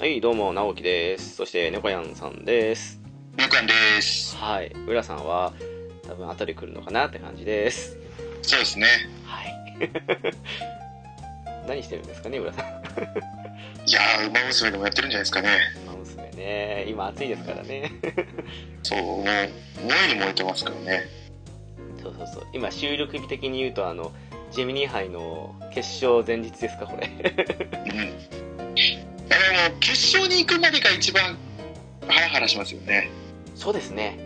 はい、どうも、直樹です。そして、猫やんさんです。猫やんです。はい、浦さんは、多分後で来るのかなって感じです。そうですね。はい。 何してるんですかね、浦さん。いやー、馬娘でもやってるんじゃないですかね。馬娘ね、今暑いですからね。そう、もう、燃えに燃えてますからね。そうそうそう、今、収録日的に言うと、あの、ジェミニ杯の決勝前日ですか、これ。うん。いやでも、決勝に行くまでが一番、ハラハラしますよね。そうですね。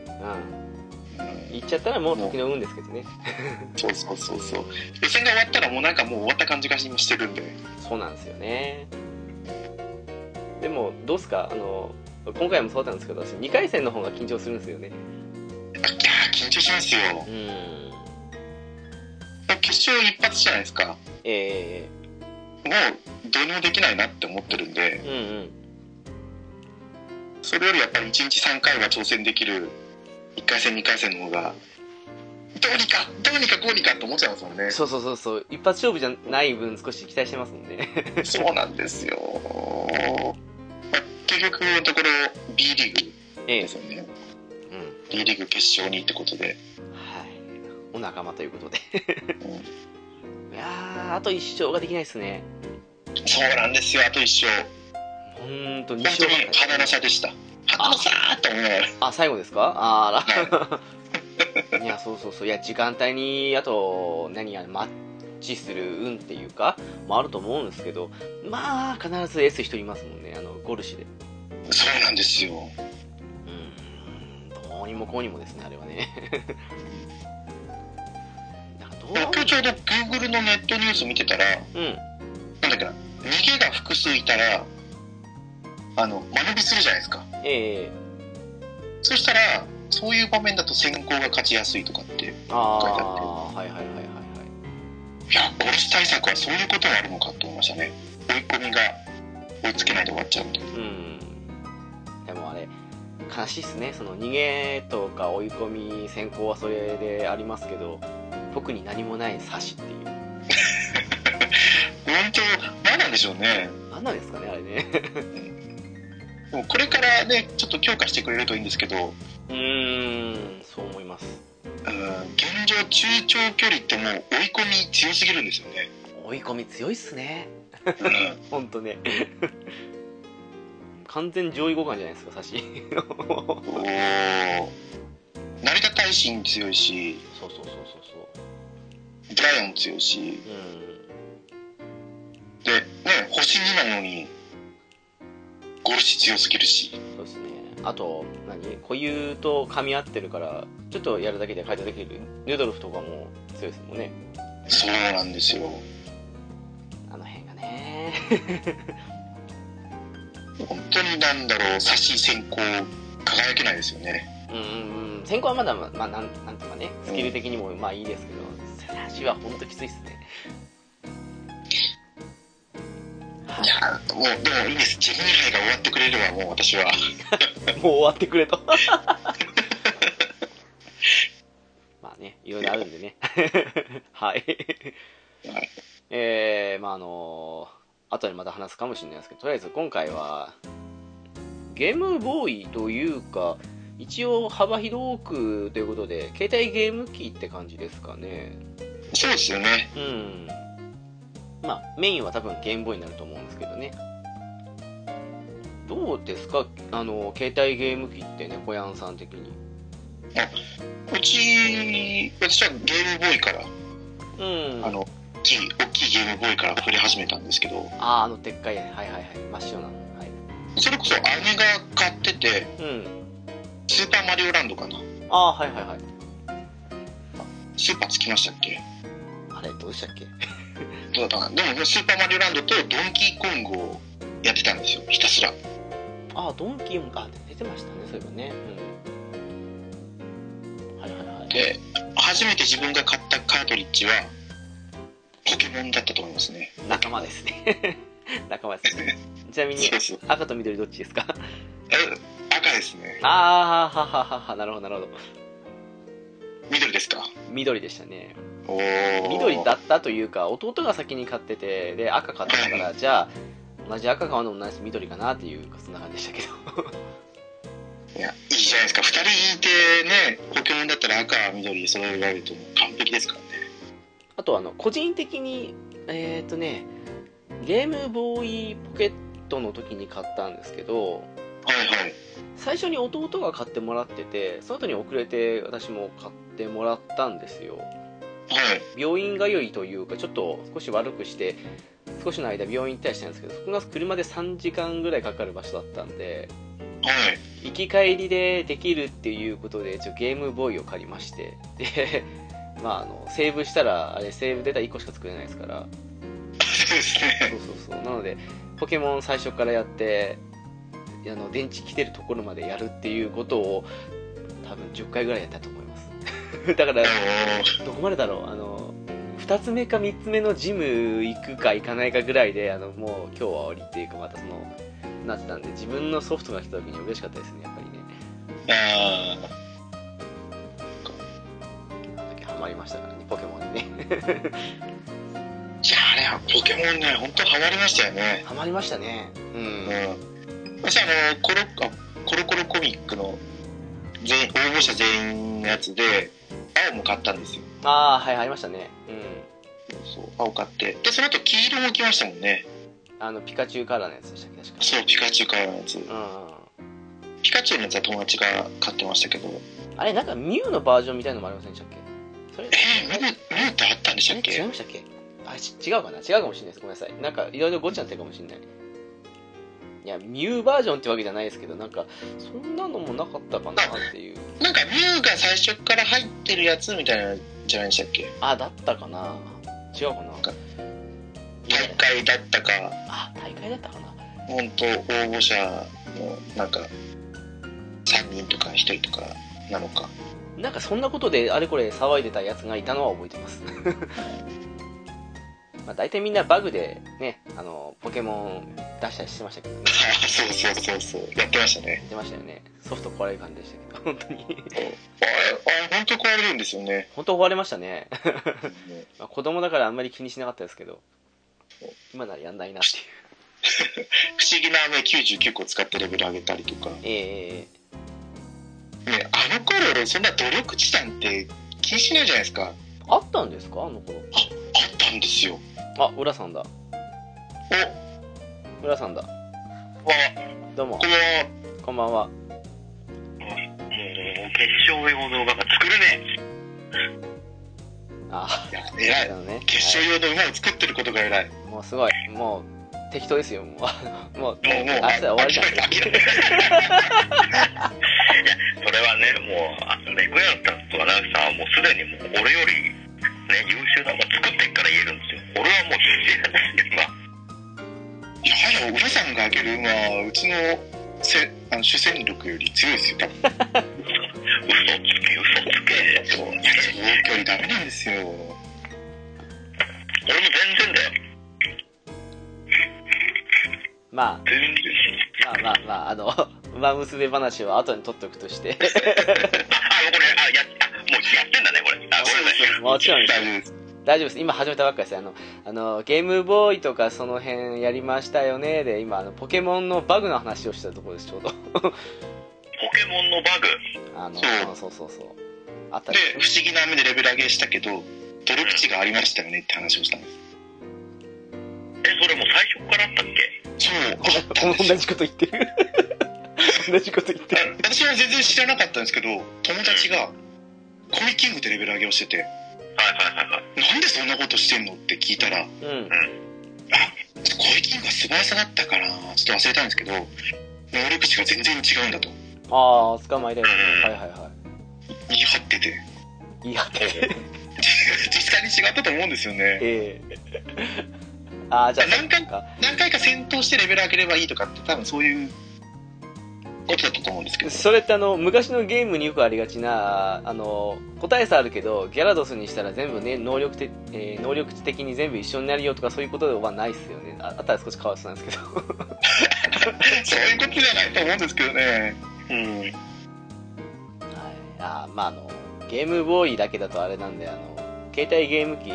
ううん。ん。行っちゃったらもう時の運ですけどね。そうそうそうそう。予選が終わったら、もうなんかもう終わった感じがしてるんで。そうなんですよねでもどうすかあの今回もそうだったんですけど私2回戦の方が緊張するんですよねいやー、緊張しますよ。うん決勝一発じゃないですか。もえう、どうにもできないなって思ってるんでえ、うんうんそれよりやっぱり1日3回は挑戦できる、1回戦、2回戦の方が、どうにか、どうにかこうにかって思っちゃいますもんね。そうそうそうそう一発勝負じゃない分少し期待してますもんねそうなんですよ。まあ結局のところ B リーグええですよね。 うん B リーグ決勝にってことで。はいお仲間ということでうんいやーあと1勝ができないですねそうなんですよ、あと一勝。ほんと2勝本当ばっにかり花の差でした。花の差ーと思いながら。あ最後ですかあーあらいやそうそうそういや時間帯にあと何やマッチする運っていうかもあると思うんですけどまあ必ず S 人いますもんねあのゴルシでそうなんですよ。うんどうにもこうにもですねあれはね なんかどう今日ちょうど Google のネットニュース見てたら、うんなんだっけな、逃げが複数いたら、あの、間延びするじゃないですか。ええそしたら、そういう場面だと先行が勝ちやすいとかって。いああーはいはいはいはいはいや、ゴルス対策はそういうことがあるのかと思いましたね。追い込みが追いつけないで終わっちゃうと。うんでもあれ悲しいっすねその逃げとか追い込み先行はそれでありますけど特に何もない差しっていう本当、何なんでしょうね。何なんですかねあれね でもこれからね、ちょっと強化してくれるといいんですけど、うーんそう思いますうん、現状中長距離ってもう追い込み強すぎるんですよね。追い込み強いっすねうん、ほんとね完全上位互換じゃないですか差しそうおー成田大臣強いし、そうそうそうそブライアン強いし、ううんで、ね、星2なのに、ゴルシ強すぎるし。そうですねあと何固有と噛み合ってるからちょっとやるだけで変えただけでヌードルフとかも強いですもんねそうなんですよ。あの辺がね 本当になんだろう、差し先行、輝けないですよね。うんうん先行はまだままあなんなんていうかねスキル的にもまあいいですけど差しは本当きついっすねはいやーもう、でもいいです。自分以外が終わってくれれば、もう私は。い もう終わってくれ とまあねいろいろあるん でねはいはいえー、まああの後でまた話すかもしれないですけどとりあえず今回はゲームボーイというか、一応幅広くということで、携帯ゲーム機って感じですかね。そうですよね。うん。まあ、メインは多分ゲームボーイになると思うんですけどね。どうですかあの、携帯ゲーム機ってね、小やんさん的に。うち、私はゲームボーイから、うん。あの、大きい、大きいゲームボーイから触れ始めたんですけど、あー、あの、でっかい、はいはいはい、真っ白なの。はい。それこそ姉が買ってて、うん。スーパーマリオランドかな。あー、はいはいはい。スーパーつきましたっけあれ、どうでしたっけどうだったかな。でも、スーパーマリオランドとドンキーコングをやってたんですよ、ひたすら。あー、ドンキーも、あ、出てましたね、そういえばね。うん。はいはいはい。で、初めて自分が買ったカートリッジは、ポケモンだったと思いますね。仲間ですね。 仲間ですね。ちなみにそ、うそう。赤と緑どっちですか え赤ですね。あーはははは、なるほどなるほど。緑ですか緑でしたね。おお。緑だったというか、弟が先に買ってて、で、赤買ったから、じゃあ、同じ赤買うのも同じ緑かなっていう、そんな感じでしたけど。 いや、いいじゃないですか。二人いてね、ポケモンだったら赤、緑揃えられるともう完璧ですからね。あと、あの、個人的に、えっ、ー、とね、ゲームボーイポケットの時に買ったんですけど、はいはい。最初に弟が買ってもらってて、その後に遅れて私も買ってもらったんですよ。はい。病院通いというかちょっと少し悪くして少しの間病院行ったりしたんですけどそこが車で3時間ぐらいかかる場所だったんではい。行き帰りでできるっていうことでちょゲームボーイを借りましてで まああのセーブしたらあれセーブデータ1個しか作れないですからそうでそすうね。そうそうなのでポケモン最初からやってあの電池切れるところまでやるっていうことを多分10回ぐらいやったと思います だからあどこまでだろうあの2つ目か3つ目のジム行くか行かないかぐらいであのもう今日は終わりっていうかまたそのなってたんで自分のソフトが来た時に嬉しかったですねやっぱりねのああの時ハマりましたからねポケモンにねー。いや、あれはポケモンね、本当ハマりましたよね。 ハマりましたねううんん。私、あの、コロあコロコロコミックの全員、応募者全員のやつで、青も買ったんですよ。ああはいありましたねうんそうそう、青買って。で、その後黄色も来ましたもんね。あのピカチュウカラーのやつでしたっけ確かそう、ピカチュウからのやつ。うピカチュウのやつは友達が買ってましたけど、んあれなんかミュウのバージョンみたいのもありませんでしたっけそれえー、ミュウミュウってあったんでしたっえ違いけましたっけあち違うかな違うかもしれないですごめんなさいなんかいろいろごっちゃになってるかもしれないいやミューバージョンってわけじゃないですけどなんかそんなのもなかったかなっていうなんかミュウが最初から入ってるやつみたいなんじゃないでしたっけあだったかな違うかなかいや大会だったか、あ大会だったかな本当応募者のなんか3人とか1人とかなのか。なんかそんなことであれこれ騒いでたやつがいたのは覚えてます まあ大体みんなバグでねあのポケモン出したりしてましたけどねあそうそうそうそう、やってましたね。出ましたよねソフト壊れる感じでしたけど本 当にあれ、あれ本当壊れるんですよね。本当壊れましたね まあ、子供だからあんまり気にしなかったですけど今ならやんないなっていう 不思議な雨99個使ってレベル上げたりとか。ね、ええあの頃そんな努力値なんて気にしないじゃないですか。あったんですかあの頃あったんですよ。あ浦さんだお、わ、浦さんだどうもこれは、こんばんはもう、決勝用の馬が作るね。あいや、え偉い。ね決勝用の馬を作ってることが偉い。もはいもうすごいもう適当ですよもう もうう、も明う、日終わりじゃない諦めそれはね、もう、あのレグヤンさんとアナウンサーはもうすでにもう俺より、ね、優秀な馬作ってっから言えるんですよ。俺はもう必死なんですよ、今。 いやはや、浦さんが挙げる馬は、うちのせあの主戦力より強いですよ、多分。嘘つけ、嘘つけ。そういや、長距離ダメなんですよ。俺も全然だよ。ま全然。あまあまあまああの 馬娘話は後に取っておくとしてあ、あ、もうこれ、あ、や、あ、もうやってんだね、これ。あ、ごめんなさい。もちろん大丈夫です。大丈夫です。今始めたばっかりです。あの、あの、ゲームボーイとかその辺やりましたよね。で、今、あの、ポケモンのバグの話をしてたところです、ちょうど。 ポケモンのバグあの、そうそうそうそう。あったで不思議な雨でレベル上げしたけどドル口がありましたよねって話をしたんですえそれもう最初からあったっけそうあったん同ですよじ こと言ってる。 同じこと言ってる。私は全然知らなかったんですけど友達がコミキングでレベル上げをしててはいはいはいはいなんでそんなことしてんのって聞いたらうん。コミキングが素早さだったからちょっと忘れたんですけど能力値が全然違うんだとああ、捕まえたよね。はういはいは言い張っててい。いや、実際に違ったと思うんですよね ええああ、じゃあ、何回か。何回か戦闘してレベル上げればいいとかって多分そういうことだったと思うんですけどそれってあの、昔のゲームによくありがちな、あの、個体差あるけど、ギャラドスにしたら全部ね、能力て、えー能力値的に全部一緒になるよとかそういうことではないっすよね。ああったら少し変わってたんですけど。そういうことじゃないと思うんですけどねうんはい、 あーまああのゲームボーイだけだとあれなんであの携帯ゲーム機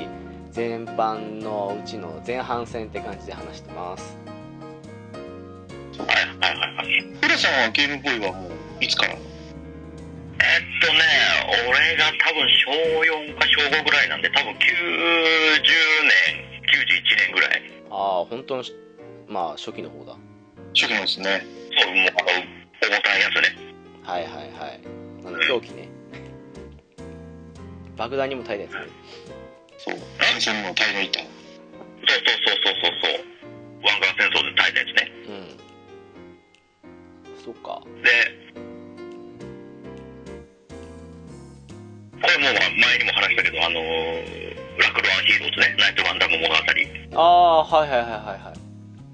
全般のうちの前半戦って感じで話してますはいはいはいはい浦さんはゲームボーイはもういつからえっとね俺が多分小4か小5ぐらいなんで多分90年91年ぐらいああ本当のしまあ初期の方だ初期なんですねそうもうあの重たいやつねはいはいはいあの狂気ね爆弾にも耐えたやつねそう戦争にも耐え抜いたそうそうそうそうそうそう湾岸戦争で耐えたやつねうんそっかでこれもう前にも話したけどあのーラクロアンヒーローズねナイトガンダム物語ラクあロあはいはいはいはいはい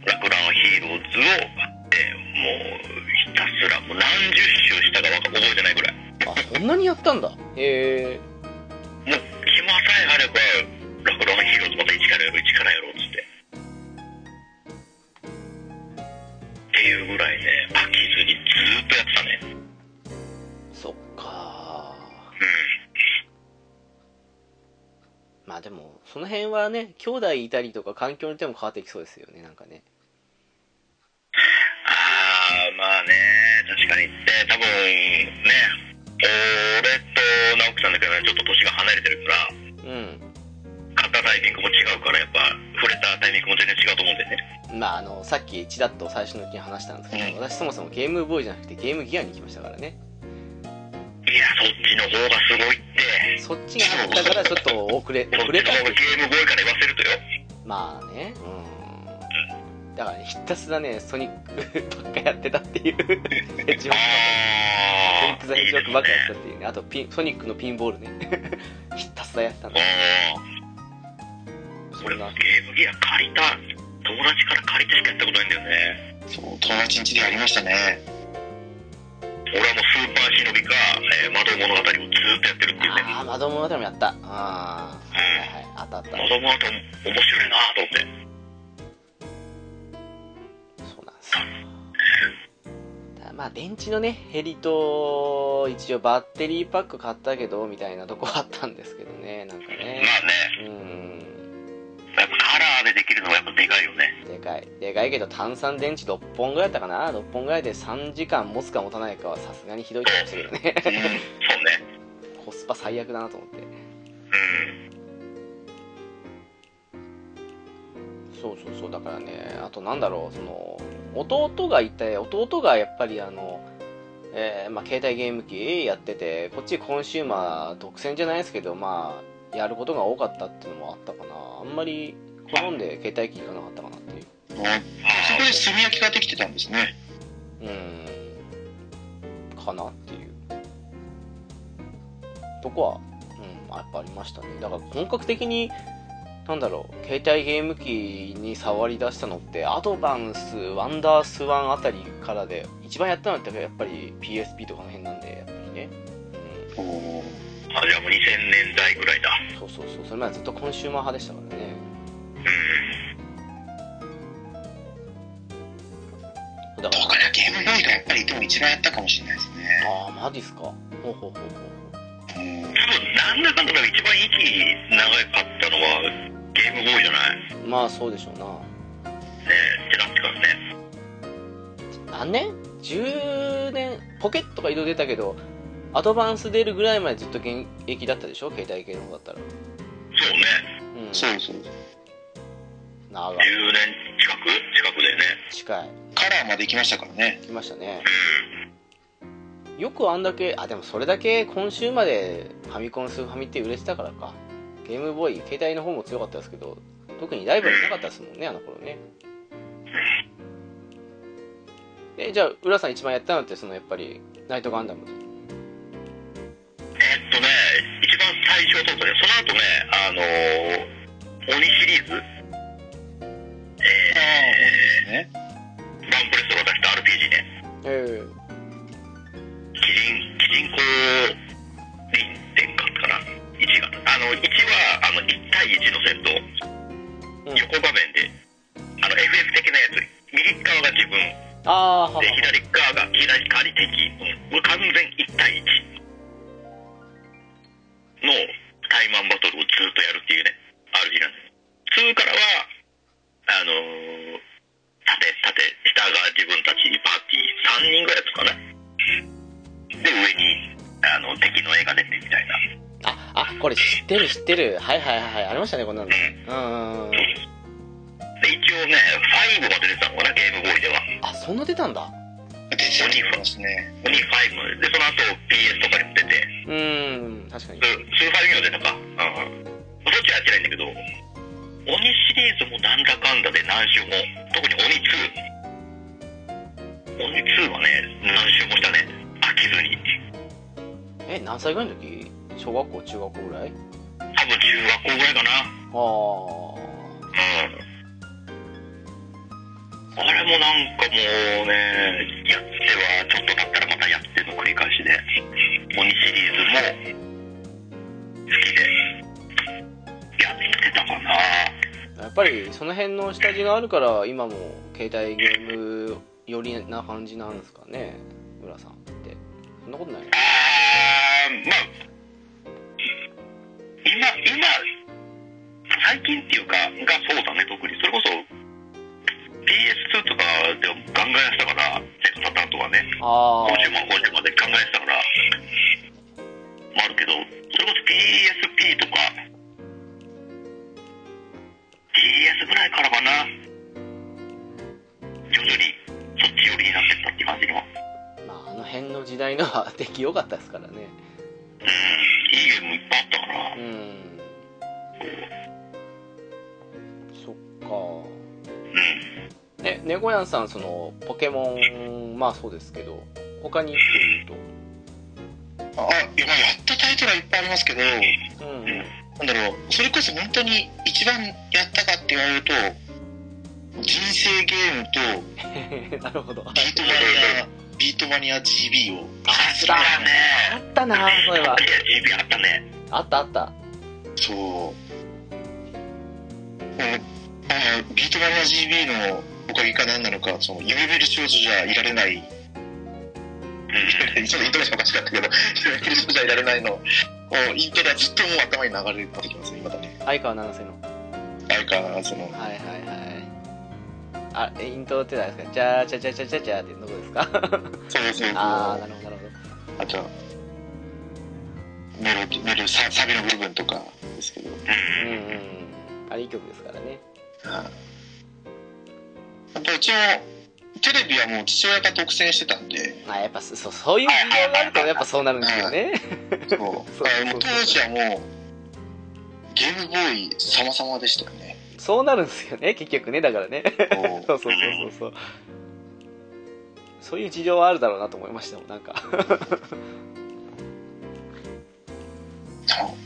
アンヒーローズを買ってもうひたすらもう何十周したかわか覚えてないぐらいあそんなにやったんだへえもう暇さえあればラクロアンヒーローズまた一からやろう一からやろうっつってっていうぐらいね飽きずにずーっとやってたねそっかうまあでもその辺はね兄弟いたりとか環境によっても変わってきそうですよねなんかねんああまあね確かにって多分ね俺と直樹さんだけどねちょっと年が離れてるからうん買ったタイミングも違うからやっぱ触れたタイミングも全然違うと思うんでねまあ、あのさっきちらっと最初のうちに話したんですけど、うん私そもそもゲームボーイじゃなくてゲームギアに行きましたからねいやそっちの方がすごいってそっちがあったからちょっと遅れそっ遅れたちの方がゲームボーイから言わせるとよまあねうんだからねひたすらねソニックばっかやってたっていう ヘッジホッグソニあック・ザ・あヘいッいジでホッグすねばっかやってたっていうねあとピンソニックのピンボールね ひたすらやってたんだああそ俺んもなゲームギア借りた友達から借りてしかやったことないんだよねそう友達ん家でやりましたね俺はもうスーパー忍びか、えー、窓物語をずーっとやってるっていうねああ窓物語もやったああはいはいあったあった窓物語面白いなと思ってそうなんですよただまあ電池のね減りと一応バッテリーパック買ったけどみたいなとこあったんですけどねなんかねまあねうんやっぱカラーでできるのはやっぱでかいよ ねでかいでかいけど炭酸電池6本ぐらいだったかな6本ぐらいで3時間持つか持たないかはさすがにひどいと思ってたけどねうんそうねコスパ最悪だなと思ってうんそうそうそうだからねあとなんだろうその弟がいて弟がやっぱりあの、えーまあ、携帯ゲーム機やっててこっちコンシューマー独占じゃないですけどまあやることが多かったっていうのもあったかなあんまり好んで携帯機行かなかったかなっていうあそこで炭焼きができてたんですねうんかなっていうとこは、うん、やっぱありましたねだから本格的になんだろう携帯ゲーム機に触り出したのってアドバンスワンダースワンあたりからで一番やったのってやっぱり PSP とかの辺なんでやっぱりね、おおあじゃあもう2000年代ぐらいだうん、そうそうそうそれまでずっとコンシューマー派でしたからねうんだかだらからゲームボーイがやっぱりでも一番やったかもしれないですねああマジっすかほうほうほうほううん多分なんだかんだ一番息長かったのはゲームボーイじゃないねまあそうでしょうなってなってから何ね年 ?10 年ポケットが色々出たけどアドバンス出るぐらいまでずっと現役だったでしょ携帯系の方だったらそうねうんそうそう長い10年近く近くでね近いカラーまで行きましたからね来ましたねうよくあんだけあでもそれだけ今週までファミコンスーファミって売れてたからかゲームボーイ携帯の方も強かったですけど特にライバルいなかったですもんねあの頃ねでじゃあ浦さん一番やったのってそのやっぱりナイトガンダムんえっとね一番最初はそうですねその後ねあのー鬼シリーズねバンプレストが出した RPG ねえキリン、キリンコ臨天閣かな ?1 が。あの、1は、あの、1対1の戦闘。うん横場面で、あの、FF 的なやつ。右側が自分、えああははで、左側が、左側に敵。うん、もう完全1対1のタイマンバトルをずっとやるっていうね、RPG なんです。2からは、あのー縦、縦、下が自分たちにパーティー、3人ぐらいとかな。で、上に、あの、敵の絵が出てみたいな。ああこれ知ってる知ってるはいはいはいはいありましたねこんなのうんうんうんで、一応ね、5まで出てたのかな、ゲームボーイでは。あそんな出たんだ出てますね鬼5まで。で、その後 PS とかにも出て、うーん確かにススーファミにも出たか。うん。そっちはやってないんだけど、鬼シリーズもなんだかんだで何周も、特に鬼2。鬼2はね、何周もしたね。飽きずに。え何歳ぐらいの時小学校中学校ぐらい多分中学校ぐらいかな。ああうんあれもなんかもうね、やってはちょっとだったらまたやっての繰り返しで、鬼シリーズも好きで、やってたかな。やっぱりその辺の下地があるから今も携帯ゲーム寄りな感じなんですかね浦さんってそんなことないあー、まあ、今、今、最近っていうか、がそうだね、特に。それこそ、PS2 とかでもガンガンやってたから、Z パターンとかね。あ今週も今週まで考えてたから、もあるけど、それこそ PSP とか、DS ぐらいからかな、徐々にそっち寄りになってったって感じの、うん、あ、まあ、あの辺の時代のは 出来良かったですからねいいゲームいっぱいあったから、ううん、んそっかえ猫やんさんそのポケモンまあそうですけど他にっていうああいやまあやったタイトルはいっぱいありますけどなとうんうんんだろうそれこそ本当に一番やったかって言われると人生ゲームとなるほどあビートマニアビートマニア GB をっそたうだね、ったなそういえばいや、GB あったね、あったあったそう。もうあのビートマニア GB のおかげか何なのか、その、夢見る少女じゃいられない、うん、ちょっとイントネーションおかしかったけど、夢見る少女じゃいられないの、をイントロはずっともう頭に流れてきますね、今だね。相川七瀬のなんか、その、はいはいはいあえイントロって何ですかじゃーじゃじゃじゃじゃじゃーってどこですかそうそうそう。あああなるほどなるとは、メロディ、メロササビの部分とかですけど、ほどううんん、うんうんあれいい曲ですからねはいやっぱうちも、テレビはもう父親が独占してたんで、あやっぱそそうそういう事情があるとやっぱそうなるんですよねそうあの当時はもうゲームボーイ様々でしたよねそうなるんですよね結局ねだからねもそうそうそうそうそうそういう事情はあるだろうなと思いましたもんなんかう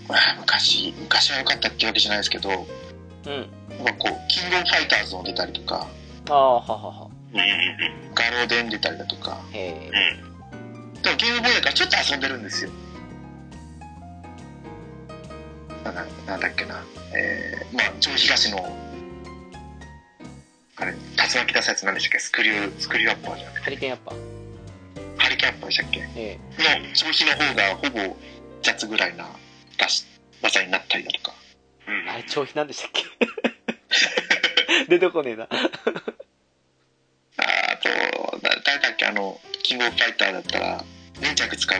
あ昔昔は良かったってわけじゃないですけどやっうんぱこうキングオブファイターズを出たりとかああはははうん、うん、ガローデン出たりだとかへうんえ、でもゲームボーイだからちょっと遊んでるんですよなななんだっけなえー、まあ上東のあれ竜巻出すやつなんでしたっけスクリュースクリューアッパーじゃなくハリケーンやっぱてハリケーンアッパーでしたっけえの消費の方がほぼ雑ぐらいな罪になったりだとか。うんあれ、長飛なんでしたっけ 出てこねえな。ああと、だ誰だっけ、あの、キングオブファイターだったら、粘着使う、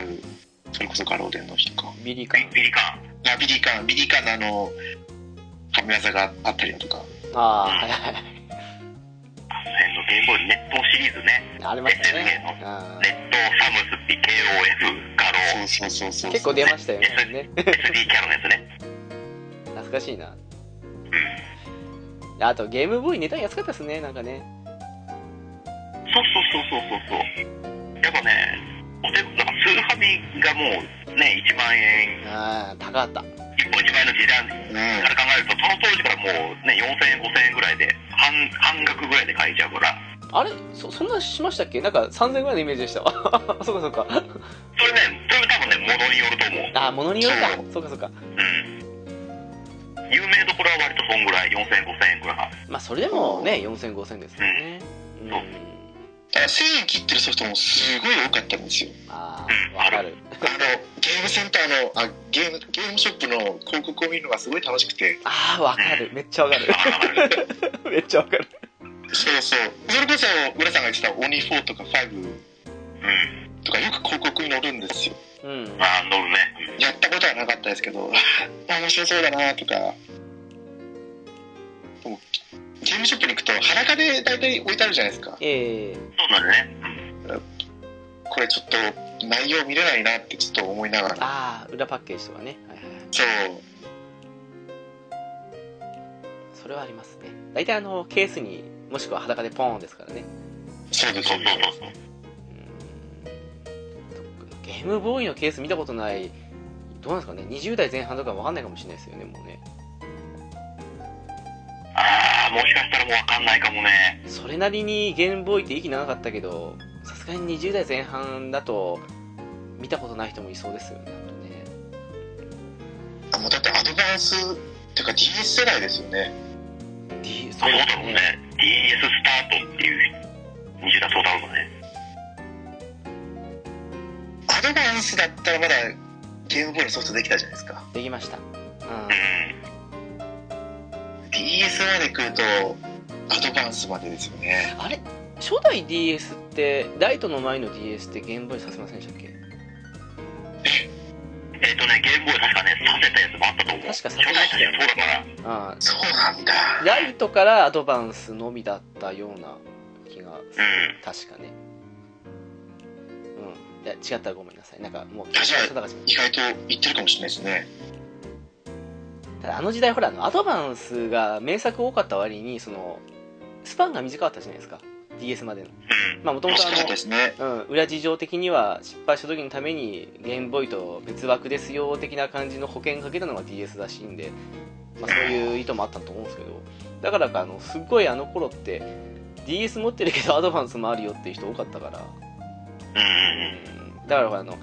それこそガローデンの人か。ミリカビン。ビリか。あ、ビリーカーン、ビリーカーンのあの、神業があったりだとか。ああ、はいはいはい。あの辺のゲームボーイ熱湯シリーズね。ありましたねう SNK 熱湯サムスピ KOF ガローそうそうそうそん。う。結構出ましたよね。ね SD キャノンですね。懐かしいな。うん。あと、ゲームボーイ値段安かったですね、なんかね。そうそうそうそうそうそう。やっぱね、お手なんかスーハミがもうね、1万円、ああ、高かった。 1本1万円の時代うん。から考えると、その当時からもうね、4000円、5000円ぐらいで、半半額ぐらいで買えちゃうから、あれそ、そんなしましたっけなんか3000ぐらいのイメージでしたわ。 そうかそうか。それね、それ多分ね、物によると思う。ああ、ものによるかそ。そうかそうか。うん有名どころは割とそんぐらい4000 5000円ぐらいかまあ、それでもね、4000、5000ですよね。うん。だから1000円切ってるソフトもすごい多かったんですよ。ああ、わかる。あの、ゲームセンターの、あ、ゲーム、ゲームショップの広告を見るのがすごい楽しくて。ああ、わかる。めっちゃわかるな。かなかね めっちゃわかる。そうそう。それこそ、浦さんが言ってた鬼4とか5うんとかよく広告に載るんですよ。うん。まあ乗るねやったことはなかったですけど、 あ面白そうだなとか。でもゲームショップに行くと裸で大体置いてあるじゃないですか。ええそうなるねうんこれちょっと内容見れないなってちょっと思いながら。ああ、裏パッケージとかね。はいはいはい。そう。それはありますね。大体あの、ケースに、もしくは裸でポーンですからね。そうですそそううそうそうそうゲームボーイのケース見たことない、どうなんですかね、20代前半とかわかんないかもしれないですよね、もうね。ああもしかしたらもう分かんないかもねそれなりにゲームボーイって息長かったけど、さすがに20代前半だと、見たことない人もいそうですよね、なんかねあもうだってアドバンスっていうか DS 世代ですよね。 D、そそううでだすろうね。ね DS スタートっていう20代そうだろうねアドバンスだったらまだゲームボーイのソフトできたじゃないですか。できました。うん。う DS まで来るとアドバンスまでですよね。あれ初代 DS って、ライトの前の DS ってゲームボーイさせませんでしたっけんえっ、とねゲームボーイ確かねさせたやつもあったと思確うかさせ初ま代したよそうだからあそうなんだ。あ、ライトからアドバンスのみだったような気がする。う確かねうんいや違ったらごめんなさいなんかもう確かに定かじゃない意外と言ってるかもしれないですね。ただあの時代ほらあのアドバンスが名作多かった割にそのスパンが短かったじゃないですか DS までのんまあもとも楽としかったですね。あの、うん、裏事情的には失敗した時のためにゲームボーイと別枠ですよ的な感じの保険かけたのが DS らしいんで、まあ、そういう意図もあったと思うんですけどだからかあのすっごいあの頃って DS 持ってるけどアドバンスもあるよっていう人多かったからうんうんうんだからほらあの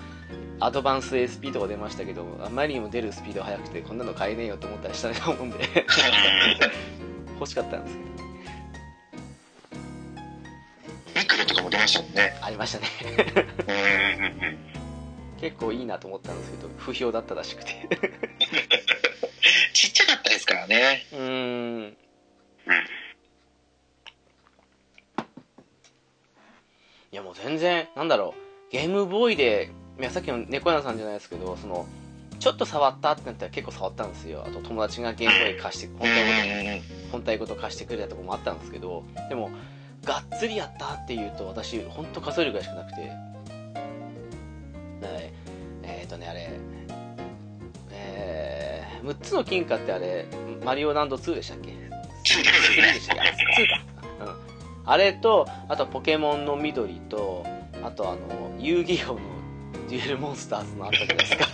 アドバンス SP とか出ましたけどあまりにも出るスピード速くてこんなの買えねえよと思ったりしたと思うんで 欲しかったんですけどミクロとかも出ましたもんね。ありま したねうん。うんうんうん結構いいなと思ったんですけど不評だったらしくてちっちゃかったですからね。 うーんいやもう全然なんだろうゲームボーイでいやさっきの猫屋さんじゃないですけどそのちょっと触ったってなったら結構触ったんですよあと友達がゲームボーイ貸して本うんう体ごとんうん。本体ごと貸してくれたとこもあったんですけどでもがっつりやったっていうと私本当数えるぐらいしかなくてはいえっ、ー、とねあれえー、6つの金貨ってあれマリオランド2でしたっけそうで3でしたっけあ2か、うん、あれとあとポケモンの緑とあとあの遊戯王のデュエルモンスターズのあったじゃないです か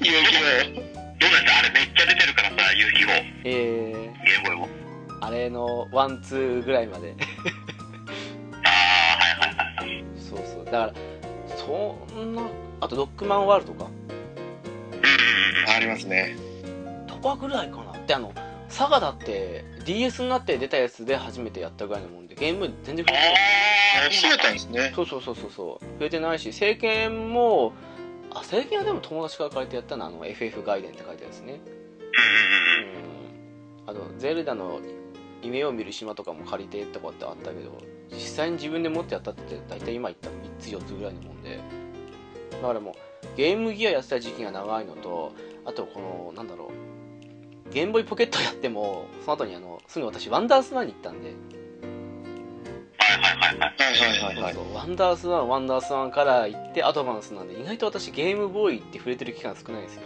遊戯どうなんだあれめっちゃ出てるからさ遊戯王えゲームボーイもー、あれのワンツーぐらいまでああはいはいはいそうそうだからそんなあとロックマンワールドかうんうんうん王ありますね。とかぐらいかなってあの佐賀だって DS になって出たやつで初めてやったぐらいのもんでゲーム全然触れてないああそうだったんですね。そうそうそうそうそう触れてないし政権もあ最近はでも友達から借りてやったのはあの FF ガイデンって書いてあるんですねうんうんうん。うんあとゼルダの夢を見る島とかも借りてとかってあったけど実際に自分で持ってやったって大体今言った3つ4つぐらいのもんでだからもうゲームギアやってた時期が長いのとあとこのなんだろうゲームボーイポケットやってもその後にあのすぐ私ワンダースワンに行ったんで、はいはいはいはい。はいはいはいはい。そうそうワンダースワンワンダースワンから行ってアドバンスなんで意外と私ゲームボーイって触れてる期間少ないんですよ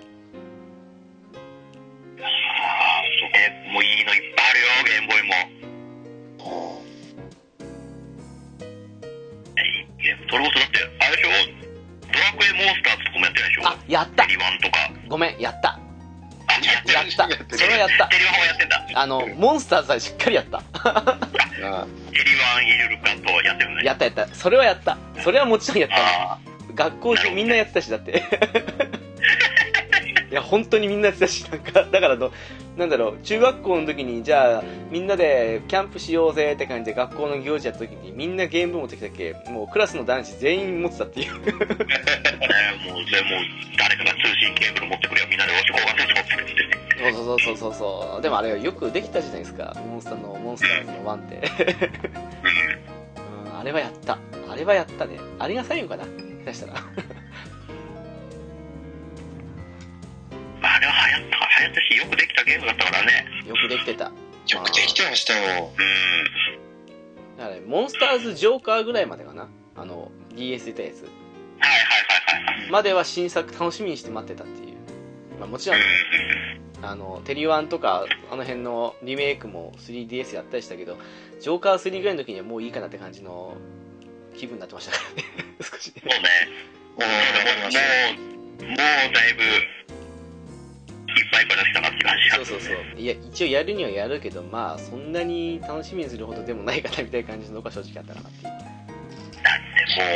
ああ、そうえ、もういいのいっぱいあるよ、ゲームボーイも。いやそれこそだって、あれでしょ、ドラクエモンスターズとかもやってないでしょあやっテたリワンとか。ごめんやったあ、やってやる。ったそれはやったテリワンはやってんだ。あのモンスターズはしっかりやった あテリワン、イルルカとやってるね。やったやったそれはやったそれはもちろんやったああ、学校中みんなやってたしだって いや本当にみんなやってたしなんかだからあのなんだろう中学校の時にじゃあみんなでキャンプしようぜって感じで学校の行事やった時にみんなゲーム持ってきたっけもうクラスの男子全員持ってたっていうね、もう、でもう、誰かが通信ケーブル持ってくれよ、みんなで押し込ませてって言って。そうそうそうそうそうでもあれよくできたじゃないですかモンスターのモンスターズのワンって、うん。うん、あれはやったあれはやったねあれが最後かな下手したらあれは流行った、流行ったし、よくできたゲームだったからね。よくできてたあ。よくできてましたよ。うん。だからねモンスターズ・ジョーカーぐらいまでかなあの DS 出たやつはいはいはいはい。までは新作楽しみにして待ってたっていう、まあ、もちろんあのテリワンとかあの辺のリメイクも 3DS やったりしたけどジョーカー3ぐらいの時にはもういいかなって感じの気分になってましたからね 少しねそうね。うん、わかります。もう、もうだいぶ、いっぱいいっぱい出したなって感じそうそうそういや一応やるにはやるけどまあそんなに楽しみにするほどでもないかなみたいな感じのが正直あったかなっていうでもう、どんどん魔王を作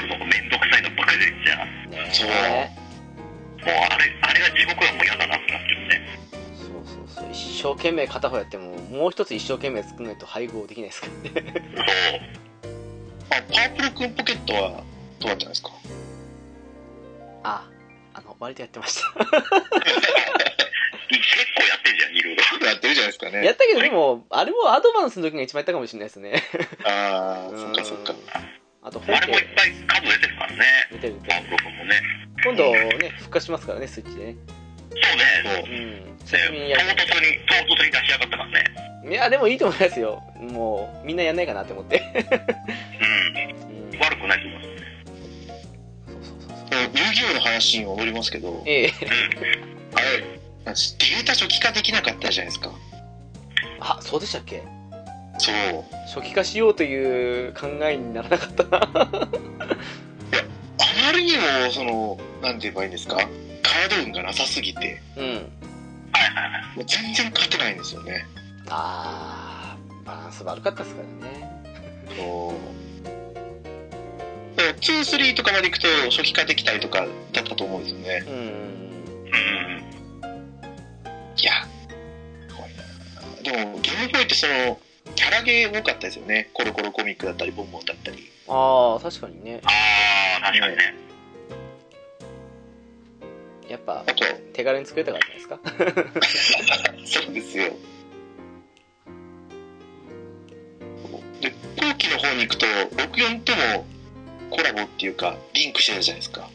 るのもめんどくさいのばっかりでじゃん。ねそうもうあれ、あれが地獄はもう嫌だなってなってるね。そうそうそう一生懸命片方やってももう一つ一生懸命作らないと配合できないですからねそう。あ、パープルくんポケットはどうだったんですかああの割とやってました結構やってんじゃん、いろいろ。やってるじゃないですかやねっ。たけどでもあれもアドバンスの時が一番やったかもしれないですねああ、そっかそっかうん。あと本あれもい家っぱい数出てるからね。出てるけバンコクもね。ど今度ね復活しますからねスイッチでねそうね。うん久そしうぶりねにやる唐突に、唐突に出しやがったからね。いやでもいいと思いますよもうみんなやんないかなって思ってううんん。悪くないと思う。そうそうそうそう遊戯王の話に戻りますけど、ええあれ、データ初期化できなかったじゃないですか。あそうでしたっけそう。初期化しようという考えにならなかったなあまりにも、その、なんて言えばいいんですかカード運がなさすぎて、うんもう全然勝てないんですよね。あーバランス悪かったですからねそう。だから2、3とかまで行くと初期化できたりとかだったと思うんですよね。うんうん。いや、すごいなでも、ゲームボーイってその、キャラゲー多かったですよね。コロコロコミックだったり、ボンボンだったり。ああ確かにねああ、確かにね。やっぱあと、手軽に作れたからじゃないですかそうですよ。で、後期の方に行くと、64ともコラボっていうか、リンクしてたじゃないですか。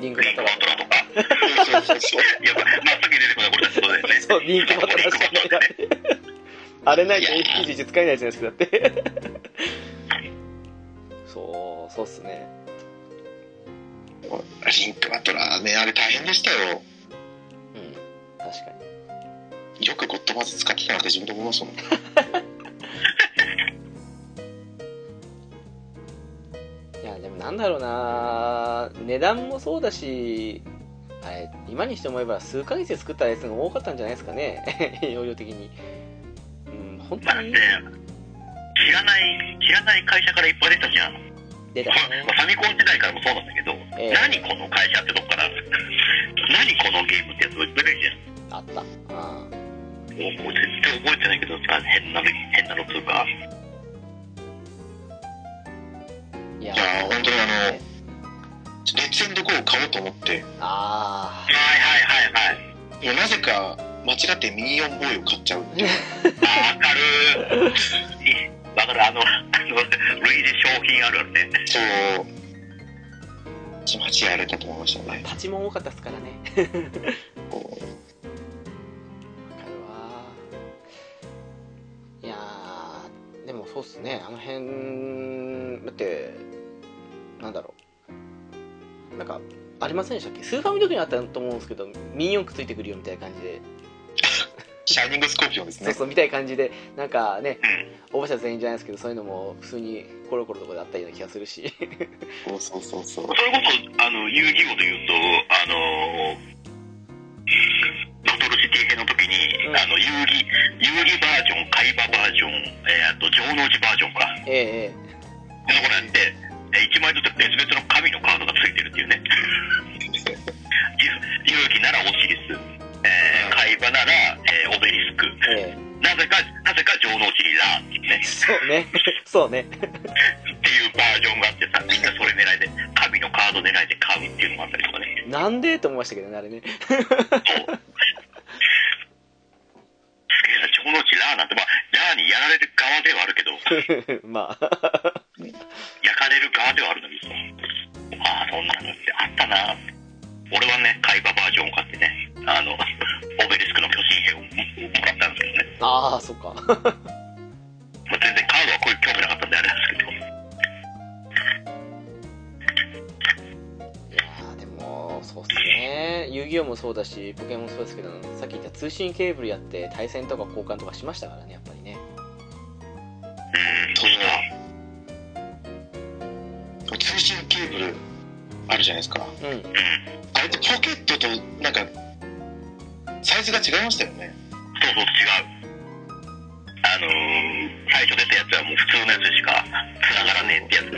リンクグバリトーンコルマントラとか。そうそうそう。やっぱ、真っ先に出てこない俺たちそうだよね。そう、リンクバトルしかないなって。あれないといや H91 使えないじゃないですか、だって。そう、そうっすね。リンクバトラーね、あれ大変でしたよ。うん。確かに。よくゴッドバズ使ってたなって自分で思いましたもん。いや、でもなんだろうな値段もそうだし、あれ、今にして思えば数ヶ月で作ったやつが多かったんじゃないですかね。 容量的に。うん、本ま当あだってに、知らない、知らない会社からいっぱい出たじゃん。ま出たねあ。ファミコン時代からもそうなんだけど、ええ何この会社ってとこから何このゲームってやつ出てるじゃあん。った。うん。もう絶対覚えてないけどさ、変なの、変なのつうか、いやいや本当にあねのレッツエンドゴーを買おうと思って、あはいはいはいはい。もうなぜか間違ってミニオンボーイを買っちゃう。あーわかるー。わかる、あの、あの、類似商品あるあるね。そう。ちまちやれたと思いましたあね。パチモン多かったですからねこうわかるわいやーでもそうっすねあの辺だってなんだろうなんかありませんでしたっけスーファミの時にあったと思うんですけどミニ四駆ついてくるよみたいな感じでシャイニングスコーピオンですそうね。そうみたいな感じでなんかね応募者全員じゃないですけどそういうのも普通にコロコロとかであったような気がするし そうそうそうそそれう。こそ、あの、遊戯王で言うと、あのー、バトルシティ編の時に、うんあの、遊戯、遊戯バージョン、海馬バージョン、えー、あと、城之内バージョンか。えええこの頃やって、えー、1枚ずつ別々の紙のカードがついてるっていうね。 ゆ勇気ならオシリス、えー、海馬なら、えー、オベリスク。ええなぜか、なぜか城之内にラーっていうねえ。そうねそうねっていうバージョンがあってさ、みんなそれ狙いで、紙のカード狙いで買うっていうのがあったりとかね。なんでと思いましたけどねあれね そう。すげえな、城之内ラーなんて、まあ、ラーにやられる側ではあるけど、まあ焼かれる側ではあるのにさ。ああ、そんなのってあったな。俺はね、海馬バージョンを買ってね、あの、オベリスクの巨神兵をももらったんですけどね。ああそっかまあ、全然カードはこういう興味なかったんであれなんですけど。いやーでもそうっすね遊戯王もそうだしポケモンもそうですけどさっき言った通信ケーブルやって対戦とか交換とかしましたからねやっぱりねうん、そうだ。通信ケーブルあるじゃないですか。うんあれってポケットとなんかサイズが違いましたよね。そうそう、違う。あのー、最初出たやつはもう普通のやつしか繋がらねえってやつ。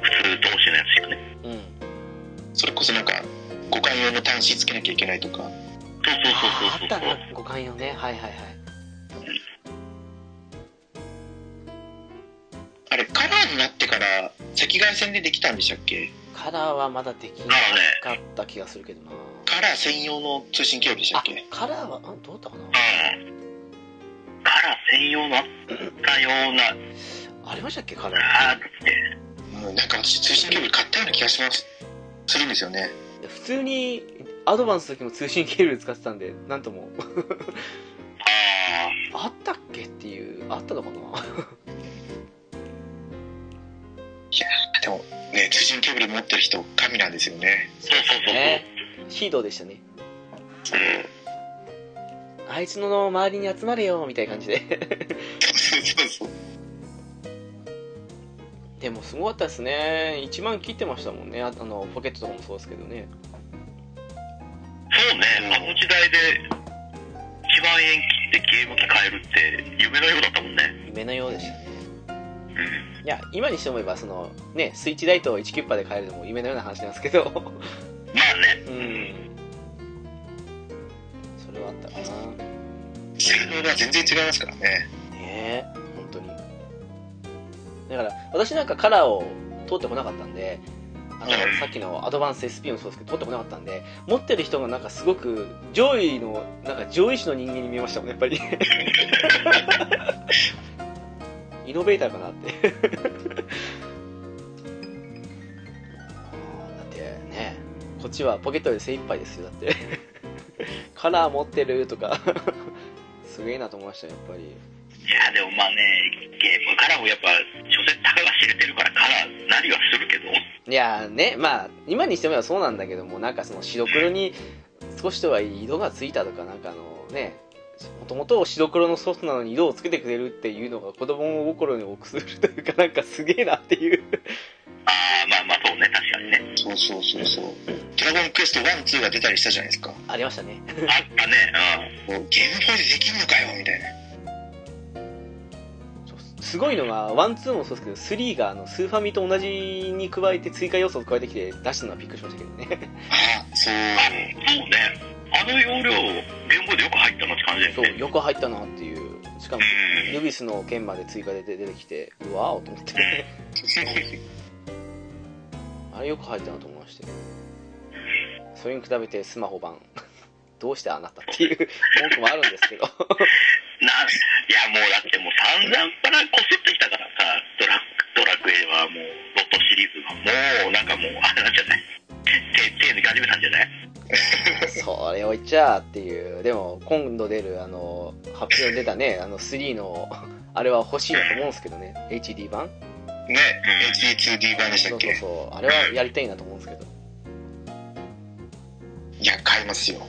普通同士のやつしかね。うんそれこそなんか互換用の端子つけなきゃいけないとか。そうそうあーあそうっそうたそう。な五感よねはいはいはいあれカラーになってから赤外線でできたんでしたっけカラーはまだできなかった気がするけどなカラー専用の通信ケーブルでしたっあけカラーはあどうだったかなうん。カラー専用のあったような、ありましたっけカラーあーって。うん、なんか私通信ケーブル買ったような気がしますするんですよねいや普通にアドバンスの時も通信ケーブル使ってたんでなんともああったっけっていうあったのかなでもね通信ケーブル持ってる人神なんですよねそうそうそうそうね ヒーローでしたねそうあいつの周りに集まれよみたいな感じでそうそうでもすごかったですね1万切ってましたもんねああのポケットとかもそうですけどねーそうね。あの時代で、1万円切ってゲーム機買えるって、夢のようだったもんね。夢のようでしたねうん。いや今にして思えばそのねスイッチライトを1キュッパで買えるのも夢のような話なんですけどまあね。うんそれはあったかなね性能が全然違いますからねえ本当にだから私なんかカラーを通ってこなかったんであのうんさっきのアドバンス SP もそうですけど通ってこなかったんで持ってる人がなんかすごく上位のなんか上位種の人間に見えましたもんねやっ ぱりイノベーターかなってだってねこっちはポケットで精一杯ですよだってカラー持ってるとかすげえなと思いましたよやっぱりいやでもまあね、ゲームカラーもやっぱ、所詮たかが知れてるからカラーなりはするけど。いやーねまあ今にしてみればそうなんだけどもなんかその白黒に少しとはいい色がついたとかなんかあのねもともと白黒のソフトなのに色をつけてくれるっていうのが子供心に臆するというかなんかすげえなっていうああ、まあまあそうね、確かにね。そうそうそうそうドラゴンクエスト12が出たりしたじゃないですかもありましたねあったね、うゲームボーイでできんのかよみたいなそうすごいのがワンツーもそうですけど3があのスーファミと同じに加えて追加要素を加えてきて出したのはびっくりしましたけどねあそううん。そうね、あの容量、ゲームボーイでよく入ったのって感じだよそうね。よく入ったなっていうしかもうん。ルビスの剣まで追加で出てきてうわーおと思ってあれよく入ったなと思いましてそれに比べてスマホ版どうしてああなったっていう文句もあるんですけどなんいやもうだってもう散々からこすってきたからさドラドラクエはもうロトシリーズはもうなんかもうあれなんじゃ ない手手抜き始めたんじゃないそれを言っちゃあっていうでも今度出るあの発表に出たねあの3のあれは欲しいなと思うんですけどね HD 版ね、HD2D 版でしそたっうそうけそうあれはやりたいなと思うんですけどいや買いますよ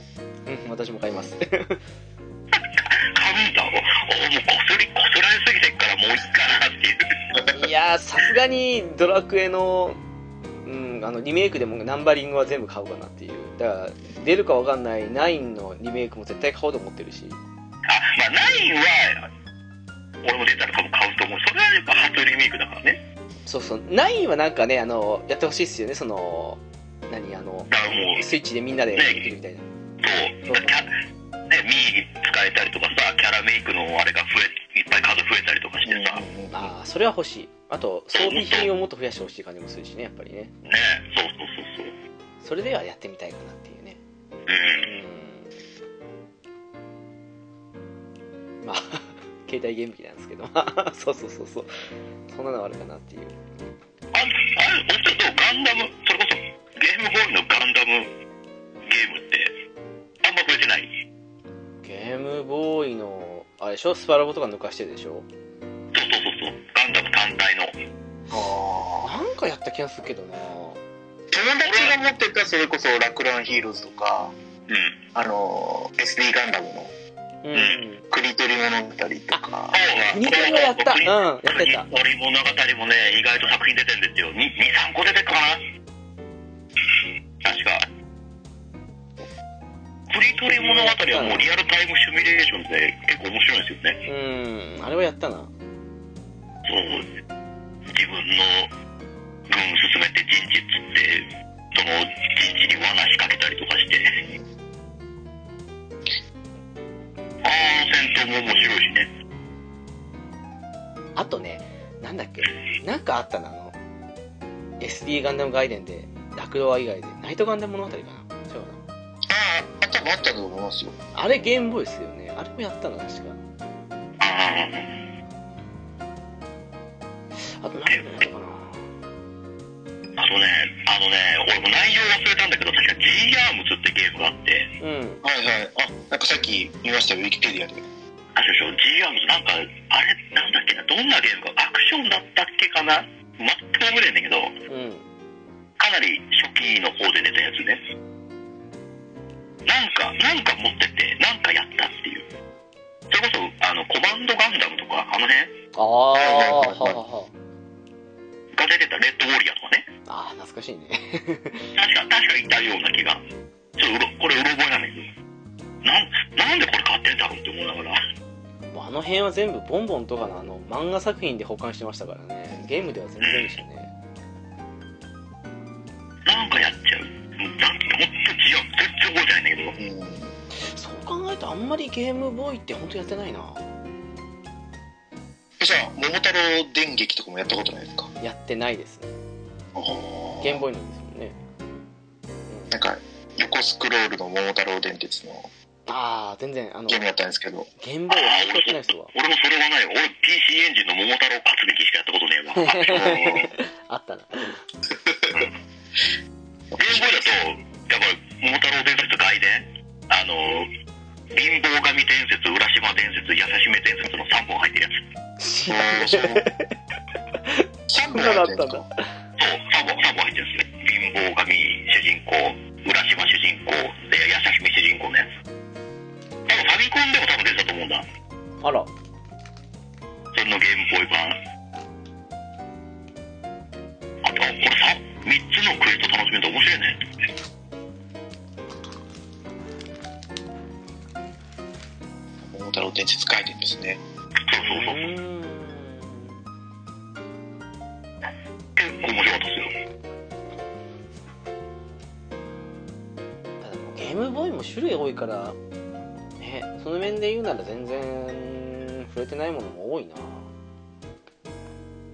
うん私も買い ます買うんだおおもうこすりこすられすぎてっからもういいかなっていういやーさすがにドラクエの,、うん、あのリメイクでもナンバリングは全部買おうかなっていうだから出るかわかんない9のリメイクも絶対買おうと思ってるしあまあ9は俺も出たら多分買うと思うそれはやっぱ初リメイクだからねそうそう9はなんかねあのやってほしいっすよねその何あのだからもうスイッチでみんなでねできるみたいなそうキャねミー使えたりとかさキャラメイクのあれが増えいっぱい数増えたりとかしてさ、ああそれは欲しいあと装備品をもっと増やしてほしい感じもするしねやっぱりねねそうそうそうそうそれではやってみたいかなっていうねううんんまあ 携帯ゲーム機なんですけどまあそうそうそうそうそんなのあるかなっていうああれ、お二人ともガンダム、それこそゲームボーイのガンダムゲームって、あんま触れてない。ゲームボーイのあれでしょスパラボとか抜かしてるでしょそうそうそうそう、ガンダム単体の。ああなんかやった気がするけどな友達が持ってたそれこそ「ラクランヒーローズ」とかうん。あの SD ガンダムのうん「クリトリ」も持ったりとかそう国取りはやったうんやってた俺物語もね、意外と作品出てんですよ。2、2 3個出てっかな確か。プリトリ物語はもうリアルタイムシミュレーションで結構面白いんですよね。うんあれはやったなそう自分の軍進めて陣地っつってその陣地に罠仕掛けたりとかしてああ戦闘も面白いしねあとねなんだっけなんかあったなあの SD ガンダムガイデンでラクロワ以外でナイトガンダム物語かなそうかなあああったもあったと思いますよあれゲームボーイですよねあれもやったな確かあああと何やったかなあとねあのね俺も内容忘れたんだけど確か G アームズってゲームがあってうんはいはいあなんかさっき見ましたよウィキペディアであそうそう G アームズなんかあれなんだっけなどんなゲームかアクションだったっけかな全く覚えてないんだけうどんかなり初期の方で出たやつねなんかなんか持っててなんかやったっていうそれこそあのコマンドガンダムとかあの辺ああははいはいははいはが出てたレッドウォリアーとかねああ懐かしいね確か確かいたような気がちょっとうろこれうろ覚えなんだけどなんなんでこれ買ってんだろうって思いながらもうあの辺は全部ボンボンとかのあの漫画作品で保管してましたからねゲームでは全然でしたねなんかやっちゃうもうなんてほんと違う全然覚えてないんだけどうんそう考えるとあんまりゲームボーイって本当やってないなじゃあ「桃太郎電撃」とかもやったことないですかやってないですねああゲームボーイなんですもんね、うんなんか横スクロールの「桃太郎電鉄」のああ全然あのゲゲームやったんですけどームボーイは本当やってないですわ俺もそれはない俺 PC エンジンの桃太郎勝つべきしかやったことねえわあのー あったなゲームボーイだと、やっぱり、桃太郎伝説外伝、あの、貧乏神伝説、浦島伝説、優しめ伝説の3本入ってるや知らあんあそう3本やってんですかつ。そう、3本、三本入ってるんですよ。貧乏神主人公、浦島主人公、で、優しめ主人公のやつ。多分ファミコンでも多分出てたと思うんだ。あらそれのゲームボーイ版。あと、これさ、3つのクエスト楽しめて面白いね。桃太郎電鉄書いてるんですねそうそううそう。ーん結構面白かったですよ。ただもうゲームボーイも種類多いからねその面で言うなら全然触れてないものも多いな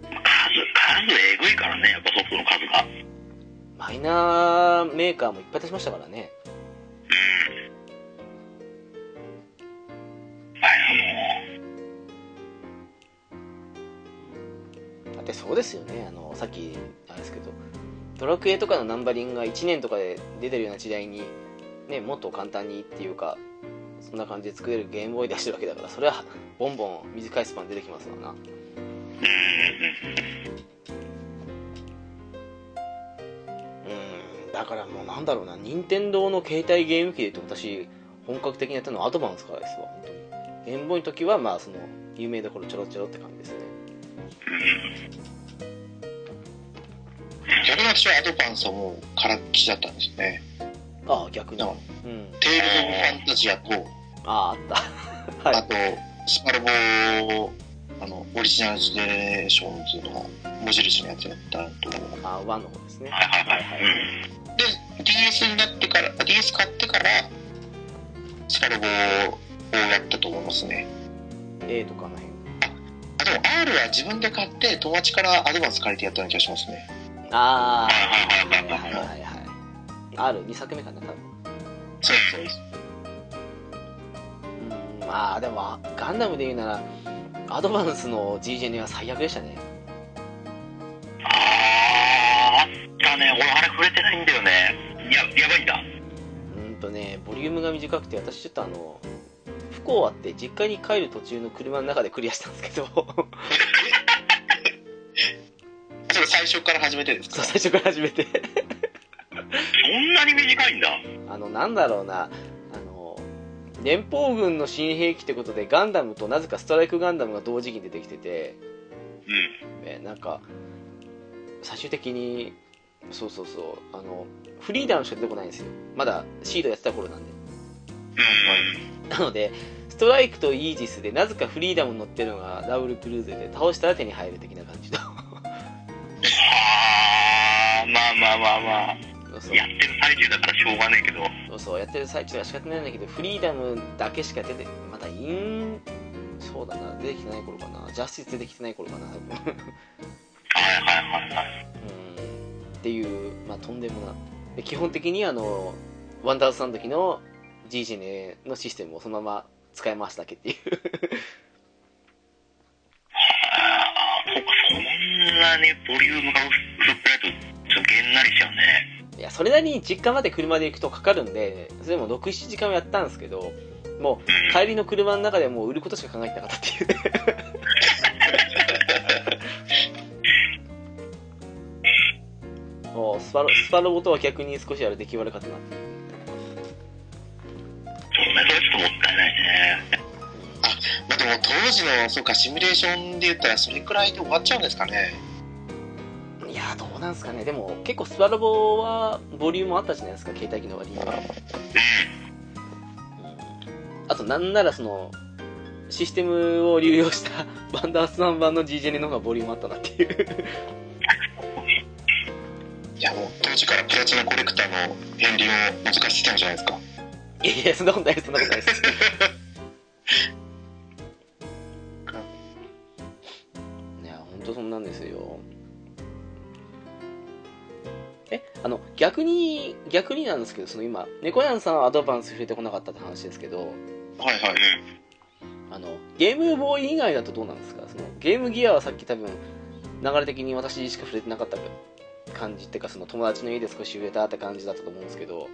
数、数えぐいからね、やっぱソフトの数が。マイナーメーカーもいっぱい出しましたからね。うん。あれはもだってそうですよね。あの、さっき、あれですけど、ドラクエとかのナンバリングが1年とかで出てるような時代に、ね、もっと簡単にっていうか、そんな感じで作れるゲームボーイ出してるわけだから、それはボンボン短いスパン出てきますわな。う、うんうんうん。うんだからもうなんだろうな任天堂の携帯ゲーム機で言うと私本格的にやったのはアドバンスからですわ本当にゲームボーイの時はまあその有名どころちょろちょろって感じですね逆に私はアドバンスはもう空っきしだったんですよね。ああ逆にだからうんテイルズ・オブ・ファンタジアと、あああった はあいと、スパルボあの、オリジナルジェネレーションズの無印のやつやったのと、ああ1の方ですねはいはいはい。うん。で DS になってから DS 買ってからスパルボをやったと思いますね A とかあのあでも R は自分で買って友達からアドバンス借りてやったような気がしますね辺ああはいははいいははいいははいいはいある2作目かな多分そうそうですうんまあでもガンダムで言うならアドバンスの G ジェネは最悪でしたねあーあったね俺あれ触れてないんだよねややばいんだうんとねボリュームが短くて私ちょっとあの不幸あって実家に帰る途中の車の中でクリアしたんですけど それ最初から始めてですそかう最初から始めて そんなに短いんだあのなんだろうなあの連邦軍の新兵器ってことでガンダムとなぜかストライクガンダムが同時期に出てきててうんえなんか最終的にそうそうそうあのフリーダウンしか出てこないんですよまだシードやってた頃なんでなのでストライクとイージスでなぜかフリーダムに乗ってるのがラウル・クルーゼで倒したら手に入る的な感じのあーまあまあまあまあそうそうやってる最中だからしょうがないけどそうそうやってる最中は仕方ないんだけどフリーダムだけしか出てまだインそうだな出てきてない頃かなジャスティス出てきてない頃かな多分はいはいはいはいうんっていうまあとんでもないで基本的にあのワンダースさんの時の G ジェネのシステムをそのまま使い回しただけっていうあーそうかそんなにボリュームが薄っぺらいとちょっとげんなりしちゃうねいやそれなりに実家まで車で行くとかかるんでそれでも67時間はやったんですけどもうんう帰りの車の中でもう売ることしか考えてなかったっていうねもうスパロスパロボとは逆に少しあれ出来悪かったなってそうねそれちょっともったいないねまあでも当時のそうかシミュレーションで言ったらそれくらいで終わっちゃうんですかねいやーどうなんすかねでも結構スパロボはボリュームあったじゃないですか携帯機の割にはあとなんならそのシステムを流用した バンダースワン版の G ジェネの方がボリュームあったなっていういやもう当時からプラチナコレクターの片りを難ししてたんじゃないですかいやいや、そんなことないです、そんなことないです。いや、本当そんなんですよ。え、あの、逆に、逆になんですけど、その今、猫やんさんはアドバンス触れてこなかったって話ですけど、はいはいあの、ゲームボーイ以外だとどうなんですかそのゲームギアはさっき多分、流れ的に私しか触れてなかった感じっていうか、その友達の家で少し触れたって感じだったと思うんですけど、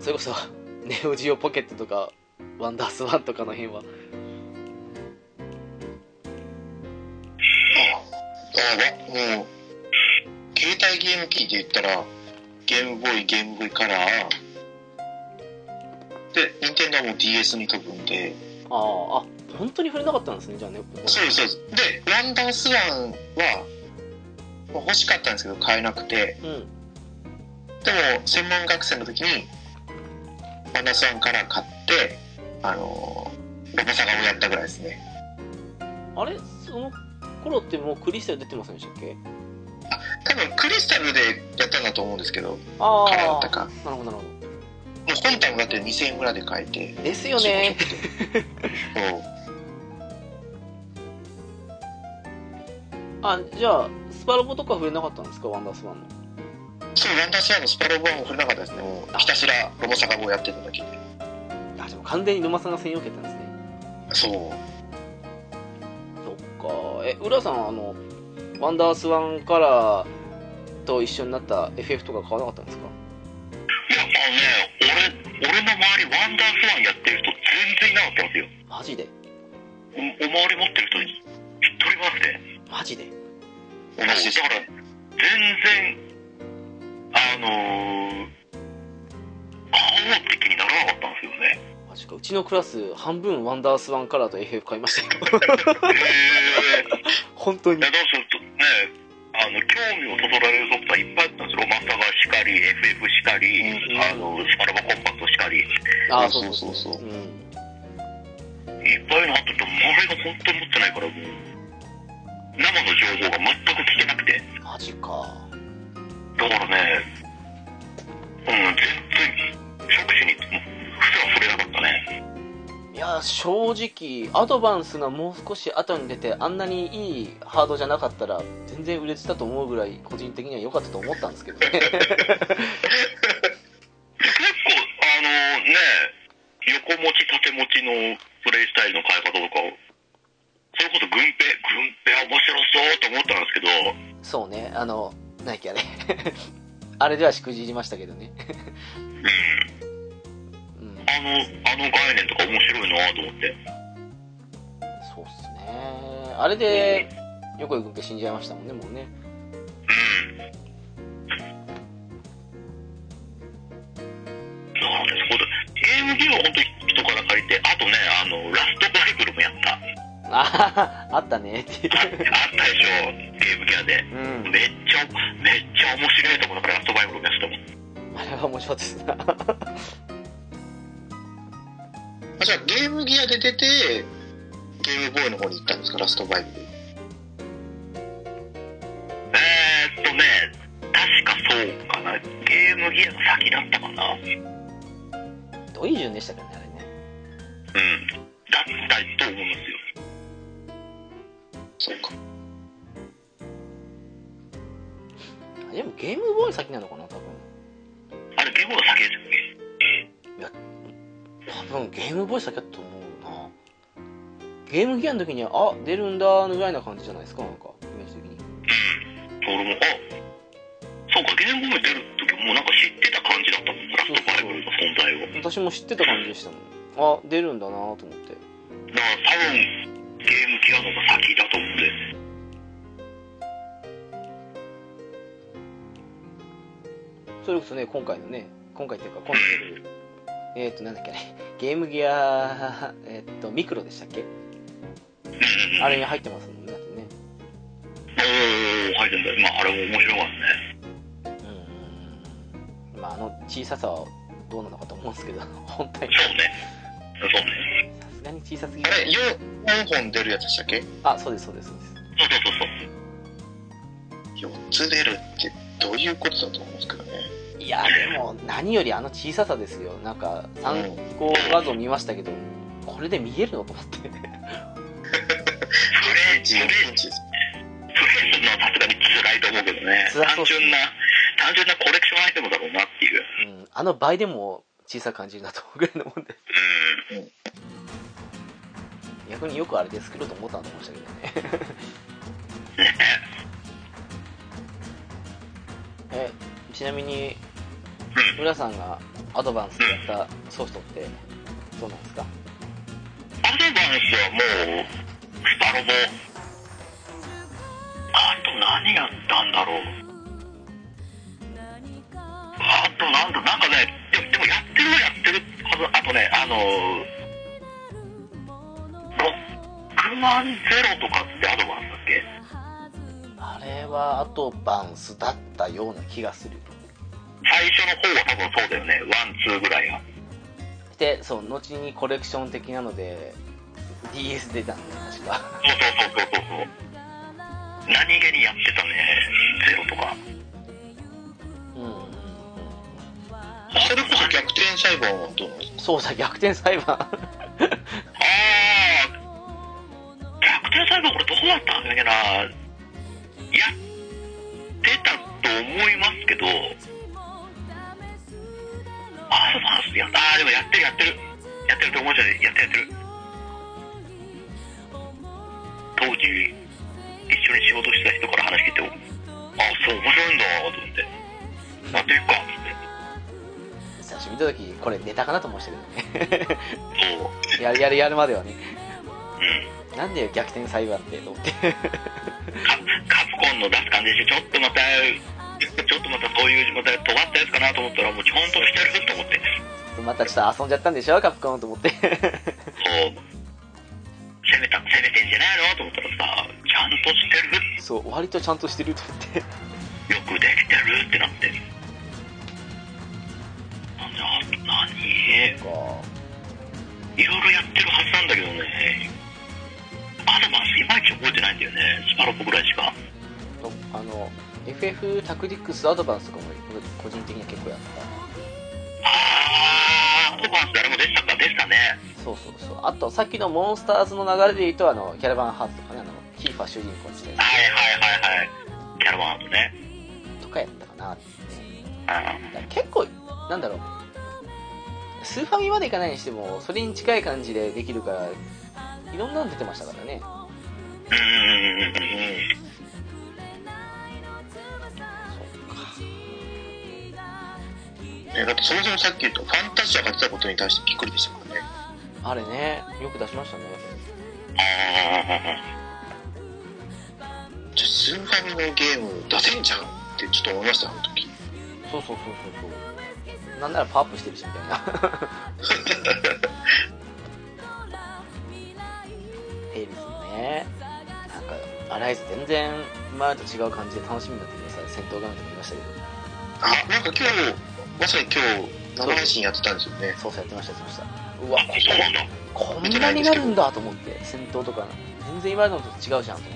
それこそ、 ネオジオポケットとか、ワンダースワンとかの辺は、ああもう携帯ゲーム機で言ったらゲームボーイゲームボーイカラーで任天堂はもう DS に飛ぶんでああ、あ、本当に触れなかったんですね、じゃあね。そうですそうですでワンダースワンはまあ欲しかったんですけど買えなくてうん。でも専門学生の時にワンダースワンカラー買ってあのロボサガをやったぐらいですねあれその頃ってもうクリスタル出てませんでしたっけ多分クリスタルでやったんだと思うんですけどもうああ。カラーだったかなるほど、なるほ本体もだって2000円ぐらいで買えてど。ですよね。そうあ、じゃあ、スパロボとか触れなかったんですかワンダースワンの。そそう、ワンダースワンのスパロボは振れなかったですね。もうひたすらロボサガボをやってただけで。あ、でも完全に野間さんが専用機やったんですね。そう。そっか。え、浦さん、あの、ワンダースワンカラーと一緒になった FF とか買わなかったんですかいや、あのね、俺、俺の周り、ワンダースワンやってる人全然いなかったんですよ。マジでおお周り持ってる人に一人もなくて。マジで同だからじです。全然あのー、買おうって気にならなかったんですよね マジか。うちのクラス、半分ワンダースワンカラーと FF 買いましたよ。へえ 本当に。だからちょっとねあの興味をそそられるソフトはいっぱいあったんですよロマサガしかり FF しかり、うんあのスパラバコンパクトしかりいっあー、そそううそうそうそう。そううん。ぱいのあったと周りが本当に持ってないからもう生の情報が全く聞けなくてマジか。だからねうん全然触手にふすら触れなかったねいや正直アドバンスがもう少し後に出てあんなにいいハードじゃなかったら全然売れてたと思うぐらい個人的には良かったと思ったんですけど ね結構、あのね、横持ち、縦持ちのプレイスタイルの変え方とかを、それこそ軍兵、軍兵面白そうと思ったんですけど、そうねあのないきゃね あれではしくじりましたけどね、うん、うん、あの、あの概念とか面白いなと思って。そうっすねあれで横井軍平死んじゃいましたもんねもうねうん。だからね、そこで、ゲーム機を本当に人から借りて、あとね、あの、ラストバイブルもや った。ああああったねっていうったでしょ、ゲームギアで。うんめっちゃ、めっちゃ面白いと思うから、ラストバイブルもやってたもん。あれは面白かったですなあじゃあゲームギアで出て、ゲームボーイの方に行ったんですか、ラストバイブ。えーっとね、確かそうかな。ゲームギアが先だったかな。うん。どういう順でしたっけねあれねだったと思うんですよ。そうか。あでもゲームボーイ先なのかな多分あれ、ゲームが先ですよね。多分ゲームボーイ先だと思うなゲームギアの時にはあ出るんだぐらいな感じじゃないですかなんかイメージ的にうん。俺も、あ、そうか、ゲームボーイ出る時もうなんか知ってた感じだったもん。ラストバイブルの存在を。私も知ってた感じでしたもんあ出るんだなと思ってだから多分、ゲームギアの方が先だと思うんで。それこそね今回のね今回っていうか今度出るえっ、となんだっけねゲームギアえっ、とミクロでしたっけうんうんうん。あれに入ってますもんねだってねおー、入ってんだよ。まあ、あれも面白かったね。うんまああの小ささはどうなのかと思うんですけど 本体そうね。そうね。さすがに小さすぎあれ、る 4, 4本出るやつでしたっけあそうですそうですそうですそうそうそうそう。 ?4 つ出るってどういうことだと思うんですけどね。いやでも何よりあの小ささですよなんか参考画像見ましたけどこれで見えるのと思ってそれ、それ、 4です。プレイするのはさすがに辛いと思うけどね、辛そう単っす純な、単純なコレクションアイテムだろうなっていう。うん あの倍でも小さく感じるなと思うぐらいのもんでう逆によくあれで作ろうと思ったんと思いましたけどね ん。ねえちなみにう浦さんがアドバンスでやったソフトってどうなんですかアドバンスはもう、スパロボ。あと何やったんだろう。あとなんだ、なんかね、でもでもやってるはやってるはず。あとね、あの6万ゼロとかってアドバンスだっけあれはアドバンスだったような気がする最初の方は多分そうだよね。ワン、ツーぐらいが。でそう後にコレクション的なので DS 出たんで確かそうそうそうそうそうそう。何気にやってたね、ゼロとか。うんうんうんそれこそ逆転裁判はどうなんですかそうさ逆転裁判ああ、逆転裁判これどこだったんだっけな。やってたと思いますけど、あそうなんですやったあーでもやってるやってるやってると思うじゃないやってるやってる当時一緒に仕事してた人から話聞いてあそう面白いんだと思ってやっていくかっつっ て最初見た時これネタかなと思いましたけどねそうやるやるやるまではねうんなんで逆転裁判ってと思ってカカプコンの出す感じでちょっとまた ちょっとまたそういうまた尖ったやつかなと思ったらもうちゃんとしてると思ってまたちょっと遊んじゃったんでしょカプコンと思ってそう攻めた攻めてんじゃないのと思ったらさちゃんとしてる そう割とちゃんとしてると思ってよくできてるってなってなんであ何かいろいろやってるはずなんだけどねアドバンスいまいち覚えてないんだよねスパロボぐらいしかあの FF タクティックスアドバンスとかも僕個人的には結構やったああアドバンス誰も出したか出したねそうそうそうあとさっきのモンスターズの流れで言うとあのキャラバンハーツとかねあのキーファー主人公にしてはいはいはいはいキャラバンアートねとかやったかなってねあだから結構なんだろうスーファミまでいかないにしてもそれに近い感じでできるからいろんなの出てましたからねーうんうんうんうんうんねだってそもそもさっき言ったファンタジアが出たことに対してびっくりでしたもんねあれねよく出しましたねあじゃあスーファミのゲーム出せんじゃんってちょっと思いましたあの時そうそうそうそうそうなんならパワーアップしてるしみたいなヘイルズもねなんかアライズ全然前と違う感じで楽しみになってきましたね戦闘画面とか見ましたけどあなんか今日まさに今日生配信やってたんですよね操作やってましたやってましたうわあ そうなんだここんなになるんだと思って戦闘とか全然今までのと違うじゃんと思って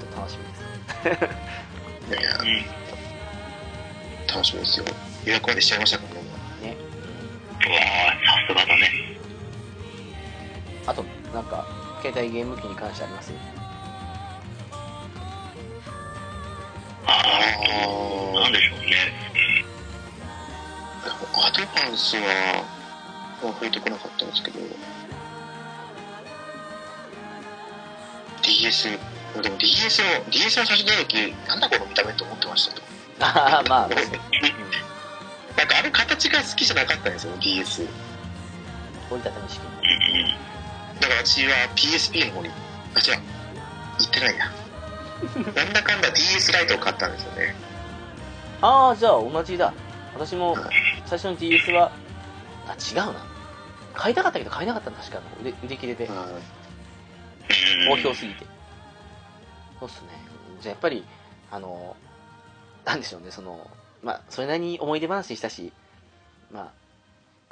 ちょっと楽しみですいやいやうん楽しみですよ予約までしちゃいましたからねねうわーさすがだねあとなんか携帯ゲーム機に関してあります あああなんでしょうねアドバンスは増えてこなかったんですけど DS でも DS の DS の最初出た時なんだこの見た目と思ってましたとああまあ、うん、なんかあの形が好きじゃなかったんですよ DS 折りたたみ式うんうんだから私は PSP の方にあ違う行ってないななんだかんだ DS ライトを買ったんですよねああじゃあ同じだ私も最初の DS はあ違うな買いたかったけど買えなかったの確か売り売り切れで好評すぎてそうっすねじゃあやっぱりあのなんでしょうねそのまあそれなりに思い出話したしまあ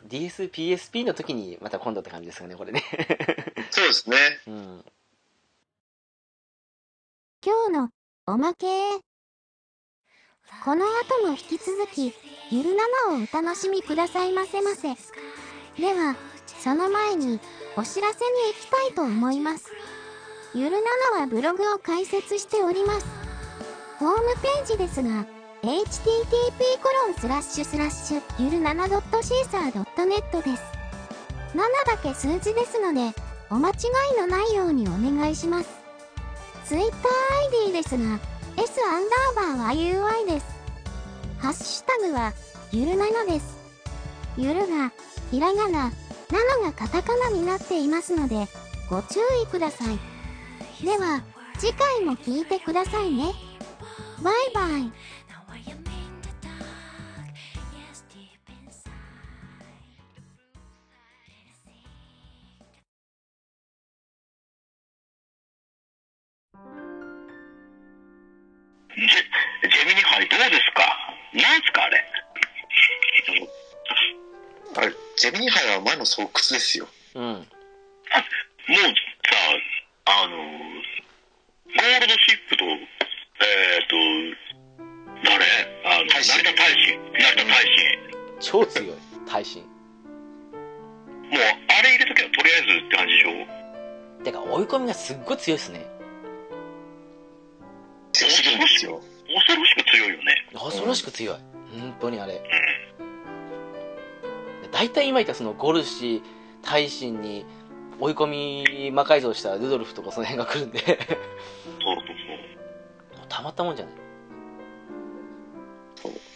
DSPSP の時にまた今度って感じですかねこれね そうですねうん今日のおまけこの後も引き続きゆる7をお楽しみくださいませませではその前にお知らせに行きたいと思いますゆる7はブログを開設しておりますホームページですが http コロンスラッシュスラッシュゆる 7.caesar.net です7だけ数字ですのでお間違いのないようにお願いしますツイッター ID ですが、S アンダーバーは UI です。ハッシュタグは、ゆるなのです。ゆるが、ひらがな、なのがカタカナになっていますので、ご注意ください。では、次回も聞いてくださいね。バイバイ。 Now I am in the dark. Yes, deep inside. ジェジェミニ杯どうですかなんすかあれあれジェミニハイは魔の巣窟ですようんもうさあのゴールドシップとえっ、と誰あの大使成田大使成田大使超強い耐震もうあれ入れとけばとりあえずって感じでしょてか追い込みがすっごい強いっすね強すぎるんですよ恐ろしく強いよね恐ろしく強い、うん本当にあれうん大体今言ったそのゴルシー大臣に追い込み魔改造したルドルフとかその辺が来るん でそうそうそうもうたまったもんじゃない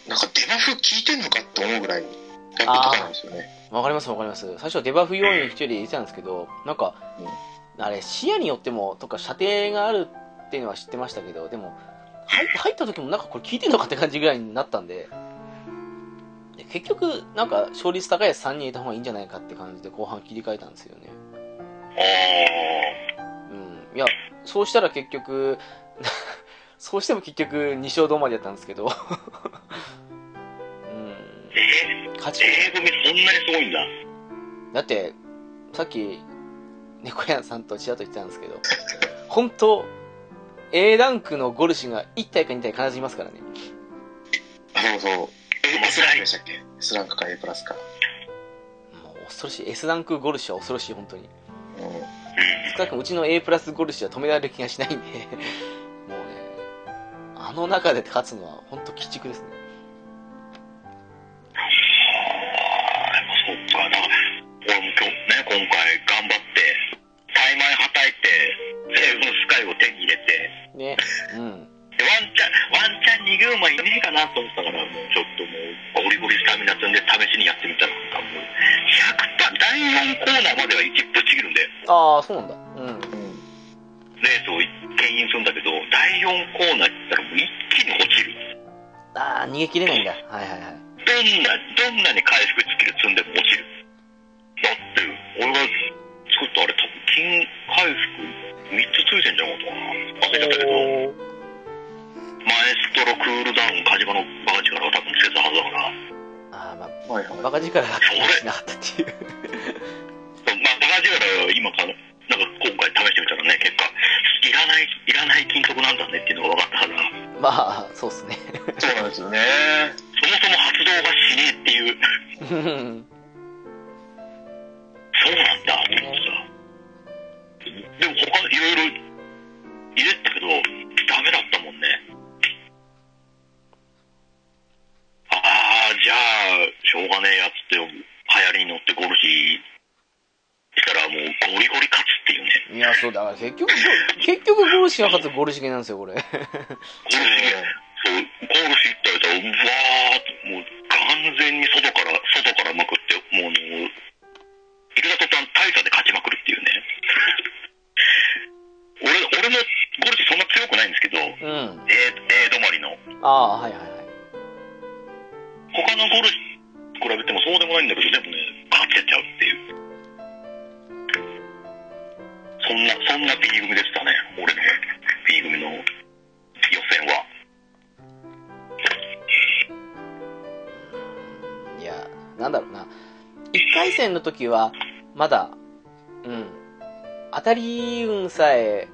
なんかデバフ効いてんのかって思うぐらいラップとかなんですよねわかりますわかります最初デバフ要員一人で言ってたんですけどなんかあれ視野によってもとか射程があるっていうのは知ってましたけどでも入入った時もなんかこれ聞いてんのかって感じぐらいになったんでで結局なんか勝率高いやつ3人いた方がいいんじゃないかって感じで後半切り替えたんですよねああうんいやそうしたら結局 そうしても結局2勝止まりだったんですけど うんえー、勝ち英語組そんなにすごいんだだってさっき猫屋さんとちらっと言ってたんですけど本当 A ランクのゴルシが1体か2体必ずいますからねあそうそうえ S ランクでしたっけ S ランクか A プラスかもう恐ろしい S ランクゴルシは恐ろしい本当にうん少なくともうちの A プラスゴルシは止められる気がしないんで もうねあの中で勝つのは本当鬼畜ですねああやっぱそっかだから俺も今日ね今回頑張ってタイマイはたいてセーブのスカイを手に入れてねうんでワンチャン、ワンチャン逃げ馬いねえかなと思ってたから、もうちょっともう、ゴリゴリスタミナ積んで試しにやってみたら、多分100%、第4コーナーまでは一ぶっちぎるんで、ああそうなんだうんうんレースを牽引するんだけど、第4コーナー行ったらもう一気に落ちる。ああ逃げ切れないん だはいはいはいどんな、どんなに回復スキル積んでも落ちる。だって、俺が作ったあれ、多分金回復3つついてんじゃなかったかな。忘れちゃったけど、マエストロクールダウン、カジマのバカ力が多分つけたはずだから、ああまあはいはいバカ力が あったしなかったっていうまあ、バカ力は今から、なんか今回試してみたらね、結果、いらない、いらない金属なんだねっていうのが分かったから、 まあそうっすねそうなんですよねそもそも発動がしねえっていう、うんそうなんだって思ってさ。でも他いろいろ入れてたけど、ダメだったもんね。ああ、じゃあ、しょうがねえやつって、流行りに乗ってゴルシーしたらもうゴリゴリ勝つっていうね。いや、そうだ、から結局、結局ゴルシが勝つゴルシゲなんですよ、こ れ。ゴルシーそう、ゴールし行ったら、うわーって、もう完全に外から、外からまくって、もう、入れた途端、大差で勝ちまくるっていうね。俺、俺もゴルシーそんな強くないんですけど、うん。あ A, A 止まりの。あ、はいはいはい。他のゴルシー比べてもそうでもないんだけど、でもね、勝てちゃうっていう。そんな、そんな B 組でしたね、俺の B 組の予選は。いや、なんだろうな。一回戦の時は、まだ、うん。当たり運さえ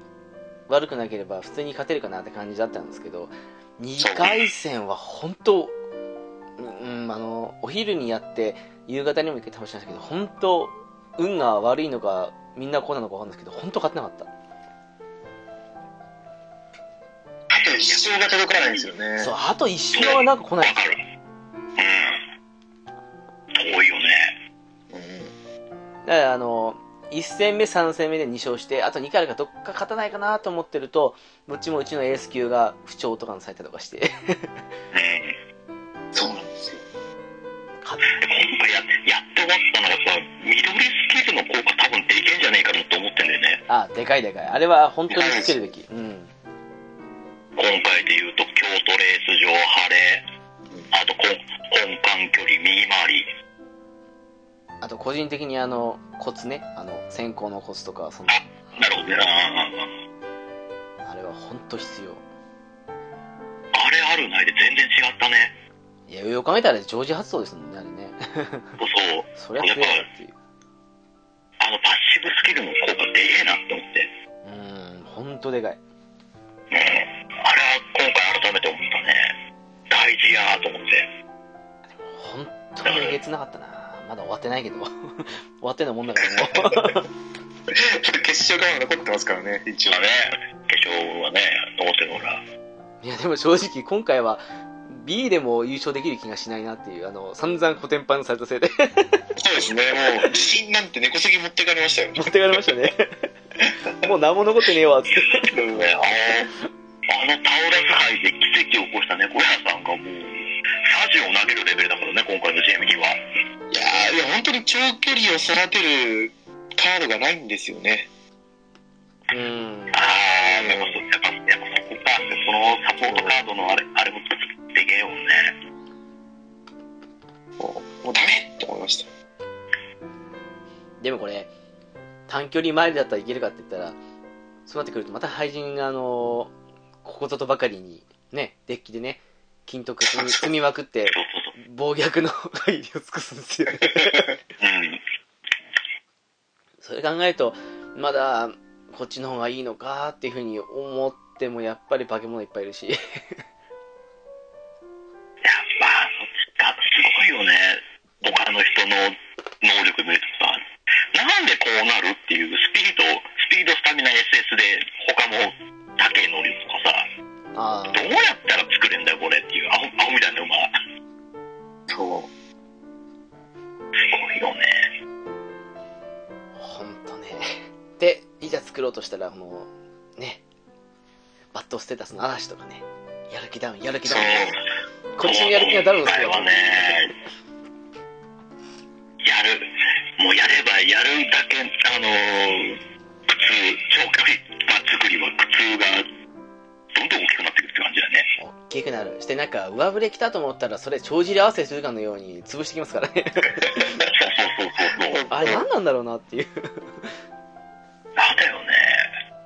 悪くなければ普通に勝てるかなって感じだったんですけど、二回戦は本当、うん、あの、お昼にやって、夕方にも一回倒しましたけど、本当、運が悪いのか、みんなこうなのかわかんないですけど、本当勝てなかった。あと一生が届かないんですよねそう、あと一勝はなんか来ないわ。かる。うん。遠いよね。うんだからあの1戦目、3戦目で2勝して、あと2回あるかどっか勝たないかなと思ってると、どっちもうちのエース級が不調とかにされたりとかして、うん。そうなんですよ勝で、今回ややっと終わったのがさ、緑スキルの効果多分でけんじゃねえかなと思ってんだよね。あ、でかいでかい。あれは本当につけるべき。うん。今回で言うと、京都レース場晴れ、あと根根幹距離、右回り。あと、個人的にあの、コツね、あの、先行のコツとか、その、なるほどね。あれは本当必要。あれあるないで全然違ったね。いや、よく考えたら常時発動ですもんね、あれね。 そう。そりゃ強いなっていう。あのパッシブスキルの効果でけえなって思って。うん、本当でかい。うん。あれは今回改めて思ったね。大事やーと思って。本当にえげつなかったな。まだ終わってないけど。 終わってんのもんだからもう。 決勝が残ってますからね一応まあね、化粧はね、残ってるから。いやでも正直今回は B でも優勝できる気がしないなっていう、あの、散々コテンパンされたせいで そうですね、もう、自信なんて猫席持ってかれましたよね持っ。てかれましたね。 もう何も残ってねえわ、つって。うんあの、あの倒れス杯で奇跡を起こした猫屋さんがもう、サジを投げるレベルだからね、今回の GM には。いやーいや、本当に長距離を育てるカードがないんですよね。うん。ああ、でもそ、やっぱ、やっぱそこか、そのサポートカードのあれ、あれも作ってけよね。もう、もうダメって思いました。でもこれ、短距離前だったらいけるかって言ったら、そうなってくるとまた廃人が、あの、ここぞとばかりに、ね、デッキでね、金徳 積み積みまくって、そうそうそう。暴虐の 配慮を尽くすんです よね。うん。それ考えると、まだ、こっちの方がいいのかっていうふうに思っても、やっぱり化け物いっぱいいるし。いや、まあ、そっちか、すごいよね。他の人の能力見るとさ、なんでこうなるっていう、スピード、スピード、スタミナ、SS で、他も、他系能力とかさ、あどうやったら作れんだよ、これっていう、アホ、アホみたいな馬。そう。すごいよね。あ、ほんとね。 で、いざ作ろうとしたら、もう、ね、バッドステータスの嵐とかね、やる気ダウン、やる気ダそウうン。。こっちのやる気がダウンする今回はね、やる、もうやればやるだけ、あのー、苦痛、長距離馬作りは苦痛が、どんどん大きくなってくるって感じだね。大きくなる。して、なんか、上振れ来たと思ったら、それ、帳尻合わせするかのように潰してきますからね。そうそうそうそうそう。あれ、何なんだろうなっていう。なんだよね。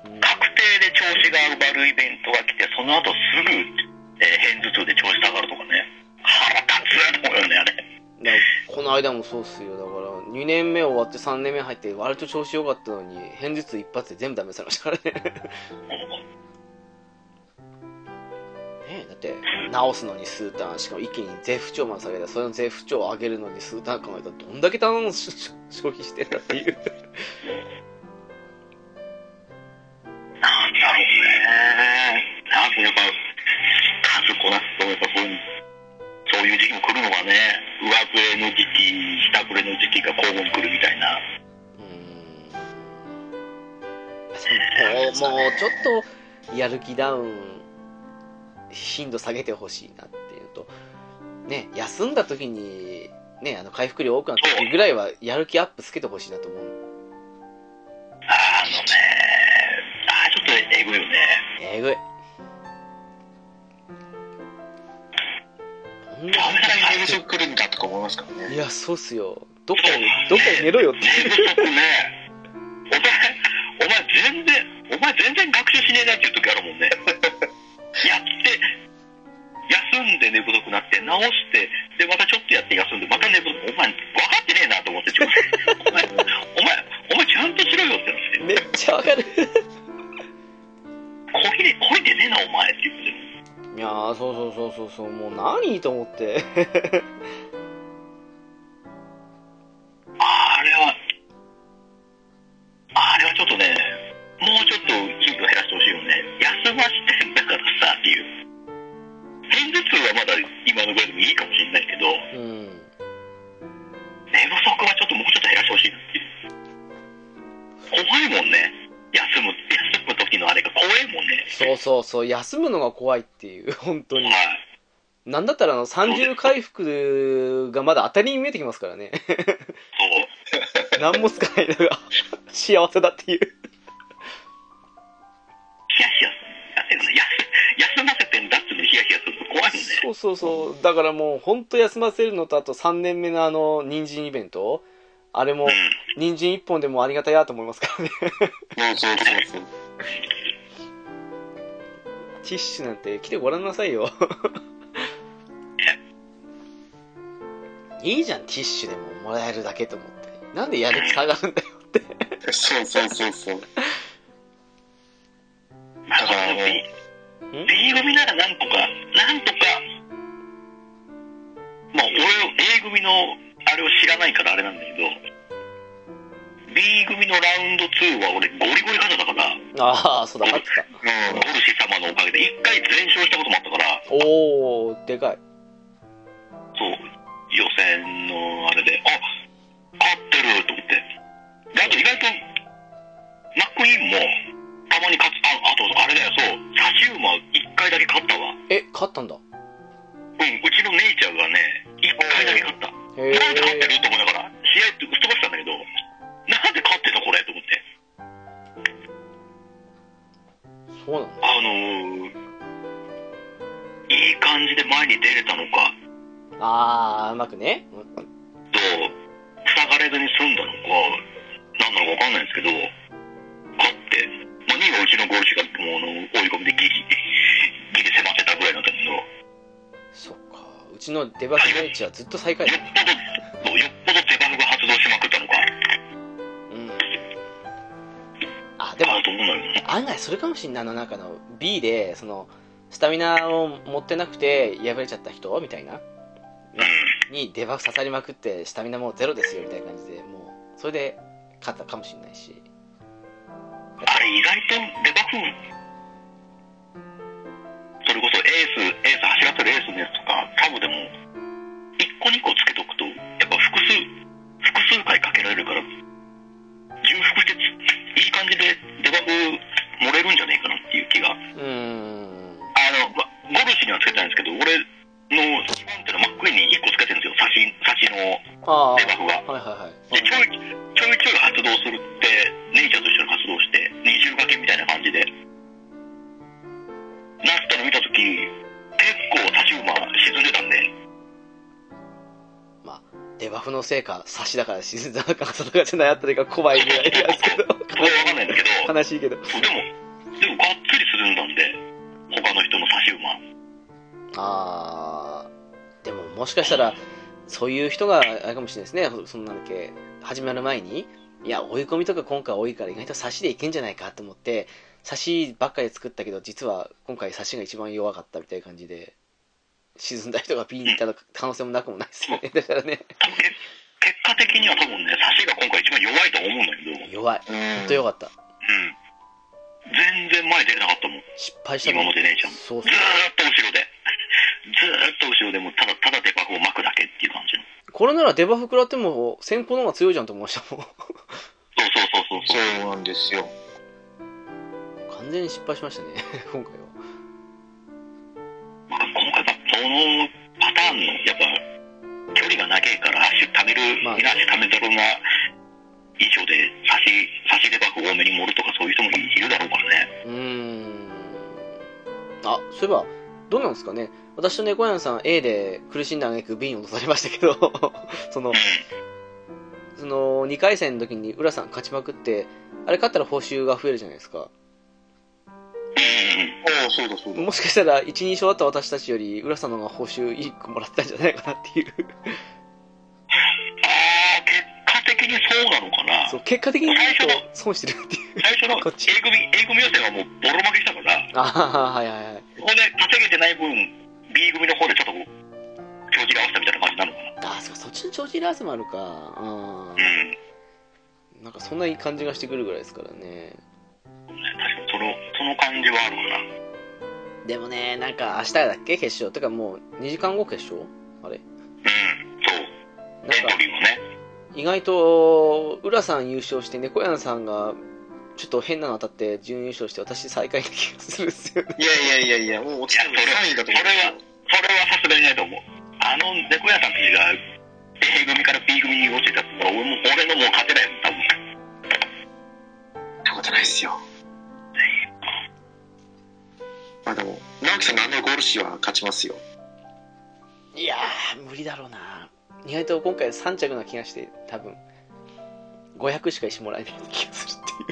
うん確定で調子が上がるイベントが来て、その後すぐ、えー、片頭痛で調子下がるとかね。腹立つと思うよね、あれ。だからこの間もそうっすよだから2年目終わって3年目入って割と調子良かったのに偏頭痛一発で全部ダメされましたからねねえだって直すのに数ターンしかも一気に税不調まで下げたその税不調を上げるのに数ターン考えたらどんだけターンしし消費してんだっていうなんだろうね。なんかやっぱ、数こなすと、やっぱそういう、そういう時期も来るのがね、上振れの時期、下振れの時期が交互に来るみたいな。うーんもうもうちょっとやる気ダウン頻度下げてほしいなっていうとね休んだ時にねあの回復量多くなった時ぐらいはやる気アップつけてほしいなと思うあのね、あーちょっとえぐいよね。えぐいこんなあんなに寝不足来るんだとか思いますからいね。やそうっすよどっかにどっかに寝ろよって寝不足ね。お前、お前全然、お前全然学習しねえなっていう時あるもんね。やって、休んで寝不足になって、直して、で、またちょっとやって休んで、また寝不足。お前、分かってねえなと思って、ちょっとお前、お前、お前ちゃんとしろよっめてなって、っちゃわかるこいで、こいでねえな、お前っていや言ってる。ーそうそうそうそうそうもう何と思ってあれは、あれはちょっとね、もうちょっと頻度減らしてほしいよね。休ましてんだからさっていう。偏頭痛はまだ今のぐらいでもいいかもしれないけど、 うん寝不足はちょっともうちょっと減らしてほしいなっていう。怖いもんね。休む、休む時のあれが怖いもんね。そうそうそう、休むのが怖いっていう、本当には。い。なんだったらあの30回復がまだ当たりに見えてきますからね。 そう。何もつかないのが幸せだっていう。ヒヤヒヤする。休休 ませてんだっていうのヒヤヒヤすると怖いもんね。そうそうそう。だからもう本当休ませるのとあと3年目のあの人参イベントあれもうん。人参1本でもありがたいやと思いますからね。そうそうそうティッシュなんて来てごらんなさいよ。 いいじゃん、ティッシュでももらえるだけと思って。なんでやる気下がるんだよって。そう。そうそうそうそう。まあ、だからもう B, B 組ならなんとか、なんとか、まあ、俺、A 組のあれを知らないからあれなんだけど、B 組のラウンド2は俺、ゴリゴリ肩だから、 ああ、そうだ、勝ってた。うんゴルシ様のおかげで、一回全勝したこともあったから、おー、でかい。そう、予選のあれで、あ合ってると思って。で、あと意外と、ナックインも、たまに勝つ、あ、あと、あれだよ、そう、サシウマ一回だけ勝ったわ。うん、え勝ったんだうちのネイチャーがね、一回だけ勝った。へなんで勝ってえると思いながら、試合って吹っ飛ばしたんだけど、なんで勝ってんのこれと思って。そうなんだあのー、いい感じで前に出れたのか、ああうまくねうんと、塞がれずに済んだのか、何なのか分かんないんですけど、勝って、まあ、2位はうちのゴール手がもうあの追い込みでギリ、ギリ迫ってたぐらいなんだけど、そっかうちのデバフネイチはずっと最下位よだっぽど、よっぽど手番が発動しまくったのか、うんあでもあと思うんだけど、案外それかもしんないあの中の B でそのスタミナを持ってなくて敗れちゃった人みたいなうにデバフ刺さりまくってスタミナもうゼロですよみたいな感じでもうそれで勝ったかもしんないしん、あれ意外とデバフ、それこそエース、エース走らせるエースのやつとか、タブでも、一個二個つけとくと、やっぱ複数、複数回かけられるから、重複してつ、いい感じでデバフ漏れるんじゃねえかなっていう気が。うーんあの、ま、ゴルシにはつけてないんですけど、俺の2番手のマックイーンに1個つけてるんですよ、サシ、サシのああデバフが。 はいはで、いちょい、ちょいちょい発動するって、ネイチャーと一緒に活動して、二重掛けみたいな感じで、なったの見たとき、結構多シウマ沈んでたんで、まあデバフのせいか差しだから沈んだのかそのかじゃないあったりが怖いぐらいなんですけど これわかんないんだけど、悲しいけどでも、でもがっつり沈んだんで、他の人の多シウマ。あーでももしかしたらそういう人があれかもしれないですねそんなんだっけ始まる前にいや追い込みとか今回多いから意外と差しでいけんじゃないかと思って差しばっかり作ったけど実は今回差しが一番弱かったみたいな感じで沈んだ人がピンにいた可能性もなくもないですよねだからね多分け結果的には多分ね、差しが今回一番弱いと思うんだけど、うん。弱いほんと弱かった全然前出れなかったもん。失敗した今までネイチャーも。そうそうずーっと後ろで。 ずーっと後ろでもうただただデパコを巻くだけっていう感じの。これならデバフ食らっても先行の方が強いじゃんと思いましたもんそうそうそうそう。そうなんですよ。完全に失敗しましたね今回はまあ、今回はそのパターンの、やっぱ、距離が長いから足貯める、まあみんな足貯めたろうが、以上で差し、差し出ば多めに盛るとかそういう人もいるだろうからね。うーんあそういえばどうなんですかね私と猫やんさん A で苦しんだ挙句 B に落とされましたけど そのうん。その2回戦の時に浦さん勝ちまくってあれ勝ったら報酬が増えるじゃないですかうんうんうん。ああ、そうだそうだ。もしかしたら12勝だった私たちより浦さんの方が報酬いい個もらったんじゃないかなっていうああ、結果的にそうなのかなそ。う結果的に見ると損してるっていう 最初のこ A っち組、A 組予選はもうボロ負けしたから、ああはいはいはいここで稼げてない分、B 組の方でちょっと、調子が合わせたみたいな感じなのかな。あそうかそっちの調子に合わせもあるかううん。んなんかそんないい感じがしてくるぐらいですからね確かにその、その感じはあるかな。でもね、なんか明日だっけ決勝。てかもう2時間後決勝あれうん。そう。なんエントかリーもね。意外と、浦さん優勝して、猫やんさんがちょっと変なの当たって準優勝して、私最下位な気がするんですよね。いやいやいやいや、もう落ちてるいやそれ3位だと思う。それはさすがにないと思う。あの猫屋さんたちが A 組から B 組に落ちてたと俺も俺のもう勝てないもん、多分。ってことないっすよ。まあでも、直樹さんのあのゴールシーは勝ちますよ。 いやー、無理だろうな。意外と今回3着な気がして、多分、500しか石もらえない気がするっ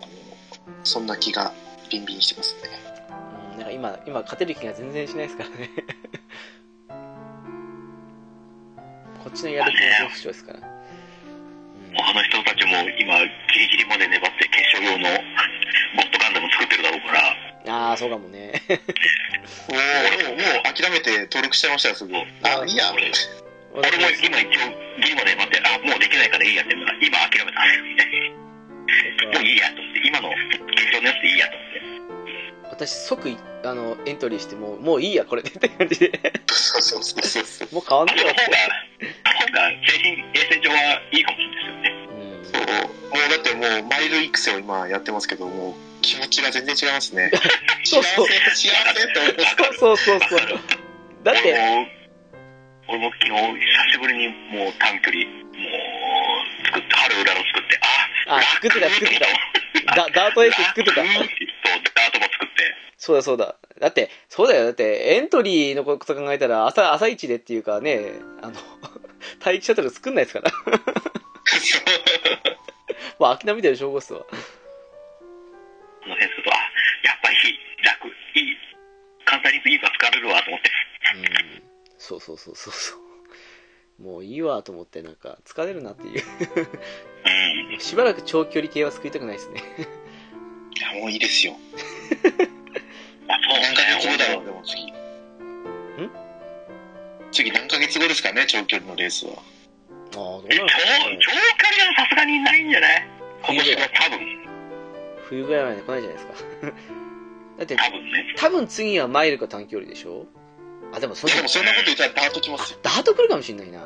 ていう。そんな気がビンビンしてますね。うん、なんか今、今勝てる気が全然しないですから ね。こっちのやる気が不調ですから。うん他の人たちも今、ギリギリまで粘って決勝用のゴッドガンダム作ってるだろうから、ああ、そうかもね。おお、もう、もう諦めて登録しちゃいましたよ、すぐ。あ、いいや、俺わか俺りもました今一応ギリまで粘って、あ、もうできないからいいやって、今諦めた。もういいやと思って、今の決勝のやつでいいやと思って。お私即いあのエントリーしてもうもういいやこれでって感じでそうそうそうそうそう もう変わんあねのえ方よって、があの方が精神衛生上はいいかもしれないですよね。うん、そうもうだってもうマイル育成を今やってますけどもう気持ちが全然違いますね そうそう幸せ幸せと思ってそうそうそうそうだってもう俺も昨日久しぶりにもう短距離、もう作って、春うらら作って、ああ作ってた作ってただダートエース作ってた楽そう、ダートも作って。そうだそうだだってそうだよだってエントリーのこと考えたら朝朝一でっていうかねあの 待機シャトル作んないですから もう諦めてる証拠っすわこの辺すると、あ、やっぱり楽、いい、簡単にいいが使われるわと思って。うんそうそうそうそうそうもういいわと思ってなんか疲れるなっていううん。しばらく長距離系は作りたくないですねいやもういいです よあ、そう何ヶね、月そう後だだろ ろうでも次ん次何ヶ月後ですかね長距離のレースはああどうなえるか長長距離はさすがにないんじゃない今年は多分、冬ぐらいまで来ないじゃないですか だって多分ね。多分次はマイルか短距離でしょあでもそんなでもそんなこと言ったらダートきますよダート来るかもしんないな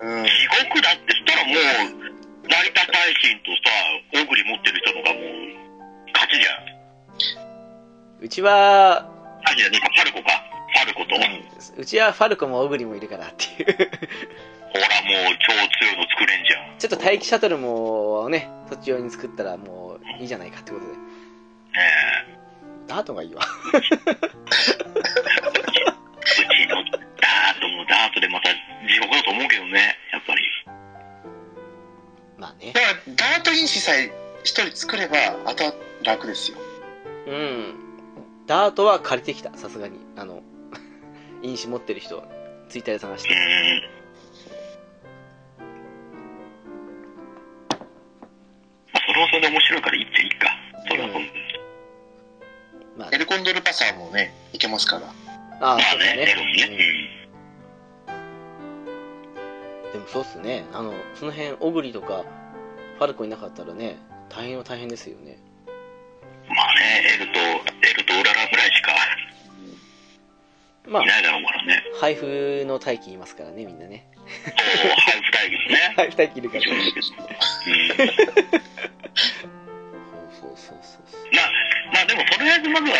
うん地獄だってしたらもう、成田大臣とさ、小栗持ってる人のがもう、勝ちじゃん。うちは勝ちじゃねえか、ファルコか。ファルコと。うちはファルコもオグリもいるからっていう ほら、もう超強いの作れんじゃん。ちょっと待機シャトルもねそっち用に作ったらもういいじゃないかってことでねえ。ダートがいいわ うちのダートもダートでまた地獄だと思うけどね、やっぱり。まあねだからダート因子さえ一人作ればあとは楽ですようんダートは借りてきたさすがにあの 因子持ってる人はツイッターで探しうてん。まあ、それはそれで面白いから言っていいか。それはそうまあエルコンドルパサーもねいけますからああまそあうだね、ねでもね。うんうんでもそうっすねあのその辺オグリとかファルコいなかったらね大変は大変ですよねまあね、エルと、エルとオララぐらいしかまあいないだろうからね。配布の待機いますからねみんなねそう、配布対配布待決ね。機いるからそうそうですうんそうそうそうそうまあ、まあでも、とりあえずまずは、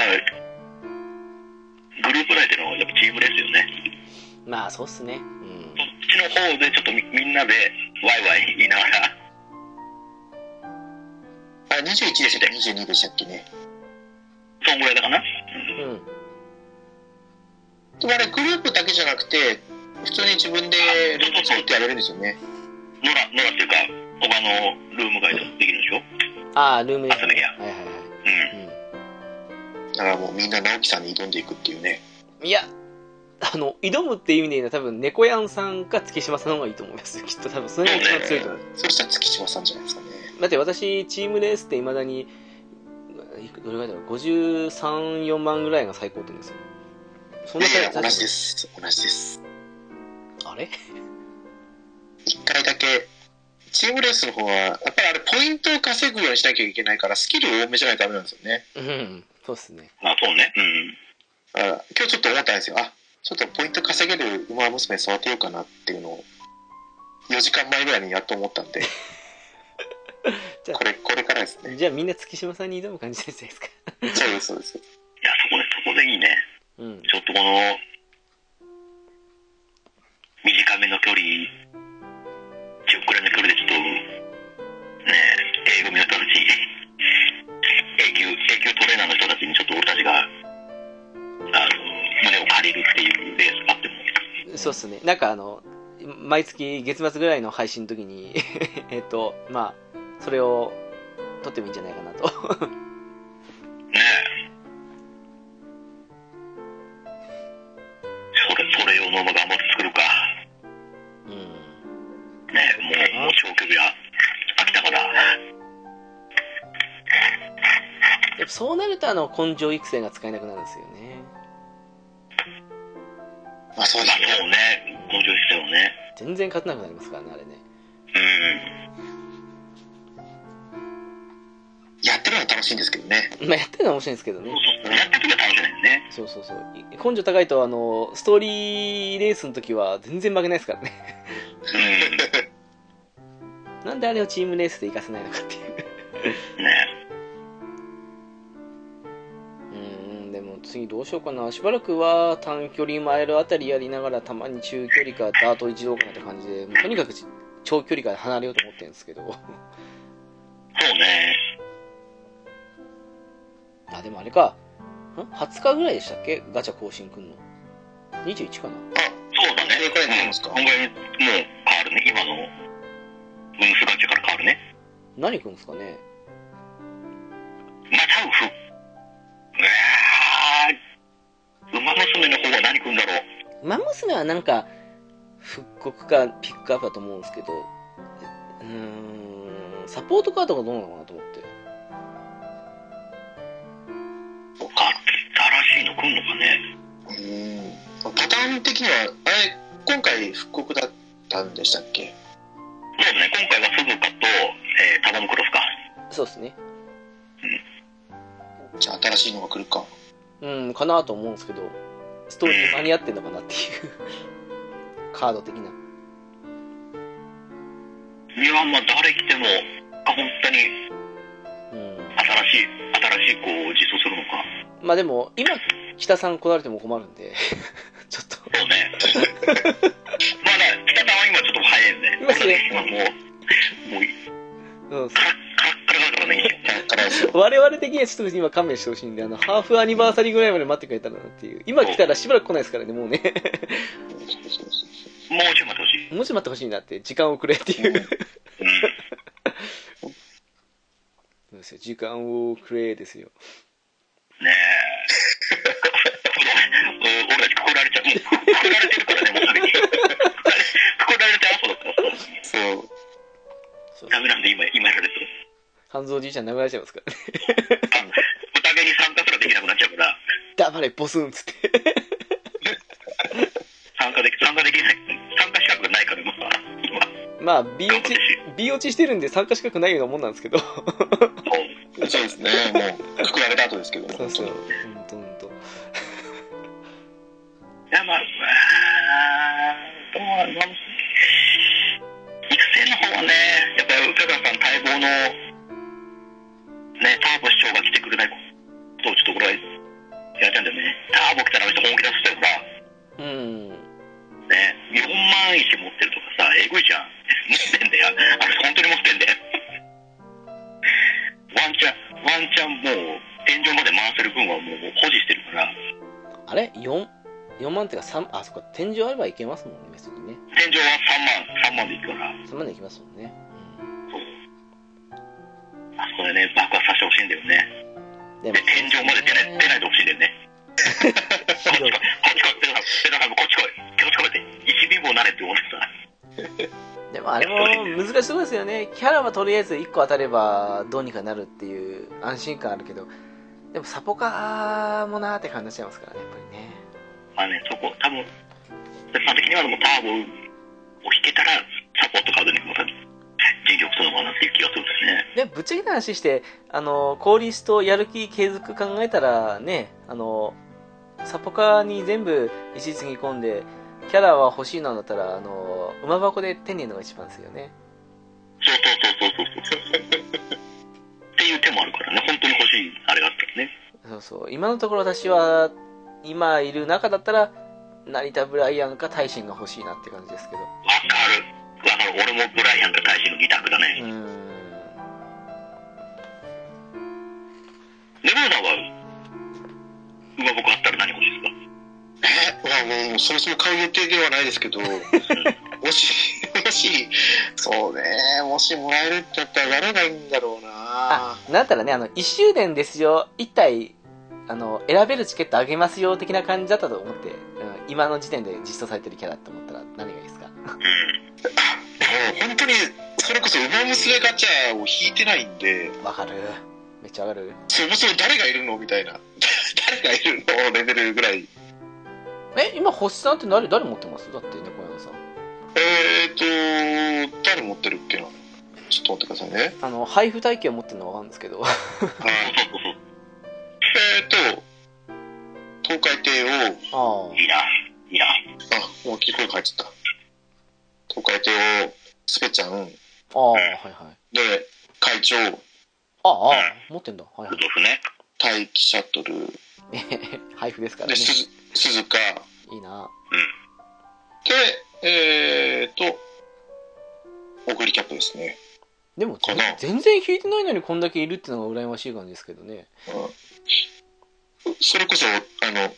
グループ内でのやっぱチームですよね。まあそうっすねうんそっちの方でちょっとみみんなでワイワイ言いながら、あ21でしたっけ22でしたっけねそんぐらいだかな。うんでもあれグループだけじゃなくて普通に自分でルート作ってやれるんですよねノラ、ノラっていうか、他のルーム外でもできるでしょああルームレス遊び部屋はいはいはうん。い、だからもうみんな直樹さんに挑んでいくっていうねうん、いやあの挑むっていう意味で言うのは多分猫やんさんか月島さんの方がいいと思いますよ きっと多分それが一番強いと思うそしたら月島さんじゃないですかねだって私チームレースっていまだにいくどれぐらいだろう534万ぐらいが最高って言うんですよそんいなやいや高い同じです同じですあれ一回だけチームレースの方はやっぱりあれポイントを稼ぐようにしなきゃいけないからスキル多めじゃないとダメなんですよねうんそうっすねまあそうね。うん。だから今日ちょっと思ったんですよあちょっとポイント稼げる馬娘育てようかなっていうのを4時間前ぐらいにやっと思ったんで じゃあこれこれからですねじゃあみんな月島さんに挑む感じじゃないですかそうですそうですいや、そこで、そこでいいね。うんちょっとこの、短めの距離、10くらいの距離でちょっと、ねえ、A 組の人たち、A 級、A 級トレーナーの人たちにちょっと俺たちが、あの、胸を借りるっていうレースがあっても、そうっすねなんかあの毎月月末ぐらいの配信の時に えっとまあそれを撮ってもいいんじゃないかなとねえ、それ、それ用の馬頑張って作るか。うんねえ、もう、もう長距離は飽きたから、やっぱそうなるとあの根性育成が使えなくなるんですよねまあそうでまあすねそうね、根性必要ね。全然勝てなくなりますからねあれねうん。やってってるのは楽しいんですけどね。まあ、やってるのは面白いんですけどね。やってるのが楽しいですね。そうそうそう。根性高いと、あの、ストーリーレースの時は全然負けないですからね。うん。なんであれをチームレースで活かせないのかっていう。ね。うん、でも次どうしようかな。しばらくは短距離マイルあたりやりながら、たまに中距離かダート一動かなって感じで、もうとにかくじ長距離から離れようと思ってるんですけど。 そうね。あ、でもあれか。ん ?20 日ぐらいでしたっけガチャ更新くんの。21かな。そうだね。それくらいになりますかうん今回もう変わるね。今の運数ガチャから変わるね。何くんですかねまたうふ。うわー。馬娘の方は何くんだろう。馬娘はなんか復刻かピックアップだと思うんですけどうーんサポートカードがどうなのかなと思ってそっか、新しいの来んのかね。うん。パターン的には、あれ、今回復刻だったんでしたっけそうね。今回はスズカと、えー、タバムクロスか。そうですねじゃあ新しいのが来るか。うんかなと思うんですけどストーリー間に合ってんのかなっていう カード的ないや、まあ誰来ても、あ、本当にうん新しい、新しい子を実装するのか。まあでも今北さん来られても困るんで ちょっとそうね。まあね、北田は今ちょっと早いね。今早い今もう、もう、うんカラッカラッカラだからね。からですよ。我々的にはちょっと今勘弁してほしいんであのハーフアニバーサリーぐらいまで待ってくれたらなっていう今来たらしばらく来ないですからねもうねもうちょい待ってほし い。もうちょい待ってほしいなって時間をくれって いううん。そうですよ時間をくれですよねえ。俺たちくくられちゃう。もうくくられてるからね、もうすでに。くくられてアポだから。そう。そうダメなんで今、今やられてる。肝臓じいちゃん殴られちゃいますからねあの宴に参加すらできなくなっちゃうから、黙れボスンっつって参加でき、参加できない、参加資格がないから、今、今、 まあ B 落ち B 落ちしてるんで参加資格ないようなもんなんですけどそそうそうですね。もう、くくられた後ですけどね。うそう本ほんとほんといや、まあ、うわーどうなの育成の方はね、やっぱり宇川さん待望の、ね、ターボ市長が来てくれないことをちょっとこれはやっちゃうんだよね。ターボ来たらあの人本気出すとかさ、うんね、4万石持ってるとかさ、えぐいじゃん。持ってんだよ。あれ本当に持ってんだよ。 ワンチャン、ワンチャンもう、天井まで回せる分はもう保持してるから、あれ 4, 4万っていうか3あそっか天井あればいけますもんね別にね天井は3万、3万でいくから。 3万でいきますもんね、あそこでね、爆発させてほしいんだよね。うん、でで、天井まで出ない、出ないでほしいんだよね。こっちひ来どい、いこっち来い、ペドラハム、こっち来い、こっち来いって、一貧乏なれって思ってさ。でもあれも難しそうですよねキャラはとりあえず1個当たればどうにかなるっていう安心感あるけどでもサポカーもなーって感じになっちゃいますからねやっぱりねまあね、そこ、多分、一般的にはもうターボを引けたら、サポートカードにまた尽力するのかなっていう気がするんですね。でぶっちゃけた話してあの効率とやる気継続考えたらねあのサポカーに全部石つぎ込んでキャラは欲しいなんだったらあの馬箱で手に入れるのが一番ですよねそうそうそうそうそうそう。っていう手もあるからね、本当に欲しいあれがあったらね。そうそう今のところ私は今いる中だったら成田ブライアンか大臣が欲しいなって感じですけどわかる。わかる。俺もブライアンと大使の二択だうね。ーんネブーナは、馬僕あったら何欲しいですか当にえ、まあもう、そもそも買う予定ではないですけど、もし、もし、そうね、もしもらえるってなったらやらないんだろうなあ。なんだったらねあの1周年ですよ1体あの選べるチケットあげますよ的な感じだったと思って、うん、今の時点で実装されてるキャラと思ったら何がいいですかうん。でも本当に、それこそ馬娘ガチャを引いてないんで、わかるめっちゃわかるそもそも誰がいるのみたいな。誰がいるのレベルぐらい。え今星さんって誰誰持ってますだって猫山さんえーと、誰持ってるっけな。ちょっと待ってくださいね。あの配布体験を持ってるのはわかるんですけどはい。えーと、東海帝 王、ああいいな、いいな。あ、もう大きい声が入っちゃった。東海帝王、スペちゃん、ああはいはいで、会長、ああああ持ってんだはいはウいドフね。待機シャトル、えへへ配布ですからねで、鈴鈴鹿、いいなで、えーと、オグリキャップですね。でもかな全然引いてないのにこんだけいるってのが羨ましい感じですけどねうんそれこそ、あの、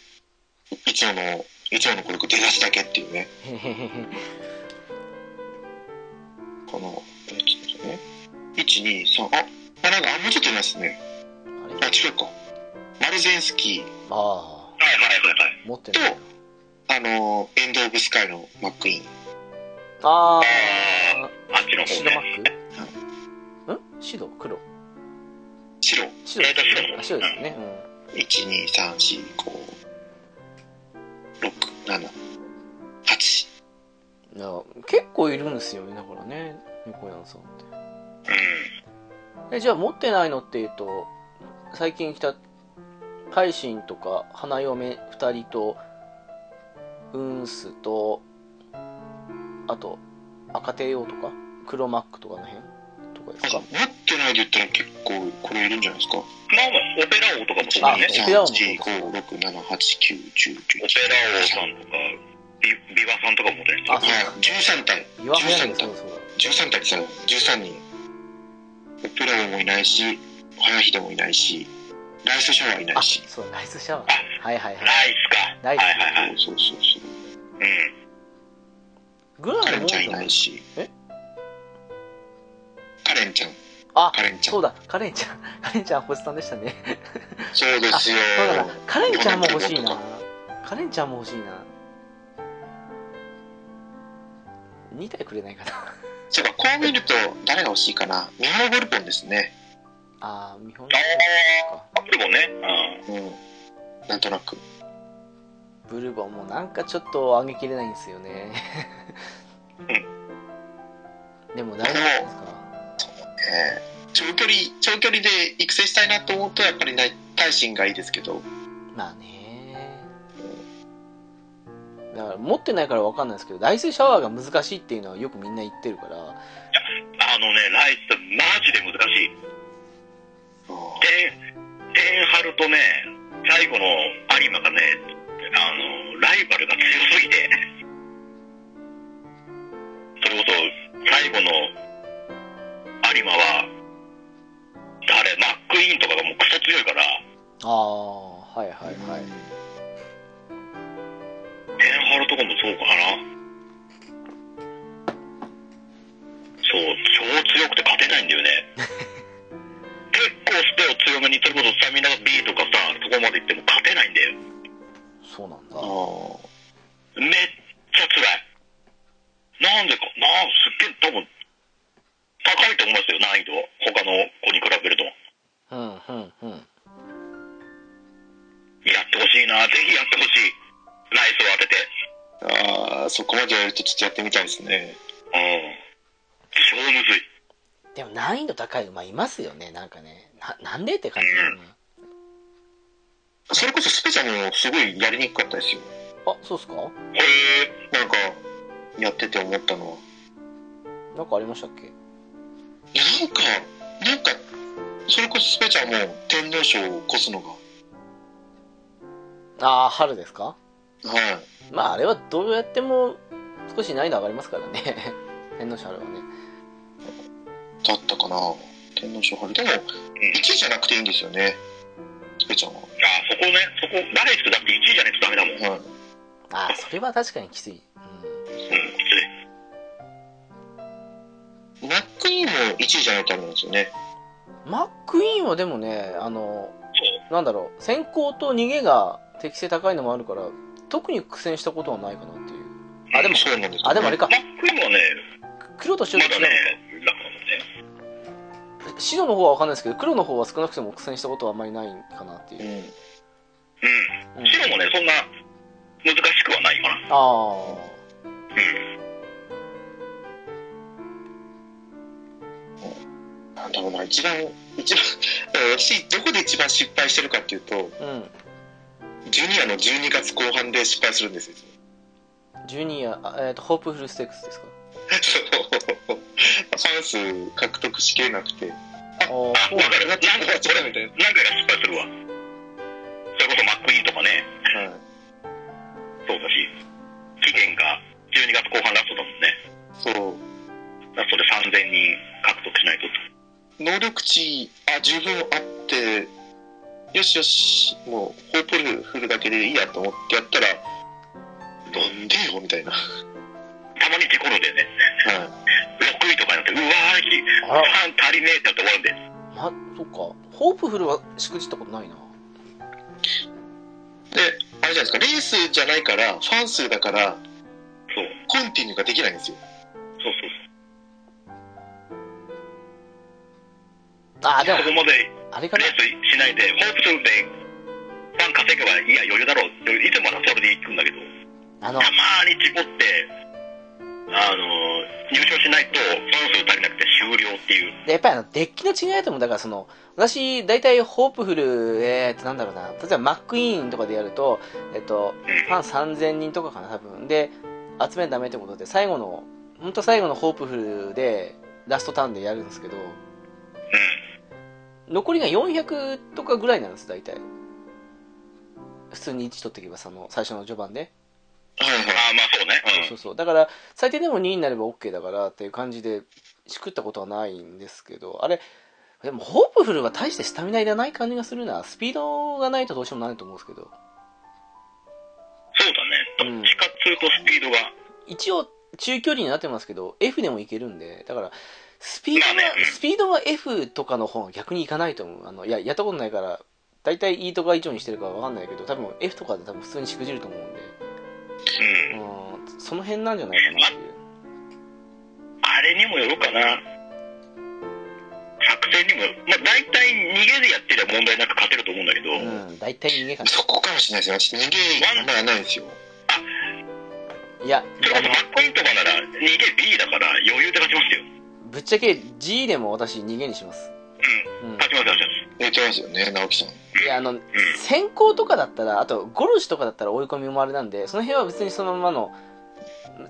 いつもの、いつものこれ出だしだけっていうね。へへへへこの、えちょっと待ってね。1、2、3、あ、あなんか、あ、もうちょっといますね。あれあ、違うか。マルゼンスキーああはいはいはいはい。持ってとない、あの、エンド・オブ・スカイのマック・イーン。あああっちの方白マね。ックん白黒白。白えーと白あ白ですよね、うん1、2、3、4、5、6、7、8。いや結構いるんですよねだからね猫やんさんってえじゃあ持ってないのっていうと最近来た海心とか花嫁2人とウンスとあと赤帝王とか黒マックとかの辺とかでなんすかか、持ってないで言ったら結構、これいるんじゃないですか。まあまあ、オペラ王とかもそうだよね。あオペラ王もそう1、2、3、4、5、6、7、8、9、10、オペラ王さんとか、ビビワさんとかもね。ああ、 11。はい、13体。岩早い13ねそう体だ。そうだ13体って言ってたの13人オペラ王もいないし花秀もいないしライスシャワーいなあいしそうだライスシャワーはいはいはいライスか。ライスはいはいはい。そうそうそうそううん。グラカムレ持っンちゃんていなないいしえカレンちゃんあカレンちゃんそうだカレンちゃん カレンちゃん星さんでしたねそうであすよそうだなカレンちゃんも欲しいどうななカレンちゃんも欲しいな2体くれないかなそうかこう見ると誰が欲しいかなミハロボルポンですねああ、見本か。あ、でもね。うん。うんなんとなくブルボンもなんかちょっと上げきれないんですよね。でも大丈夫ですか。えー長距離長距離で育成したいなと思うとやっぱりない耐震がいいですけどまあね。だから持ってないからわかんないですけど、ダイスシャワーが難しいっていうのはよくみんな言ってるから、あのね、ライスってマジで難しい。テン、テンハルとね、最後の有馬がね、あの、ライバルが強すぎて、それこそ、最後の有馬は、誰、マックイーンとかがもうクソ強いから、ああ、はいはいはい。テンハルとかもそうかな。そう、超強くて勝てないんだよ ね。結構スペを強めに、それこそスタミナが B とかさ、そこまでいっても勝てないんだよ。そうなんだあ。ーめっちゃ辛い。なんでか、なあ、すっげえ、多分、高いと思いますよ、難易度は。他の子に比べると。うんうんうん。やってほしいな、ぜひやってほしい。ライスを当てて。あーそこまでやるとちょっとやってみたいですねうん。超むずい。でも難易度高い馬いますよね、なんかね。ななんでって感じだよね。それこそスペシャルもすごいやりにくかったですよあ、そうっすかへえ。なんかやってて思ったのはなんかありましたっけいやなんかなんかそれこそスペシャルも天皇賞を越すのがああ、春ですかはいまああれはどうやっても少し難易度上がりますからね 天皇賞あれはねだったかな天皇賞春でも1位じゃなくていいんですよねスペシャルあ、そこね、そこ、ライスだって1位じゃないとダメだもん。うん、きははいああそれは確かにきつい、つい。マックイーンも1位じゃないとダメなんですよねうん、マックイーンはでもねあのなんだろう先行と逃げが適性高いのもあるから特に苦戦したことはないかなっていうあでもそうなんですよねあでもあれかマックイーンはね、黒とま白と違だうのねか、楽だもんね。白の方は分かんないですけど黒の方は少なくとも苦戦したことはあんまりないかなっていうう、んううんん。白もね、そんな、難しくはないかな。あうん。うんなんだろうな、一番、一番、 えー私、どこで一番失敗してるかっていうと、うんジュニアの12月後半で失敗するんですよ。 ジュニア、あえっ、と、ホープフルステックスですかそう。チャンス獲得しきれなくて、おーあ、そうわかる。 ななんか、んとかしそちゃれ、うみたい何回か失敗するわ。それこそマックイーンとかね、な。はい。そうだし、期限が12月後半ラストだもんね。そう。ラストで3000人獲得しないと。能力値、あ、十分あって、よしよし、もう、ホープフル振るだけでいいやと思ってやったら、なんでよみたいな。はたまに事故るんだよね。い。 6位とかになって、うわーき、あらファン足りねえってなって終わるんだよ。ま、そっか。ホープフルはしくじったことないな。で、あれじゃないですか、レースじゃないから、ファン数だから、そう。コンティニューができないんですよ。そうそうあー、でそう。そこも、まであれかレなー。スしないで、ホープするんで、ファン稼げばいいや、余裕だろうって。いつもはそれで行くんだけど、あのた、まに事故って、あのー、優勝しないと、ファン数足りなくて終了っていう。でやっぱりあの、デッキの違いだと思う。だからその、私、大体ホープフル、えー、っと、なんだろうな。例えばマックイーンとかでやると、えっと、うんファン3000人とかかな、多分。で、集めるためってことで、最後の、ほんと最後のホープフルで、ラストターンでやるんですけど、う残りが400とかぐらいなんです、大体。普通に1取っていけば、その、最初の序盤で。はいん。ああ、まあそうね。そうそうそう。だから、最低でも2になれば OK だからっていう感じで、しくったことはないんですけど、あれ、でも、ホープフルは大してスタミナいらない感じがするな。スピードがないとどうしようもないと思うんですけど。そううだんね。どっちかっつうとスピードが、一応、中距離になってますけど、F でもいけるんで、だから、スピードはまあね、スピードは F とかの方が逆にいかないと思う。あの、いや、やったことないから、大体 E とか以上にしてるかわかんないけど、多分 F とかで多分普通にしくじると思うんで、うん。うん、その辺なんじゃないかなっていう。あれにもよるかな。作戦にもよる。まあ大体逃げでやってりゃ問題なく勝てると思うんだけど、うん、大体逃げかな。そこかもしれないですね。私、逃げ、あんまりないんですよ。いや、それこあそのマ、ッコインとかなら逃げ B だから余裕で勝ちますよ。ぶっちゃけ G でも私逃げにします。うん。勝ちます、勝ちます。言ってますよね、直樹さん。いや、あの、先行とかだったら、あと、ゴルシュとかだったら追い込みもあれなんで、その辺は別にそのままの、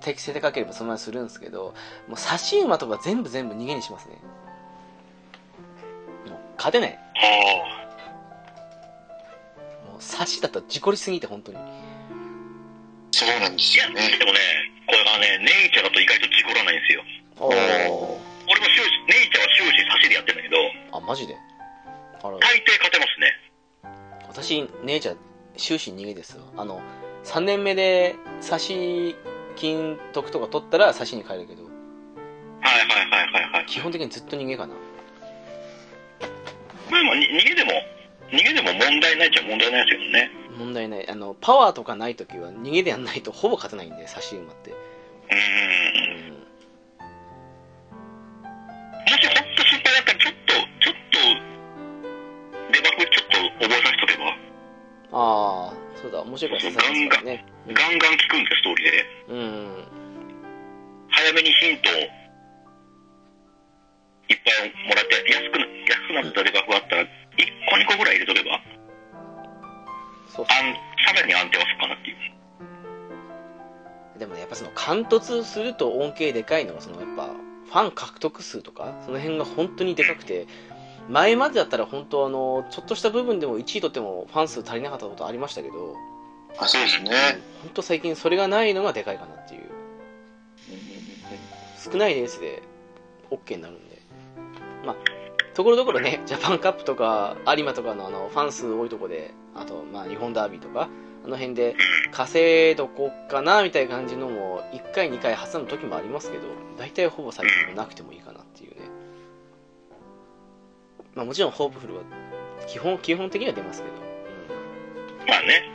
適正でかければそのままするんですけど、もう差し馬とか全部全部逃げにしますね。もう勝てない。はあ。もう差しだったら事故りすぎて、本当に。そうなんですいや、よね。でもね、これがね、ネイチャーだと意外と事故らないんですよ。おー。俺も終始、ネイチャーは終始差しでやってんだけど、あ、マジで。あら、大抵勝てますね。私、姉ちゃん、終始逃げですよ。あの、3年目で差し、金得とか取ったら差しに変えるけど、はいはいはいはいはい。基本的にずっと逃げかな。まあまあ、に逃げでも、逃げでも問題ないっちゃ問題ないですけどね。問題ないあのパワーとかない時は逃げでやんないとほぼ勝てないんで差し馬って、うーん。うん、もし本当心配だったら、ちょっと、ちょっと、デバフちょっと覚えさせとけば、ああそうだ面白いから刺さりますからねガンガン聞くんです、ストーリーで。うん、うん、早めにヒントを、いっぱいもらって、安くな、安くなったデバフがあったら、1個2個ぐらい入れとけば、そうあんさらに安定はするかなっていう。でもねやっぱその貫突すると恩恵でかいのがそのやっぱファン獲得数とかその辺が本当にでかくて前までだったら本当あのちょっとした部分でも1位取ってもファン数足りなかったことありましたけどあ、そうですね。本当最近それがないのがでかいかなっていう少ないレースで OK になるんで、まあ、ところどころね、ジャパンカップとか有馬とかのあのファン数多いとこで、あと、まあ、日本ダービーとか、あの辺で稼いどこっかなみたいな感じのも、1回、2回挟む時もありますけど、大体ほぼ最近もなくてもいいかなっていうね。まあ、もちろんホープフルは基本、基本的には出ますけど。まあね。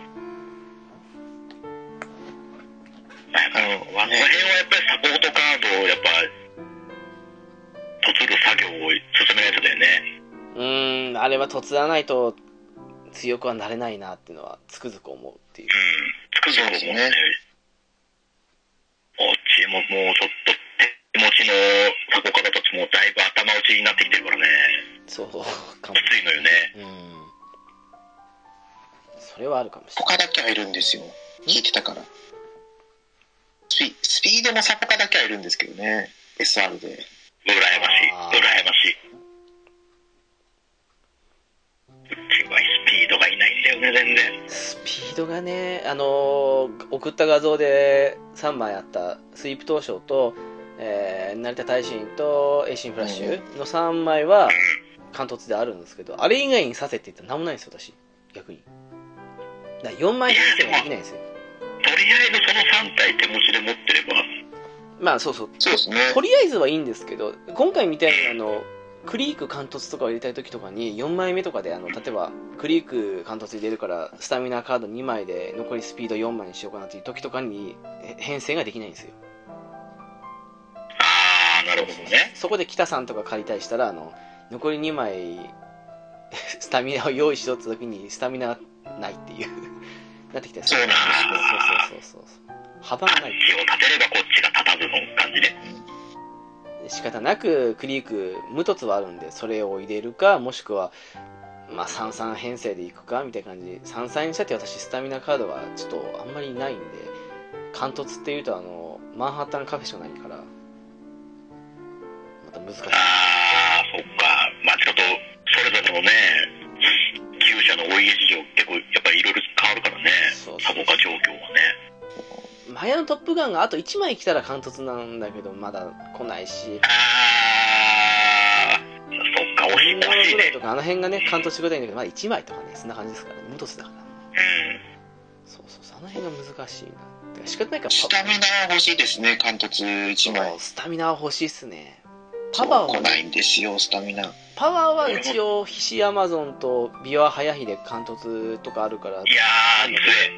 まあやっぱこの辺はやっぱりサあのポートカードを、やっぱ、突る作業を進めないとだよね。うん、うーんあれは突らないと強くはなれないなっていうのはつくづく思うっていうう。ん。つくづく思うね。そうですねオチももうちょっと手持ちのタコ方たちもだいぶ頭打ちになってきてるからねそうかもきついのよねうんそれはあるかもしポカだけはいるんですよ聞いてたからスピスピードのサポカだけはいるんですけどね SR で羨ましいあー羨ましいうちはスピードがいないんだよね全然れないスピードがねあのー送った画像で3枚あったスイープ東証と、えー成田大臣とエイシンフラッシュの3枚は関東であるんですけどあれ以外にさせって言ったら何もないんですよ私逆にだから4枚編成ができないんですよとりあえずその3体手持ちで持ってればまあそうそうそうですねとりあえずはいいんですけど今回みたいにあのクリーク貫突とかを入れたい時とかに4枚目とかであの例えばクリーク貫突入れるからスタミナカード2枚で残りスピード4枚にしようかなっていう時とかにえ編成ができないんですよああなるほどねそこで北さんとか借りたりしたらあの残り2枚 スタミナを用意しようって時にスタミナないっていう なってきたりするそうなそうそうそうそう幅パがンないチを立てればこっちが立たずの感じね仕方なくクリーク無凸はあるんでそれを入れるかもしくはまあ三々編成でいくかみたいな感じで三々にしたって私スタミナカードはちょっとあんまりないんで貫突っていうとあのマンハッタンカフェしかないからまた難しいああそっかまあちょっとそれぞれのね旧社のお家事情結構やっぱりいろいろ変わるからねそうサそうボカ状況はねマヤのトップガンがあと1枚来たら貫突なんだけどまだ来ないしああそっか惜しい女の惜しいぐらいねとかあの辺がね貫突してくれたいんだけどまだ1枚とかねそんな感じですからね無凸だからうそうそうそうあの辺が難しいなてか仕方ないからスタミナは欲しいですね貫突1枚スタミナは欲しいっすねパワーそう来はないんですよスタミナパワーは一応ひしアマゾンとビワ早日で貫突とかあるからんいやーつえ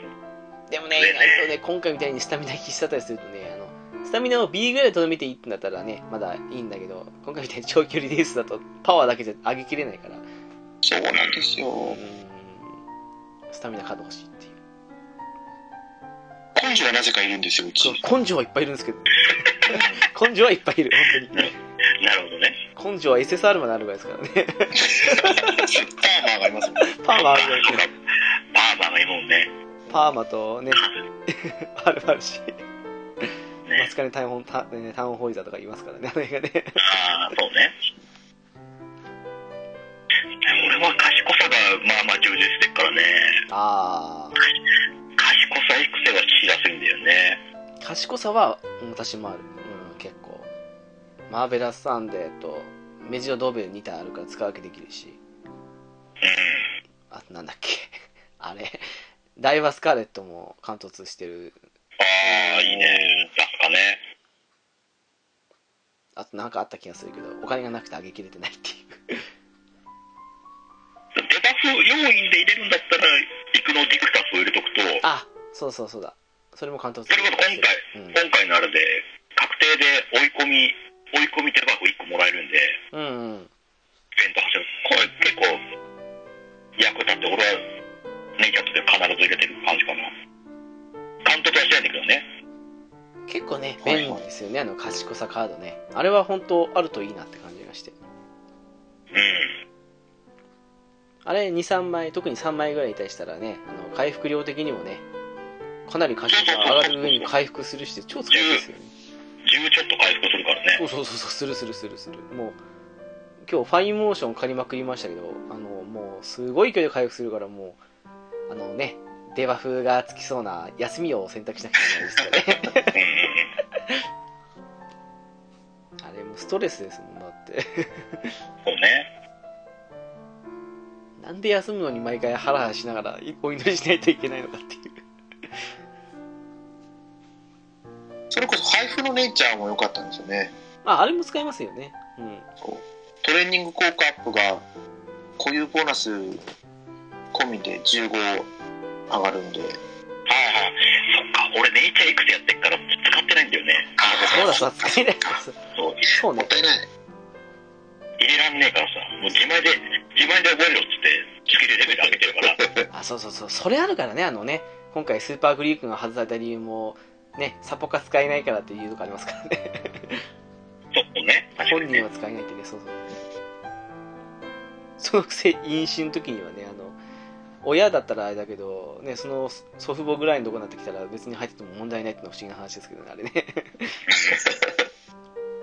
でもね意ね外とね今回みたいにスタミナ必死だったりするとねあのスタミナを B ぐらいでとどめていいってなったらねまだいいんだけど今回みたいに長距離レースだとパワーだけじゃ上げきれないからうそうなんですよーんスタミナカード欲しいっていう根性はなぜかいるんですようち根性はいっぱいいるんです けど根性はいっぱいいる本なるほどね 当に根性は SSR まであるぐらいですからねセッターマーがいますもんパーマあるぐらいですそかっらかパーマーがいるもんねパーマとねあるあるしねマスカネタンホンタねタウンホイザーとか言いますからね、あの辺がね。ああ、そうね。俺は賢さがまあまあ充実してるからね。あ賢さ育成はしやすいんだよね。ー。賢さは、うん私もある。うん、結構。マーベラスサンデーと、メジロドーベル2体あるから使い分けできるし。あとなんだっけ。 あれ。ダイバスカーレットも貫突してる。ああ、いいね。なんかね。あとなんかあった気がするけど、お金がなくてあげきれてないっていう。デバフ要因で入れるんだったら、イクノディクタスを入れとくと、あ、そうそうそうだ。それも貫突それこそ今回、うん今回のあれで、確定で追い込み、追い込みデバフ1個もらえるんで、うんうん。イベント走る。これ結構、役立って、俺はネイキャットで必ず入れてる感じかな。監督はしてないんだけどね。結構ね、便利ですよね、あの賢さカードね。あれは本当あるといいなって感じがして。うん。あれ23枚特に3枚ぐらいに対したらねあの回復量的にもねかなり賢さが上がる上に回復するして超使いやすいですよね10ちょっと回復するからそね。うそうそうそうするするするするもう今日ファインモーション借りまくりましたけどあのもうすごい勢いで回復するからもうあのねデバフがつきそうな休みを選択しなきゃいけないですよね うんうんうん。あれもうストレスですもんだってそうね。なんで休むのに毎回ハラハラしながらお祈りしないといけないのかっていうそれこそ配布のネイチャーも良かったんですよねまああれも使えますよねうんトレーニング効果アップが固有ボーナス込みで15上がるんではいはい。そっか、俺ネイチャーいくつやってっから使ってないんだよね。そうだそうだ使えないそう。そうねいない入れらんねえからさ、もう自前で、自前で覚えろっつって、月でレベル上げてる から。あそうそうそうそれあるからねあのね今回スーパーグリークが外された理由もねサポカ使えないからっていうとこありますからねそう。本人は使えないってね、そうそう。そのくせ、飲酒の時にはね、あの、親だったらあれだけど、ね、その祖父母ぐらいのとこになってきたら別に入ってても問題ないってのは不思議な話ですけどね、あれね。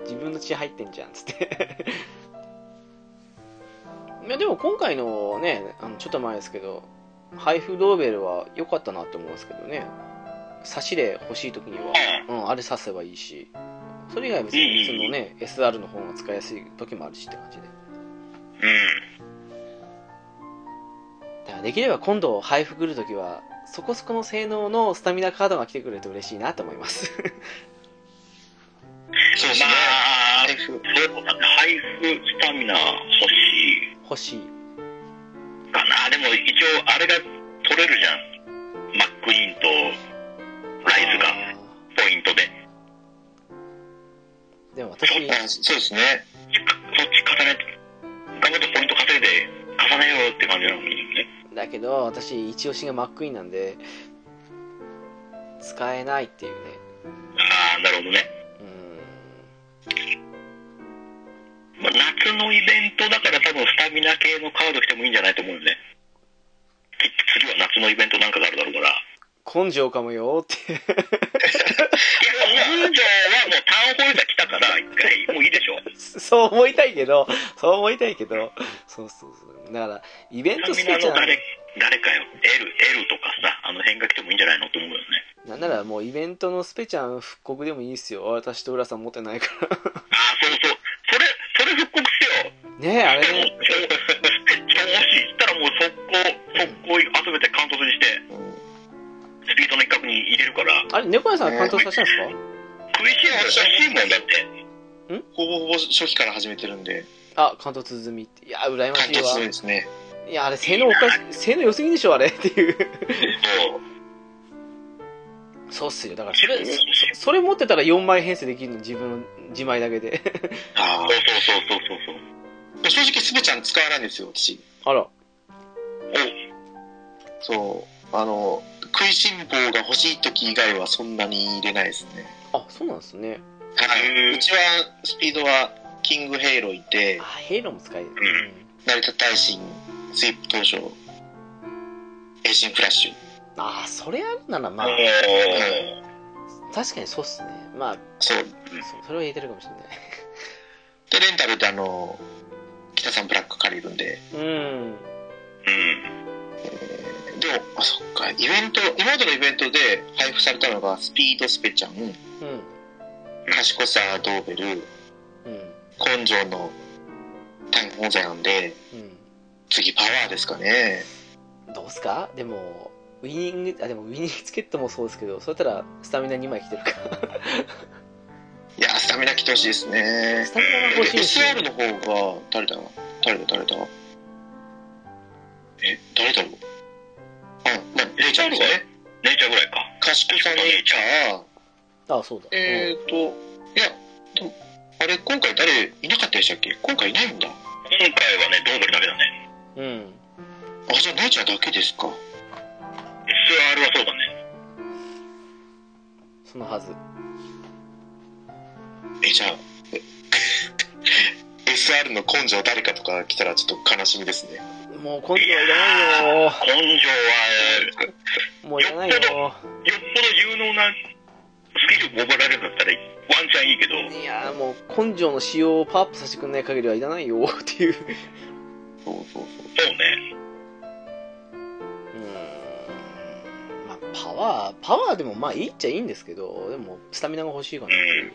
自分の血入ってんじゃん、つ って。いや、でも今回のね、あのちょっと前ですけど、配布ドーベルは良かったなって思うんですけどね。差しで欲しい時には、うん、あれ刺せばいいし、それ以外は別に普通のね、SR の方が使いやすい時もあるしって感じで。うだからできれば今度配布来るときは、そこそこの性能のスタミナカードが来てくれると嬉しいなと思います。 そうでん。すねま。あ、配布そうだね。配布スタミナ欲し欲しい。いかな。でも一応、あれが取れるじゃん。マックイーンとライズがあポイントで。ーでも私、あそうですね。そっち重ねて、頑張ってポイント稼いで、重ねようって感じなのにね。だけど私、一押しがマックイーンなんで、使えないっていうね。ああ、なるほどね。まあ、夏のイベントだから多分スタミナ系のカード来てもいいんじゃないと思うよね。きっと次は夏のイベントなんかがあるだろうから。うーん。根性かもよーって。 いや、もう、運動はもうターンホルダー来たから、一回、もういいでしょ。そう思いたいけど、そう思いたいけど、そうそうそう。だから、イベント好きスじゃタミナのん誰。、誰かよ。L、L とかさ、あの辺が来てもいいんじゃないのと思うよね。なんならもうイベントのスペちゃん復刻でもいいっすよ。私と浦さん持ってないから。 ああ、そうそう。それ、それ復刻してよ。ねえ、 あれでもね。超、超欲しい。ったらもう速攻、速攻集めて貫突にして、スピードの一角に入れるから、あれ、猫屋さんは完投させたんですか食いしん坊しいもんだって。ほぼほぼ初期から始めてるんで、あ、関東続みって。いや、羨ま感しい動するわん。ですね。いや、あれ、性能おかし、性能良すぎでしょ、あれっていう。そう。そうっすよ。だから、それ、そそれ持ってたら4枚編成できるの、自分の自前だけで。 あそうそうそうそうそう。あ。正直、すべちゃん使わないんですよ、私。あら。そう。あの、食いしん坊が欲しい時以外はそんなに入れないですね。あ、そうなんですね。はい。うちは、スピードは、キングヘイローいてあ、、ヘイローも使える。成田大臣、スイープ当初、衛進フラッシュ。ああ、それあるなら、まあお、ー確かにそうっすね。まあ、そう。そうそれは言えてるかもしれない。で、レンタルであの、北さんブラック借りるんで、うん。うん。でも、あ、そっか、イベント、今までのイベントで配布されたのが、スピードスペちゃん、うん。賢さドーベル、うん。根性の単本剤なんで、うん。次パワーですかね。どうっすかでも、ウィニング、あ、でもウィニングチケットもそうですけど、そうやったら、スタミナ2枚来てるか。いや、スタミナ来てほしいですねス。タミナが欲しいし。 SR の方が、誰だ誰だ誰だえ、誰だろうあ、まあ、レイちゃんですね。姉ちゃんぐらいか。賢さレイちゃん、あ、そうだ。えーと、いや、でもあれ、今回誰いなかったでしたっけ今回いないんだ。今回はね、ドーベルだけだね。うん。うんあ、じゃあ、姉ちゃんだけですか。 SR はそうだね。そのはず。え、じゃあ、え SR の根性誰かとか来たらちょっと悲しみですね。もう根性はいらないよ。根性は、よっもういらないよ。ぽど有能なスキルを覚えられるんだったら、ワンチャンいいけど、いやーもう根性の使用をパワーアップさせてくれない限りはいらないよ っていう。そうそうそう。そうね。うーん。まあパワー、パワーでもまあいいっちゃいいんですけど、でもスタミナが欲しいかなっていう。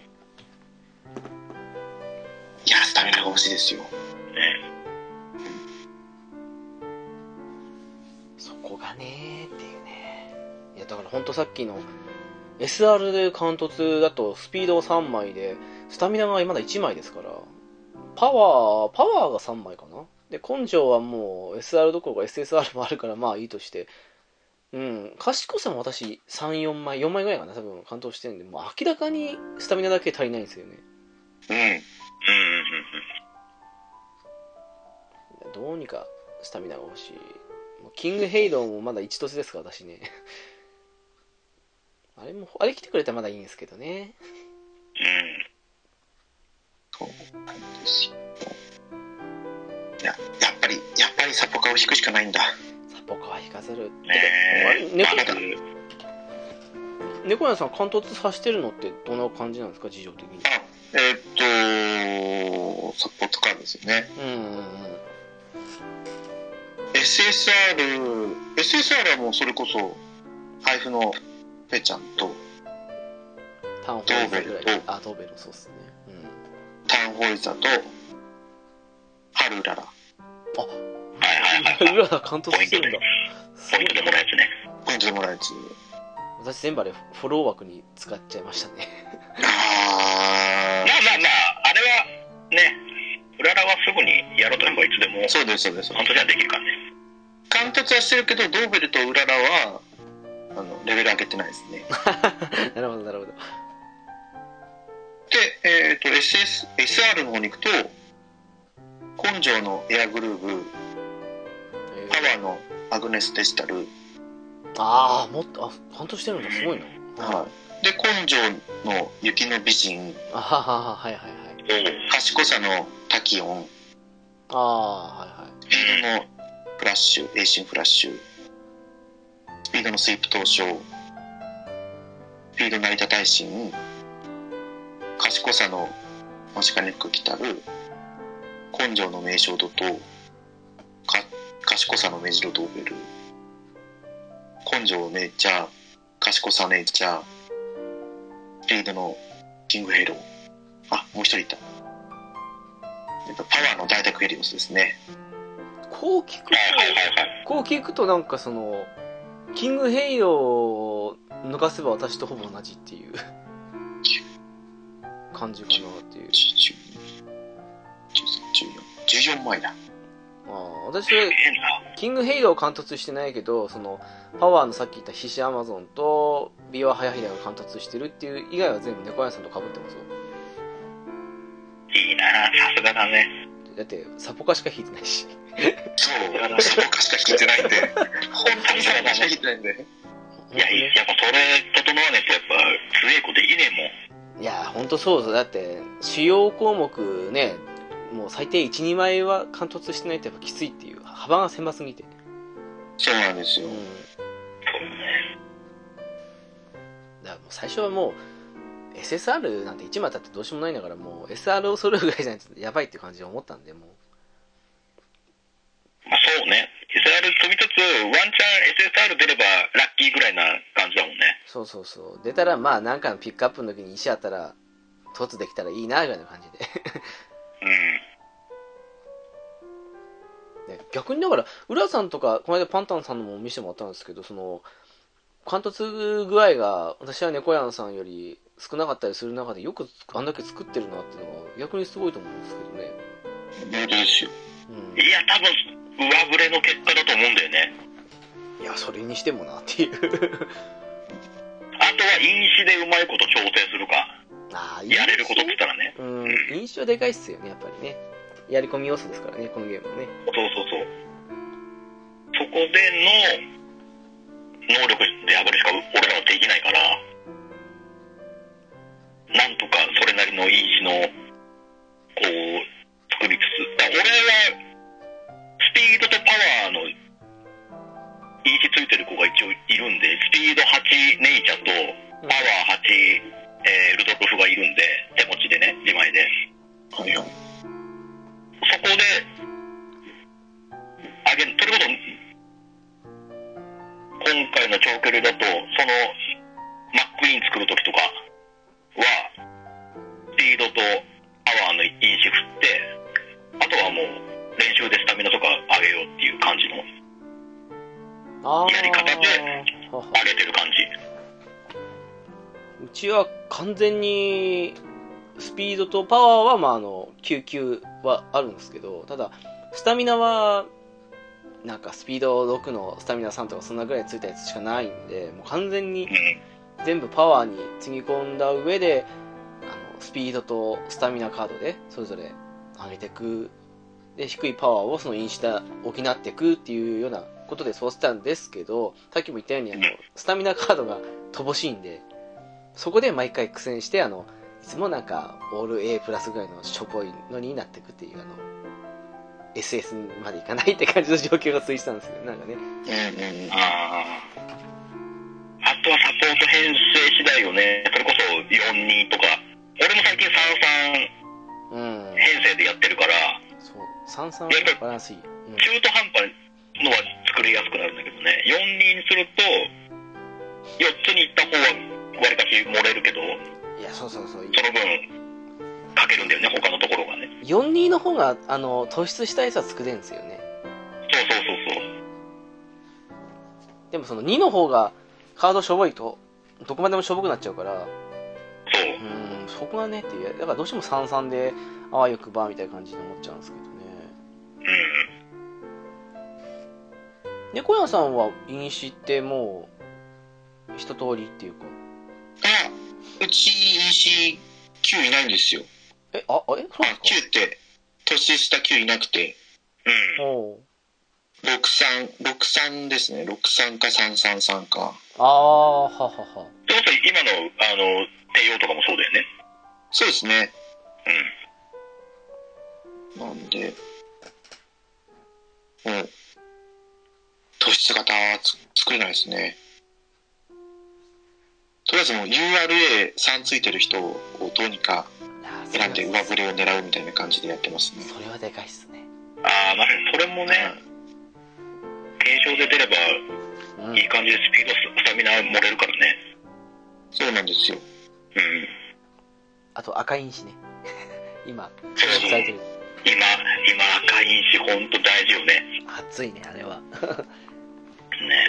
いや、スタミナが欲しいですよ。ねそこがねーっていうね。いやだからほんとさっきの SR でカウント2だとスピード3枚で、スタミナがまだ1枚ですから、パワー、パワーが3枚かな。で、根性はもう SR どころか SSR もあるからまあいいとして、うん、賢さも私3、4枚、4枚ぐらいかな、多分完投してるんで、もう明らかにスタミナだけ足りないんですよね。うん。うんうんうんどうにかスタミナが欲しい。もうキングヘイドーもまだ1凸ですから、私ね。 あれも、あれ来てくれたらまだいいんですけどね。うん。うん。しややっぱりやっぱりサポカを引くしかないんだサポカー引かざる。ねえねまだ猫屋さん、関東さしてるのってどんな感じなんですか、事情的に。あえーっとサポートカードですよねうんうんうん。 SSR SSR はもうそれこそ配布のペちゃんとタウンホールぐらドーベルい。とあ、ドーベル、そうっすね。うん。ターンホイザーと春うららはいはいはい裏だ、関東さしてるん だ。すポごいイントでもらうやつねポイントでもらえるやつ私、全部あれ、フォロー枠に使っちゃいましたね。 あまあまあまああれはねうららはすぐにやろうと思えばいつでもあそうですそうです本当にはできるからね貫突はしてるけどドーベルとウララはあのレベル上げてないですねなるほど、なるほど。で、えー、と SS SR の方に行くと根性のエアグルーブえパーワーのアグネスデジタル、ああ、もっと、あ、関東してるんだ、すごいな。はい、で根性の雪の美人あははは、はいはいはい。お賢さのタキオンああ、はいはい。スピードのフラッシュ、エイシンフラッシュ、スピードのスイープ投傷、スピード成田大神、賢さのマシカネ服来たる、根性の名称度と、か賢さの目白ドーベル、根性ネイチャー、賢さネイチャー、スピードのキングヘロー。あ、もう一人いた。やっぱパワーの大宅ヘリオスですね。こう聞くと、はいはいはいはいこう聞くとなんかその、キングヘイローを抜かせば私とほぼ同じって いう感じかなっていう。 14 14 14枚だああ私、変なキングヘイローを貫突してないけど、その、パワーのさっき言ったヒシアマゾンと、ビワハヤヒダが貫突してるっていう以外は全部猫屋さんと被ってますよ。いいなさすがだねだって、サポカしか引いてないし。そうサボカしか聞いてないんで本当にサボカしか聞いてないんでいや、いいやっぱそれ整わないとやっぱ強い子できねえもん。いや、ほんとそうぞ。だって、主要項目ね、もう最低1、2枚は貫突してないとやっぱきついっていう。幅が狭すぎて。そうなんですようん。そうね。だからもう最初はもう、SSR なんて1枚だってどうしようもないんだから、もう SR を揃うぐらいじゃないとやばいって感じで思ったんで、もう。まあ、そうね。SR 積みつつ、ワンチャン SSR 出ればラッキーぐらいな感じだもんね。そうそうそう。出たら、まあなんかのピックアップの時に石あったら、突できたらいいな、ぐらいな感じで。うん。ね逆にだから、浦さんとか、この間パンタンさんのも見せてもらったんですけど、その、関東具合が、私は猫やんさんより少なかったりする中で、よくあんだけ作ってるなっていうのが、逆にすごいと思うんですけどね。本当ですよういや、多分、上振れの結果だと思うんだよね。ん。いや、それにしてもなっていう。あとは、飲酒でうまいこと調整するか。 ああ、いいですねやれることって言ったらね。うん、印象でかいっすよね、やっぱりね。やり込み要素ですからね、このゲームはね。そうそうそう。そこでの、能力で上がるしか俺らはできないから、なんとかそれなりの飲酒の、こう、作りつつ。だから俺は、スピードとパワーの、飲酒ついてる子が一応いるんで、スピード8ネイチャと、パワー8、えールドルフがいるんで、手持ちでね、自前で。はいはいそこで、あげる、それこそ、今回の長距離だと、その、マックイーン作るときとかは、スピードとパワーの飲酒振って、あとはもう、練習でスタミナとか上げようっていう感じの、あやり方であ。はは上げてる感じ。うちは完全にスピードとパワーは、まあ、あの救急はあるんですけどただスタミナはなんかスピード6のスタミナ3とかそんなぐらいついたやつしかないんでもう完全にうん。全部パワーにつぎ込んだ上であのスピードとスタミナカードでそれぞれ上げていくで低いパワーをそのインシタ補っていくっていうようなことでそうしたんですけどさっきも言ったようにあのスタミナカードが乏しいんでそこで毎回苦戦してあのいつもなんかオール A プラスぐらいのしょぼいのになっていくっていうあの SS までいかないって感じの状況が続いてたんですけどなんかねうんうんうんああとはサポート編成次第よねそれこそ42とか俺も最近33うん編成でやってるからそう三三はバランスいい、うん、中途半端のは作りやすくなるんだけどね42にすると4つに行った方はわりかし漏れるけどいやそうそうそうその分かけるんだよね他のところがね42の方があの突出したやつは作れるんですよねそうそうそうそうでもその2の方がカードしょぼいとどこまでもしょぼくなっちゃうからそううーんそこがねっていうだからどうしても33であわよくばみたいな感じで思っちゃうんですけどねうん猫屋さんは飲酒ってもう一通りっていうかあうち石9いないんですよえああえそうなんあです9って年下9いなくてかうんおう6363ですね63か333かああはははそれこそ今のあの帝王とかもそうだよねそうですねうんなんで、うん。突出型つ作れないですね。とりあえずもう URA3 ついてる人をどうにかいやーそれ選んで上は振れを狙うみたいな感じでやってますね。それはでかいっすねああまさにそれもね検証で出ればうんいい感じでスピードスタミナ漏れるからねそうなんですよ。うんあと赤飲酒ね 今 注目されてる今今赤いし本当大事よね熱いねあれはね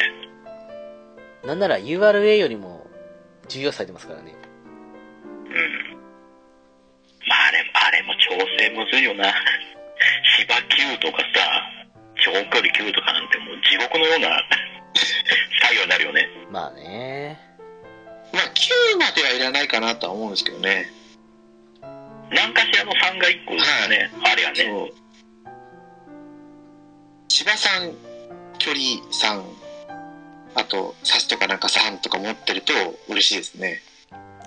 なんなら URA よりも重要視されてますからねうんまああれあれも調整むずいよな 芝9とかさ長距離9とかなんてもう地獄のような 作業になるよねまあねまあ9まではいらないかなとは思うんですけどね。何かしらの3が1個ね、あれやねそう。千葉さん、距離3、あと、サスとかなんか3とか持ってると嬉しいですね。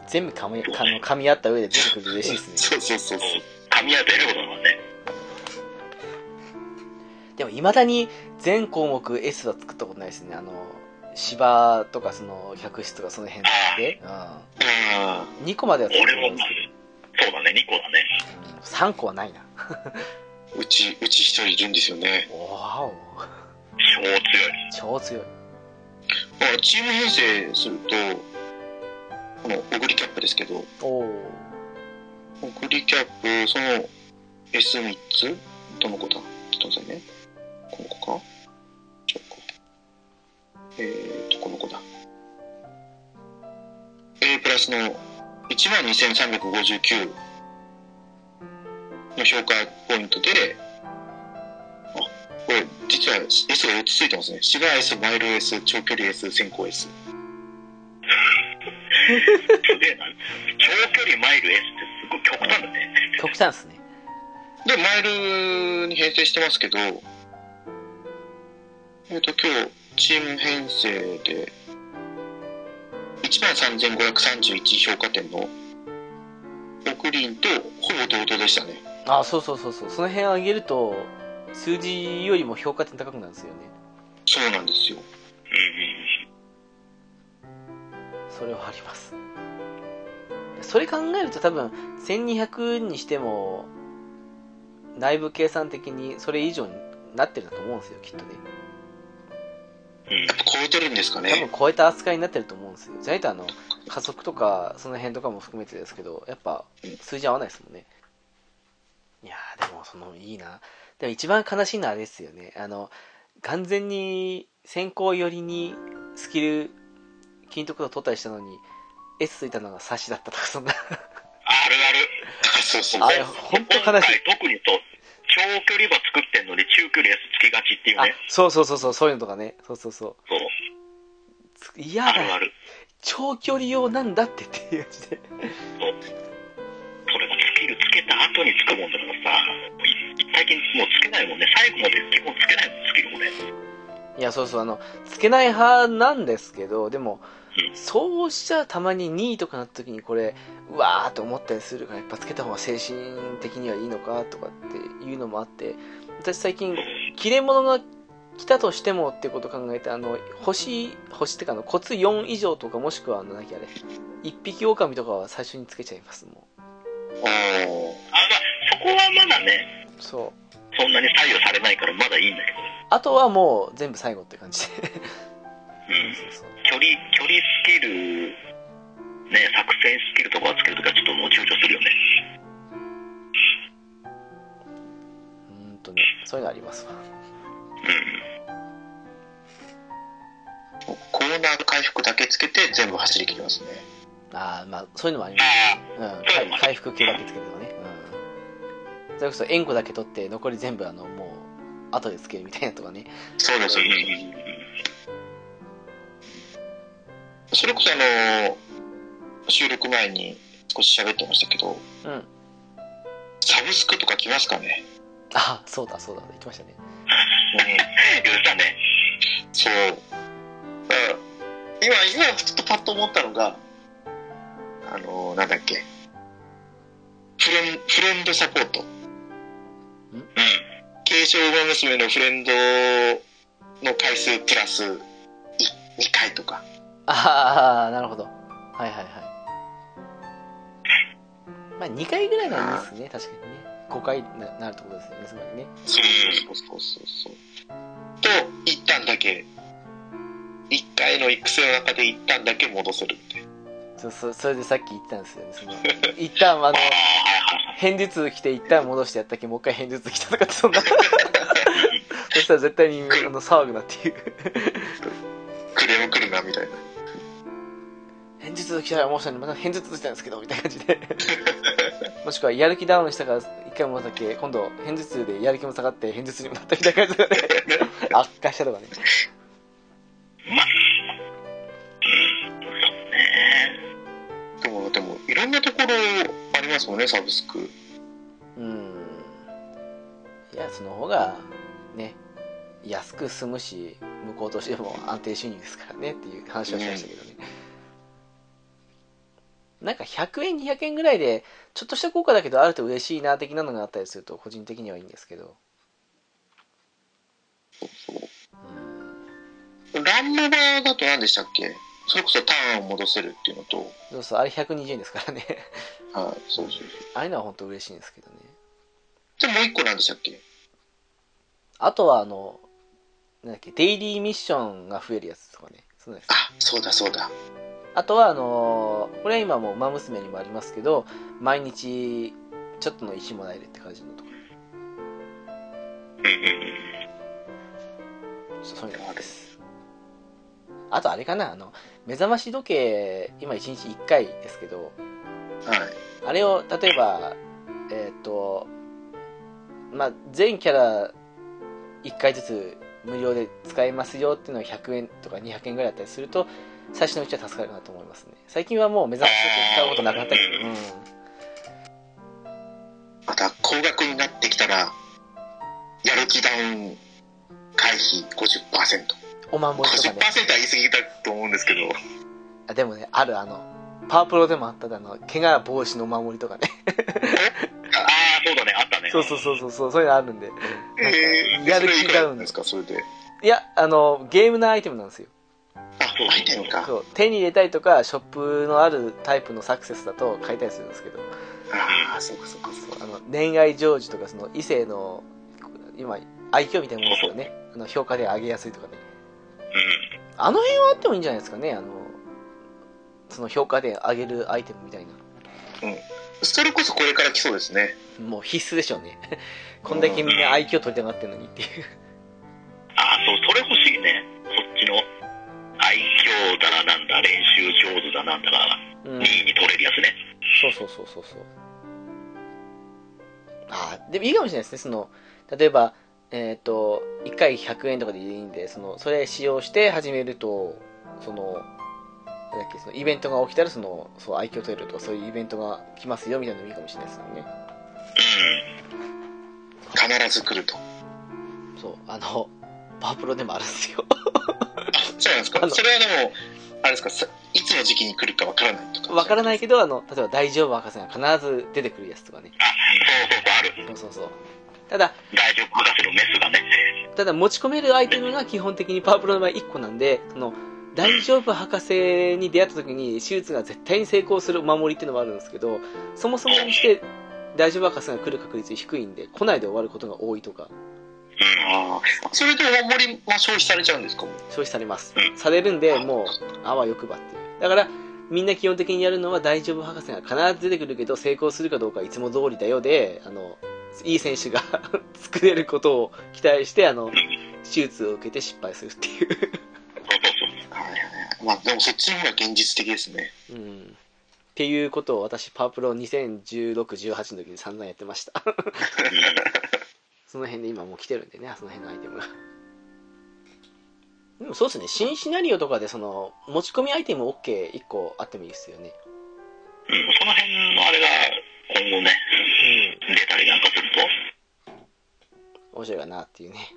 全部噛み噛み噛み合った上で全部来ると嬉しいですねそうそうそうそう。噛み合ってることだもんねでもいまだに全項目 S は作ったことないですねあの芝とかその百室とかその辺で、うあん、2個までは作ったことないですそうだね2個だねけど、うん、3個はないなあ、うち、うち一人いるんですよね。おお超超強い強いまあ、チーム編成すると、この、オグリキャップですけど、おおオグリキャップ、その、S3 つどの子だちょっと待ってくださいね。この子かちょっとえーと、この子だ。A プラスの12,359の評価ポイントで、あ、これ、実は S が4つついてますね。シガー S、マイル S、長距離 S、先行 S。すげえな長距離マイル S ってすごい極端だね極端ですねで、マイルに編成してますけど、えっ、と、今日、チーム編成で、13,531評価点の、オクリーンとほぼ同等でしたね。あそうそうそうそうその辺上げると数字よりも評価点高くなるんですよねそうなんですよ。うんそれはありますそれ考えると多分1200にしても内部計算的にそれ以上になってるんだと思うんですよきっとねうんうんやっぱ超えてるんですか多分ね。超えた扱いになってると思うんですよじゃないとあの加速とかその辺とかも含めてですけどやっぱ数字合わないですもんねいやーでもそのいいなでも一番悲しいのはあれですよねあの完全に先行寄りにスキル金徳を取ったりしたのに S ついたのが差しだったとかそんなあるあるそうそうあ。れ、本当今悲しい。回特にそう長距離馬作ってんのに中距離 S つきがちっていう あね、そうそうそうそう、そういうのとかね。そうそうそうそう。つ嫌あるあだ。る長距離用なんだってっていう感じで。それもスキルつけた後につくもんだからさい最近もうつけないもんね最後まで基本つけないもんスキルもねいや、そうそう、あの、つけない派なんですけど、でも、そうしちゃたまに2位とかなった時にこれうわーって思ったりするからやっぱつけた方が精神的にはいいのかとかっていうのもあって私最近切れ物が来たとしてもってことを考えてあの星星ってかあのコツ4以上とかもしくはあのなきゃあれ1匹狼とかは最初につけちゃいますもおあ、ーまあ、そこはまだね、うそうそんなに左右されないからまだいいんだけど。あとはもう全部最後って感じでうん。距離、距離スキル、ね、作戦スキルとかをつけるときはちょっともう躊躇するよね。うーんとねそういうのありますわうん。コーナー回復だけつけて全部走り切りますねああまあそういうのもありますああ、うん、回回復系だけつけてもね、うん、それこそ円弧だけ取って残り全部あのもう後でつけるみたいなとかねそうですそうよいねう。それこそあの収録前に少し喋ってましたけどうんサブスクとか来ますかねあそうだそうだ言ってましたね言ってたね。そうだから今今ちょっとパッと思ったのがあのなんだっけフレンフレンドサポートうん。軽症馬娘のフレンドの回数プラス2回とかああなるほどはいはいはいまあ2回ぐらいならいいですね確かにね5回ななるってことですよねつまりねそうそうそうそうそう。と、一旦だけ、一回の育成の中で一旦だけ戻せるみたいそな。そそれでさっき言ったんですよねその一旦あの片頭痛来て一旦戻してやったっけもう一回片頭痛来たとかってそんなそしたら絶対にあの騒ぐなっていうクレーム来るなみたいな。偏頭痛来たら面白いのにまた偏頭痛来たんですけどみたいな感じでもしくはやる気ダウンしたから一回もだっけ今度偏頭痛でやる気も下がって偏頭痛にもなったみたいな感じで、ね、悪化したとかねでも、でも、いろんなところありますもんね、サブスク。うんいやその方がね安く済むし向こうとしても安定収入ですからねっていう話はしましたけどね、なんか100円200円ぐらいでちょっとした効果だけどあると嬉しいな的なのがあったりすると個人的にはいいんですけどランモバだと何でしたっけそれこそターンを戻せるっていうのと、そうそうあれ120円ですからね はい、そうそうそう。ああいうのは本当嬉しいんですけどねで、もう一個何でしたっけあとはあのなんだっけデイリーミッションが増えるやつとかねそうですあ、そうだそうだ。あとはあのーこれは今もう馬娘にもありますけど毎日ちょっとの石もらえるって感じのとかうんうんそうそういうのですあとあれかなあの目覚まし時計今1日1回ですけどはい。あれを例えばえっ、とまあ全キャラ1回ずつ無料で使えますよっていうのが100円とか200円ぐらいだったりすると最初のうちは助かるなと思いますね最近はもう目覚まし時計使うことなくなったけど、うんまた、高額になってきたら、やる気ダウン回避50%。おまんぼりとか50%ねは言い過ぎだと思うんですけど。あでもねあるあのパワープロでもあったあの怪我防止のお守りとか ねああ、そうだね、あったね。そうそうそうそうそうそういうのあるんでなんかえーやる気ダウンそれいくらなんですかそれでいやあのゲームのアイテムなんですよあ入ってんのかそう手に入れたりとかショップのあるタイプのサクセスだと買いたりするんですけどああそうかそうかそうかあの恋愛成就とかその異性の今愛嬌みたいなもんですよねあの評価で上げやすいとかねうん。あの辺はあってもいいんじゃないですかねあのその評価で上げるアイテムみたいなそれこそこれから来そうですねもう必須でしょうねこんだけみんな愛嬌取りたがってるのにっていうああ、そう、それ欲しいね。そっちの、愛嬌だらなんだ、練習上手だなんだから、うん、 2位に取れるやつね。そうそうそうそうそうああでもいいかもしれないですねその例えばえっ、と1回100円とかでいいんでそのそれ使用して始めるとそのなんだっけそのイベントが起きたらそのそう愛嬌取れるとかそういうイベントが来ますよみたいなのもいいかもしれないですよね必ず来るとそうあのパワープロでもあるんですよ そうなんですあかのそれはでもあれですかさいつの時期に来るかわからないとか。わからないけど、あの、例えば大丈夫博士が必ず出てくるやつとかね。あ、そうそうそう、ある。そうそうそう。ただ、大丈夫博士のメスがね。ただ持ち込めるアイテムが基本的にパワープロの場合1個なんで、その、大丈夫博士に出会った時に手術が絶対に成功するお守りっていうのもあるんですけど、そもそもにして大丈夫博士が来る確率低いんで、来ないで終わることが多いとか、うん。ああ。それで大盛りも消費されちゃうんですかもう消費されますう。されるんで、もう、あわよくばっていう。だから、みんな基本的にやるのは大丈夫博士が必ず出てくるけど、成功するかどうかはいつも通りだよで、あの、いい選手が 作れることを期待して、あの、手術を受けて失敗するっていう。そうそうそう。はいはいはい。まあでもそっちの方が現実的ですね。うん。っていうことを私、パワープロ2016、18の時に散々やってました。その辺で今もう来てるんでね、その辺のアイテムが。でもそうですね、新シナリオとかでその、持ち込みアイテム OK1 個あってもいいですよね。うん。その辺のあれが、今後ね、うん。出たりなんかすると、面白いかなっていうね。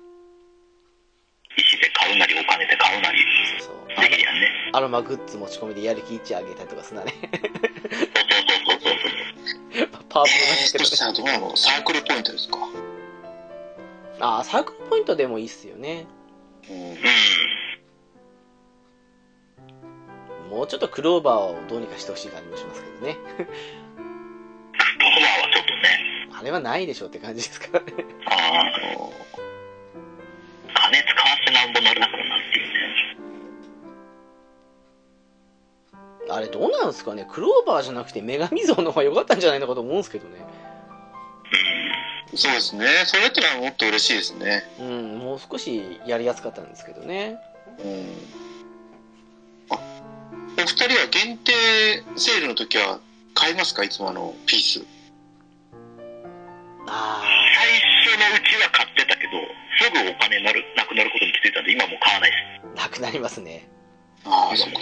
石で買うなり、お金で買うなり、そうそう。できるやんね。アロマグッズ持ち込みでやる気1上げたりとかすんなね。そうそうそうそうそう。パワープロなんでえすー、けどねそした。らどうなのサークルポイントですか。うああ、サークルポイントでもいいっすよね。ん。うもうちょっとクローバーをどうにかしてほしい感じもしますけどね。ん。クローバーはちょっとね、あれはないでしょうって感じですからね。ああ、金使わせなんぼ乗れなくなるっていうね。あれどうなんですかね。クローバーじゃなくて女神像の方が良かったんじゃないのかと思うんですけどね。そうですね。それだったらもっと嬉しいですね。うん、もう少しやりやすかったんですけどね。うん。あ、お二人は限定セールの時は買いますかいつもあの、ピース。あ最初のうちは買ってたけど、すぐお金なるなくなることに気づいたんで、今もう買わないです。あ、なくなりますね。ああそうか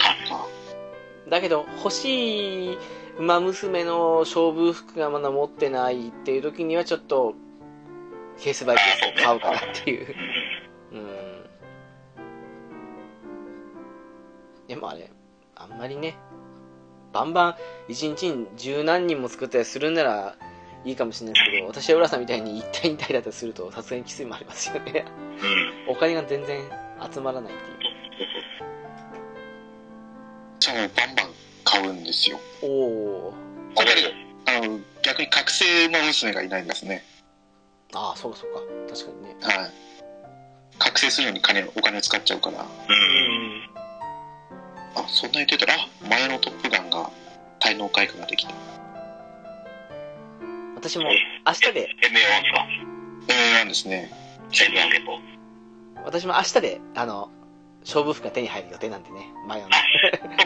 だけど欲しい馬娘の勝負服がまだ持ってないっていう時にはちょっとケースバイケースで買おうかなっていう うんでもあれあんまりねバンバン一日に十何人も作ったりするんならいいかもしれないですけど私は浦さんみたいに1体2体だったりするとさすがにきついもありますよね うん。お金が全然集まらないっていうじゃあもうバンバン買うんですよ。おおーああの、逆に覚醒の娘がいないんですね。ああそうかそうか確かにねはい。覚醒するのに金を、お金を使っちゃうから。うん。あ、そんな言ってたら、あ前のトップガンが滞納回復ができた。私も明日で MA1 ですかえー、なんですね。 ?M1 ゲット。私も明日で、あの、勝負服が手に入る予定なんでね、前のね。そっかそっか。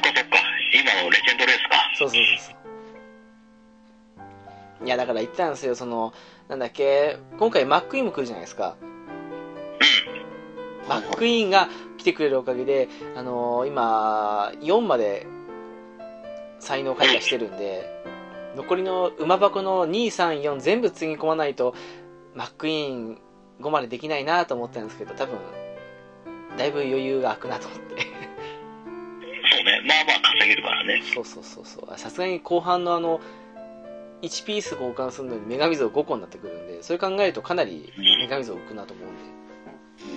今のレジェンドレースか。そうそうそうそう。いや、だから言ってたんですよ、その、なんだっけ、今回マックイーンも来るじゃないですか。マックイーンが来てくれるおかげで、あのー今、4まで才能開花してるんで、残りの馬箱の2、3、4全部つぎ込まないと、マックイーン5までできないなと思ったんですけど、多分、だいぶ余裕が空くなと思って。そうね。まあまあ稼げるからね。そうそうそうそうさすがに後半のあの1ピース交換するのに女神像5個になってくるんでそれ考えるとかなり女神像浮くなと思うんでう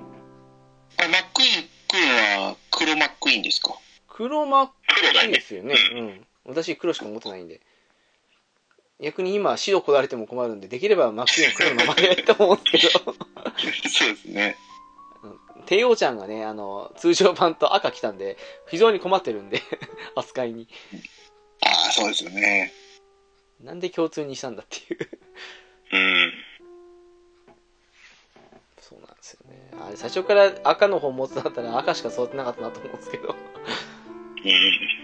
ん。あ、マックイーンくんは黒マックイーンですか黒マッ黒だクいいでね。すよねうん私黒しか持ってないんで逆に今白こだわれても困るんでできればマックイーン黒のままでやりたいと思うんですけど そうですね。帝王ちゃんがねあの通常版と赤来たんで非常に困ってるんで 扱いにああ、そうですよね。なんで共通にしたんだっていううん。そうなんですよねあれ最初から赤の方持つんだったら赤しか育てなかったなと思うんですけどうん。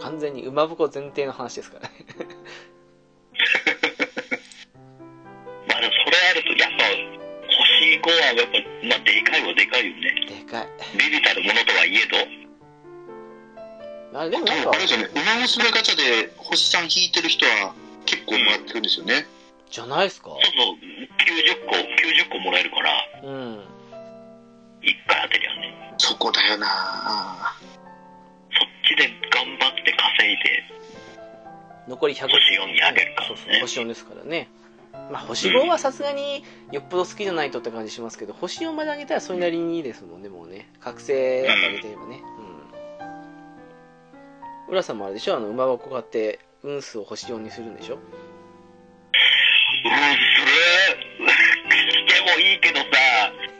完全に馬ぶこ前提の話ですからねまあでもそれあると、やっぱ、星5はやっぱ、まあでかいはでかいよね。でかいビビたるものとはいえど、あれでもでなんかもあれですよね、馬娘ガチャで星さん引いてる人は結構もらってるんですよね。じゃないですかちょっと結90個、90個もらえるから、うん。 1回当てりゃね、そこだよなそっちで頑張って稼いで、残り100星四に上げるからそねうそう星4ですからね、まあ、星5はさすがによっぽど好きじゃないとって感じしますけど星4まで上げたらそれなりにいいですもんねもうね覚醒なんか上げてればねうん浦さんもあれでしょあの馬箱買って運数を星4にするんでしょうん、するしてもいいけどさ、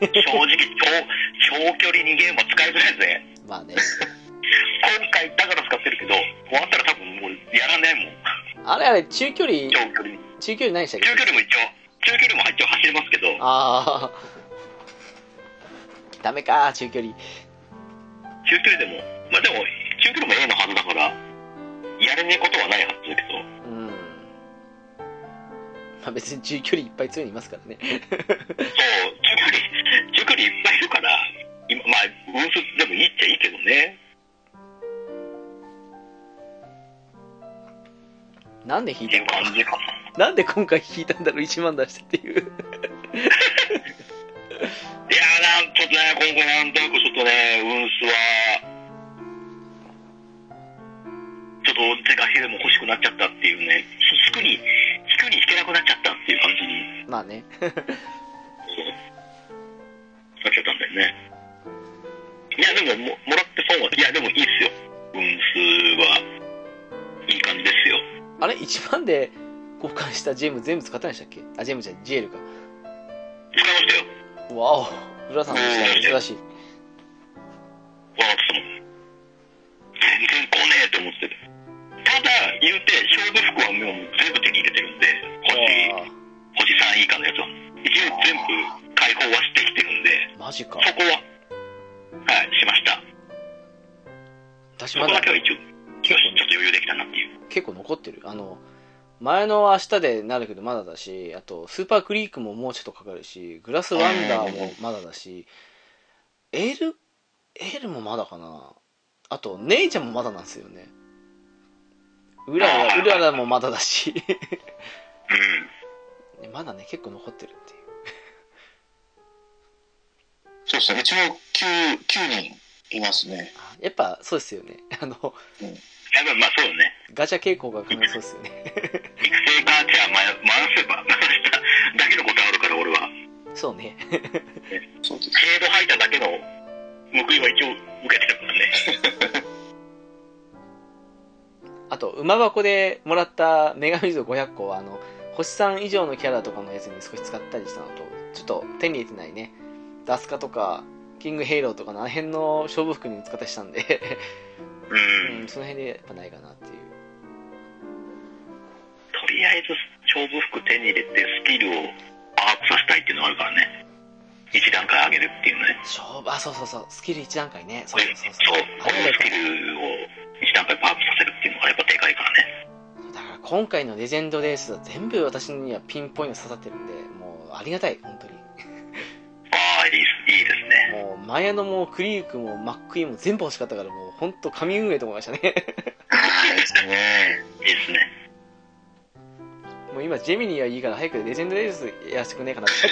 正直、長長距離にゲームは使いづらいぜ。まあね今回だから使ってるけど、終わったら多分もうやらないもん、あれあれ中距離長距離に。中距離何でしたっ中距け離も一応、中距離も一応走れますけど、ああダメか中距離中距離でも、まあでも、中距離も A のはずだから、やれねえことはないはずだけど、うんまあ別に中距離いっぱい強いのいますからね そう、中距離、中距離いっぱいいるから、今、まあ、分数でもいいっちゃいいけどね。なんで引いってたいのかなう感じかな。なんで今回引いたんだろう1万出してっていういやー、なんとね、今後なんとなくちょっとね、運数は、ちょっと是が非でも欲しくなっちゃったっていうね、引くに、引くに引けなくなっちゃったっていう感じにまあねなっちゃったんだよね。いや、でもも、もらって損は、いや、でもいいっすよ。運数は、いい感じですよ。あれ1万で交換したジェム全部使ったんでしたっけあジェムじゃないジエルか使いましたよ。わお浦さんでした珍しいわかってたもん全然来ねえと思っててただ言うて勝負服はもう全部手に入れてるんであ星星3以下のやつは一応全部解放はしてきてるんでーマジかそこははいしました私そまこだだけは一応結よし構ちょっと余裕できたなっていう結構残ってるあの前の明日でなるけどまだだしあとスーパークリークももうちょっとかかるしグラスワンダーもまだだしエールエールもまだかなあとネイちゃんもまだなんですよねうららうららもまだだし うんねまだね結構残ってるっていうそうですねうちも 9, 9人いますねあやっぱそうですよねあのやっぱりまあそうだねガチャ傾向が必ずそうですよね育成ガーチャー回回せば 回しただけのことあるから俺はそうねそうです制度吐いただけの報いは一応受けてるからねあと馬箱でもらった女神像500個はあの星3以上のキャラとかのやつに少し使ったりしたのとちょっと手に入れてないねダスカとかキングヘイローとかのあの辺の勝負服に使ったりしたんで、うんうん、その辺でやっぱないかなっていうとりあえず勝負服手に入れてスキルをパワーアップさせたいっていうのがあるからね一段階上げるっていうね勝負あそうそうそうスキル1段階ねそうそうそうそうあこれのだスキルを一段階パワーアップさせるっていうのがやっぱでかいからねだから今回のレジェンドレースは全部私にはピンポイント刺さってるんでもうありがたい本当にああいいですいいですねもうマヤノもクリークもマックイーンも全部欲しかったからもう本当神運営と思いましたねはいですねいいですねもう今ジェミニーはいいから早くレジェンドレースやらせてくんねえかなって